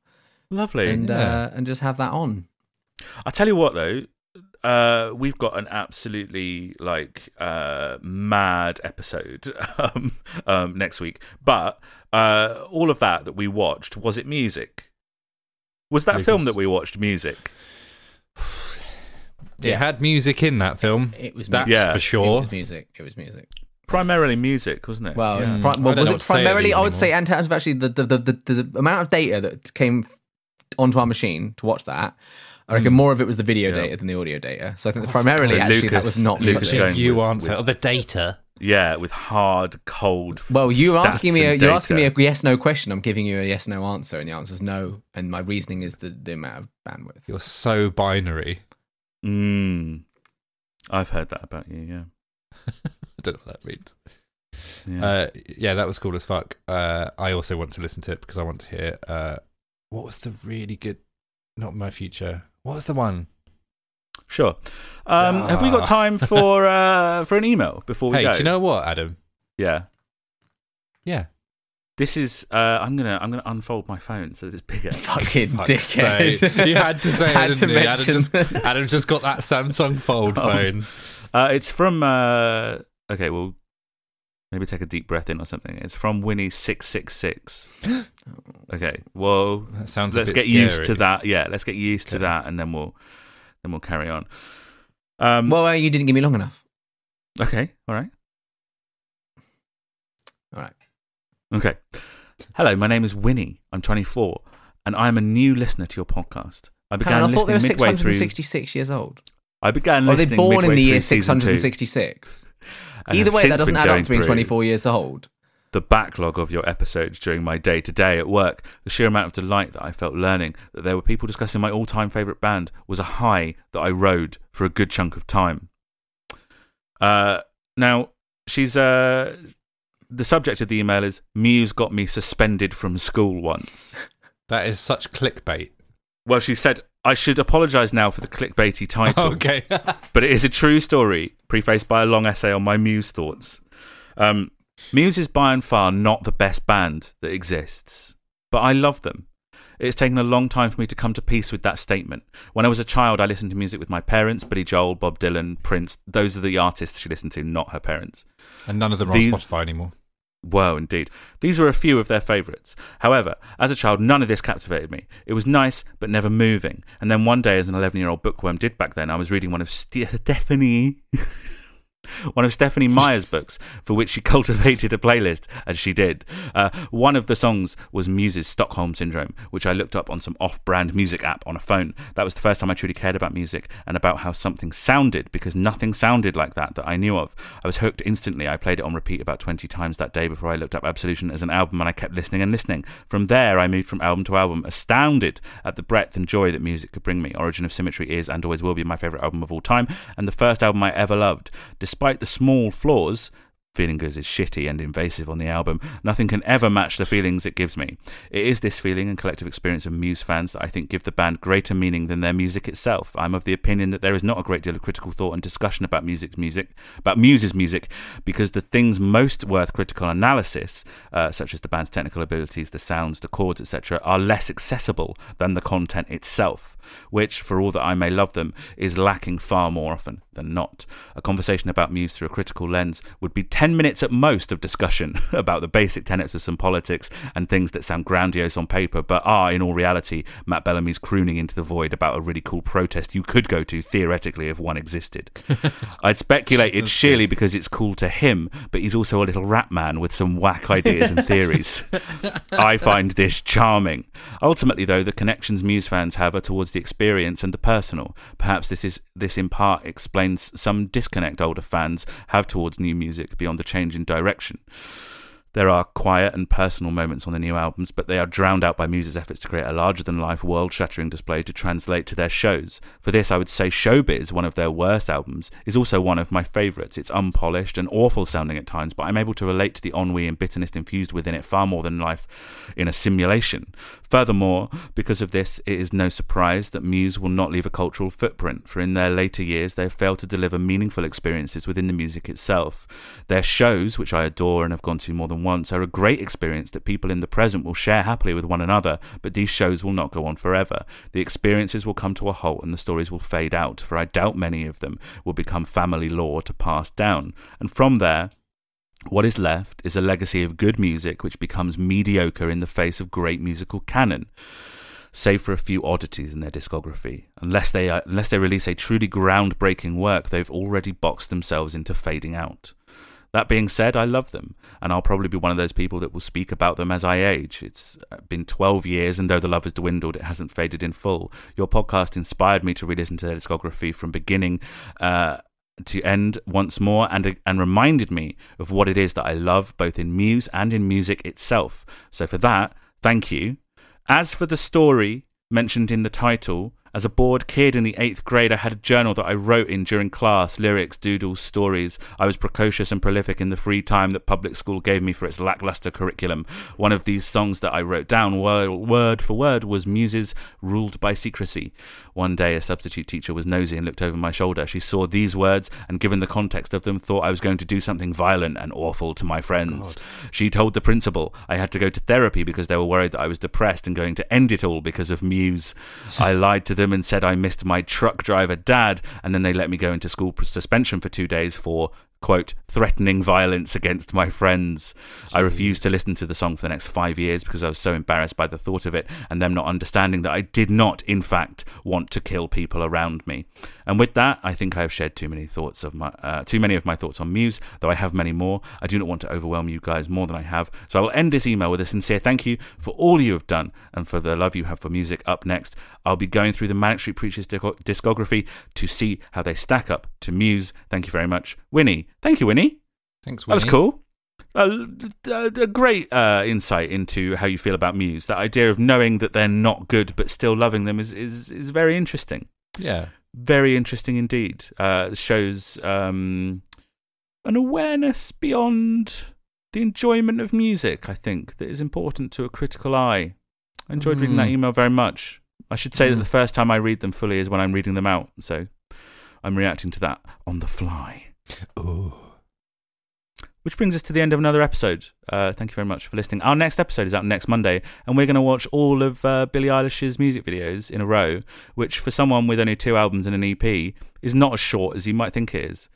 S3: lovely.
S2: and
S4: Yeah.
S2: uh, and just have that on.
S3: I tell you what, though, uh, we've got an absolutely like uh, mad episode um, um, next week. But uh, all of that that we watched was it music? Was that
S4: Lucas.
S3: film that we watched music?
S4: It had music in that film.
S2: It was
S4: That's
S2: music.
S3: Yeah.
S4: for
S2: It
S4: sure.
S2: was music. It was music.
S3: Primarily music, wasn't it?
S2: Well,
S4: Yeah.
S2: it's pri- well
S4: Mm. I don't
S2: was
S4: know
S2: it
S4: what to say of
S2: primarily?
S4: these
S2: I would say, in terms of actually the the, the, the the amount of data that came f- onto our machine to watch that, I
S4: Hmm.
S2: reckon more of it was the video
S3: Yeah.
S2: data than the audio data. So I think that primarily
S3: So
S2: actually that
S3: Lucas-
S2: was not
S3: Lucas
S2: music.
S3: Jones. going
S4: you
S3: with-
S4: answer
S3: with-
S4: the data.
S3: yeah, with hard, cold.
S2: Well, you're
S3: stats
S2: asking me a,
S3: and
S2: you're asking me
S3: data.
S2: a yes no question. I'm giving you a yes no answer, and the answer is no. And my reasoning is the, the amount of bandwidth.
S4: You're so binary.
S3: Mm. I've heard that about you, yeah.
S4: I don't know what that means.
S3: Yeah.
S4: Uh, yeah, that was cool as fuck. Uh, I also want to listen to it because I want to hear uh, what was the really good. Not my future. What was the one?
S3: sure. Um, Have we got
S4: Ah.
S3: time for uh, for an email before we
S4: hey,
S3: go?
S4: do you know what, Adam?
S3: Yeah.
S4: Yeah,
S3: This is. Uh, I'm gonna. I'm gonna unfold my phone so that it's bigger.
S2: Fucking
S4: fuck's
S2: dickhead!
S4: sake. you had to say. it,
S2: Had
S4: didn't
S2: to
S4: you? Adam,
S2: mention-
S4: just, Adam just got that Samsung Fold
S3: Oh.
S4: phone.
S3: Uh, it's from. Uh, okay, well, maybe take a deep breath in or something. It's from Winnie six six six. Okay. Well,
S4: That sounds.
S3: let's
S4: a
S3: get
S4: bit
S3: used to
S4: scary.
S3: that. Yeah, let's get used to
S4: Okay.
S3: that, and then we'll then we'll carry on. Um,
S2: well, uh, you didn't give me long enough.
S3: okay. All right.
S2: All right.
S3: Okay. Hello, my name is Winnie. I'm 24, and I'm a new listener to your podcast. I
S2: Hang
S3: began
S2: on, I thought they
S3: listening
S2: were
S3: midway through.
S2: 666 years old.
S3: I began
S2: Are they
S3: listening
S2: born in
S3: midway
S2: the year
S3: through season two,
S2: 666?
S3: and
S2: Either
S3: have
S2: way, that
S3: since
S2: doesn't
S3: been
S2: add
S3: going
S2: up to being
S3: through
S2: 24 years old.
S3: The backlog of your episodes during my day to day at work, the sheer amount of delight that I felt learning that there were people discussing my all time favourite band was a high that I rode for a good chunk of time. Uh, now, she's. Uh, the subject of the email is Muse got me suspended from school once.
S4: That is such clickbait.
S3: Well, she said I should apologise now for the clickbaity title,
S4: Okay.
S3: but it is a true story, prefaced by a long essay on my Muse thoughts. Um, Muse is by and far not the best band that exists, but I love them. It's taken a long time for me to come to peace with that statement. When I was a child, I listened to music with my parents, Billy Joel, Bob Dylan, Prince. Those are the artists she listened to, not her parents.
S4: and none of them are
S3: These-
S4: on Spotify anymore.
S3: Whoa, indeed. These were a few of their favourites. However, as a child, none of this captivated me. It was nice, but never moving. And then one day, as an 11 year old bookworm did back then, I was reading one of Ste- Stephanie. One of Stephanie Meyer's books, for which she cultivated a playlist, as she did. Uh, one of the songs was Muse's Stockholm Syndrome, which I looked up on some off brand music app on a phone. That was the first time I truly cared about music and about how something sounded, because nothing sounded like that that I knew of. I was hooked instantly. I played it on repeat about 20 times that day before I looked up Absolution as an album and I kept listening and listening. From there, I moved from album to album, astounded at the breadth and joy that music could bring me. Origin of Symmetry is and always will be my favourite album of all time and the first album I ever loved. Despite the small flaws, Feeling Good is shitty and invasive on the album. Nothing can ever match the feelings it gives me. It is this feeling and collective experience of Muse fans that I think give the band greater meaning than their music itself. I'm of the opinion that there is not a great deal of critical thought and discussion about music's music, about Muse's music, because the things most worth critical analysis, uh, such as the band's technical abilities, the sounds, the chords, etc., are less accessible than the content itself which, for all that I may love them, is lacking far more often than not. A conversation about Muse through a critical lens would be 10 minutes at most of discussion about the basic tenets of some politics and things that sound grandiose on paper but are, in all reality, Matt Bellamy's crooning into the void about a really cool protest you could go to theoretically if one existed. I'd speculate it's sheerly because it's cool to him, but he's also a little rat man with some whack ideas and theories. I find this charming. Ultimately, though, the connections Muse fans have are towards the experience and the personal. Perhaps this is this in part explains some disconnect older fans have towards new music beyond the change in direction. There are quiet and personal moments on the new albums, but they are drowned out by Muse's efforts to create a larger than life, world shattering display to translate to their shows. For this, I would say Showbiz, one of their worst albums, is also one of my favourites. It's unpolished and awful sounding at times, but I'm able to relate to the ennui and bitterness infused within it far more than life in a simulation. Furthermore, because of this, it is no surprise that Muse will not leave a cultural footprint, for in their later years, they have failed to deliver meaningful experiences within the music itself. Their shows, which I adore and have gone to more than once, are a great experience that people in the present will share happily with one another, but these shows will not go on forever. The experiences will come to a halt and the stories will fade out, for I doubt many of them will become family lore to pass down. And from there, what is left is a legacy of good music which becomes mediocre in the face of great musical canon save for a few oddities in their discography. Unless they unless they release a truly groundbreaking work, they've already boxed themselves into fading out. That being said, I love them, and I'll probably be one of those people that will speak about them as I age. It's uh, been 12 years, and though the love has dwindled, it hasn't faded in full. Your podcast inspired me to re listen to their discography from beginning uh, to end once more and, uh, and reminded me of what it is that I love, both in muse and in music itself. So, for that, thank you. As for the story mentioned in the title, as a bored kid in the eighth grade, I had a journal that I wrote in during class lyrics, doodles, stories. I was precocious and prolific in the free time that public school gave me for its lackluster curriculum. One of these songs that I wrote down, word, word for word, was Muses Ruled by Secrecy. One day, a substitute teacher was nosy and looked over my shoulder. She saw these words and, given the context of them, thought I was going to do something violent and awful to my friends. She told the principal I had to go to therapy because they were worried that I was depressed and going to end it all because of Muse. I lied to them and said I missed my truck driver dad, and then they let me go into school pr- suspension for two days for. Quote, threatening violence against my friends. I refused to listen to the song for the next five years because I was so embarrassed by the thought of it and them not understanding that I did not, in fact, want to kill people around me. And with that, I think I have shared too many thoughts of my uh, too many of my thoughts on Muse, though I have many more. I do not want to overwhelm you guys more than I have, so I will end this email with a sincere thank you for all you have done and for the love you have for music. Up next, I'll be going through the Manic Street Preachers dico- discography to see how they stack up to Muse. Thank you very much, Winnie. Thank you, Winnie.
S4: Thanks,
S3: That was
S4: Winnie.
S3: cool. A, a, a great uh, insight into how you feel about Muse. That idea of knowing that they're not good but still loving them is is, is very interesting
S4: Yeah.
S3: very interesting indeed. Uh, shows um, an awareness beyond the enjoyment of music, I think, that is important to a critical eye. I enjoyed reading that
S4: Mm.
S3: email very much. I should say that
S4: Mm.
S3: the first time I read them fully is when I'm reading them out, so I'm reacting to that on the fly.
S4: Ooh.
S3: Which brings us to the end of another episode. Uh, thank you very much for listening. Our next episode is out next Monday, and we're going to watch all of uh, Billie Eilish's music videos in a row, which for someone with only two albums and an EP is not as short as you might think it is.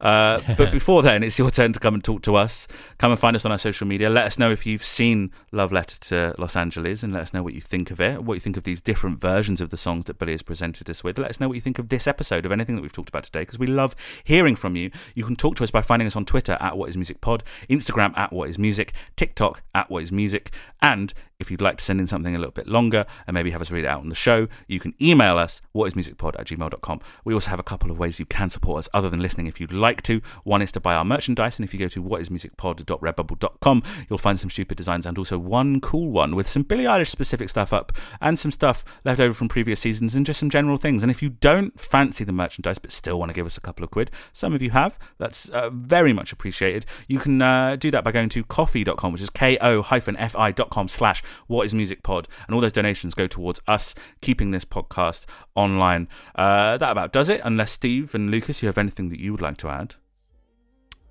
S3: Uh, but before then, it's your turn to come and talk to us. Come and find us on our social media. Let us know if you've seen Love Letter to Los Angeles and let us know what you think of it, what you think of these different versions of the songs that Billy has presented us with. Let us know what you think of this episode, of anything that we've talked about today, because we love hearing from you. You can talk to us by finding us on Twitter at What Is Music Pod, Instagram at What Is Music, TikTok at What Is Music, and if you'd like to send in something a little bit longer and maybe have us read it out on the show, you can email us whatismusicpod at gmail.com. We also have a couple of ways you can support us other than listening if you'd like to. One is to buy our merchandise, and if you go to whatismusicpod.redbubble.com, you'll find some stupid designs and also one cool one with some Billie Eilish specific stuff up and some stuff left over from previous seasons and just some general things. And if you don't fancy the merchandise but still want to give us a couple of quid, some of you have, that's uh, very much appreciated. You can uh, do that by going to coffee.com, which is ko-fi.com slash what is music pod. And all those donations go towards us keeping this podcast online. Uh, that about does it, unless Steve and Lucas, you have anything that you would like to add.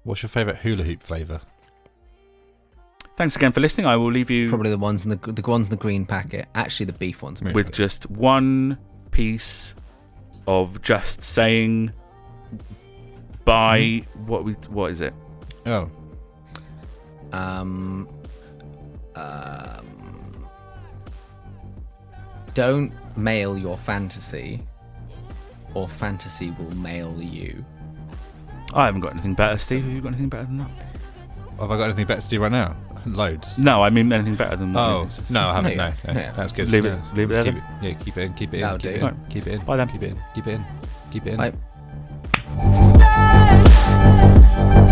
S4: What's your favourite hula hoop flavour?
S3: Thanks again for listening. I will leave you
S2: Probably the ones in the the ones in the green packet. Actually, the beef ones.
S4: Yeah.
S3: with just one piece of just saying by
S4: Mm-hmm.
S3: what we what is it?
S4: Oh,
S2: Um, um, don't mail your fantasy, or fantasy will mail you.
S3: I haven't got anything better, Steve. Have you got anything better than that?
S4: have I got anything better to do right now? Loads.
S3: No, I mean anything better than that.
S4: Oh no, I haven't.
S2: No,
S4: No,
S2: yeah.
S4: no,
S2: Yeah.
S4: that's good.
S3: Leave it-
S4: yeah.
S3: leave it there
S4: Keep
S3: then.
S4: it- yeah, keep it in. Keep it in.
S2: That'll
S4: keep
S2: do.
S4: It in, keep it in.
S3: Bye then.
S4: Keep it in. Keep it in. Keep it in.
S2: Like,
S4: Keep it in.
S1: stars.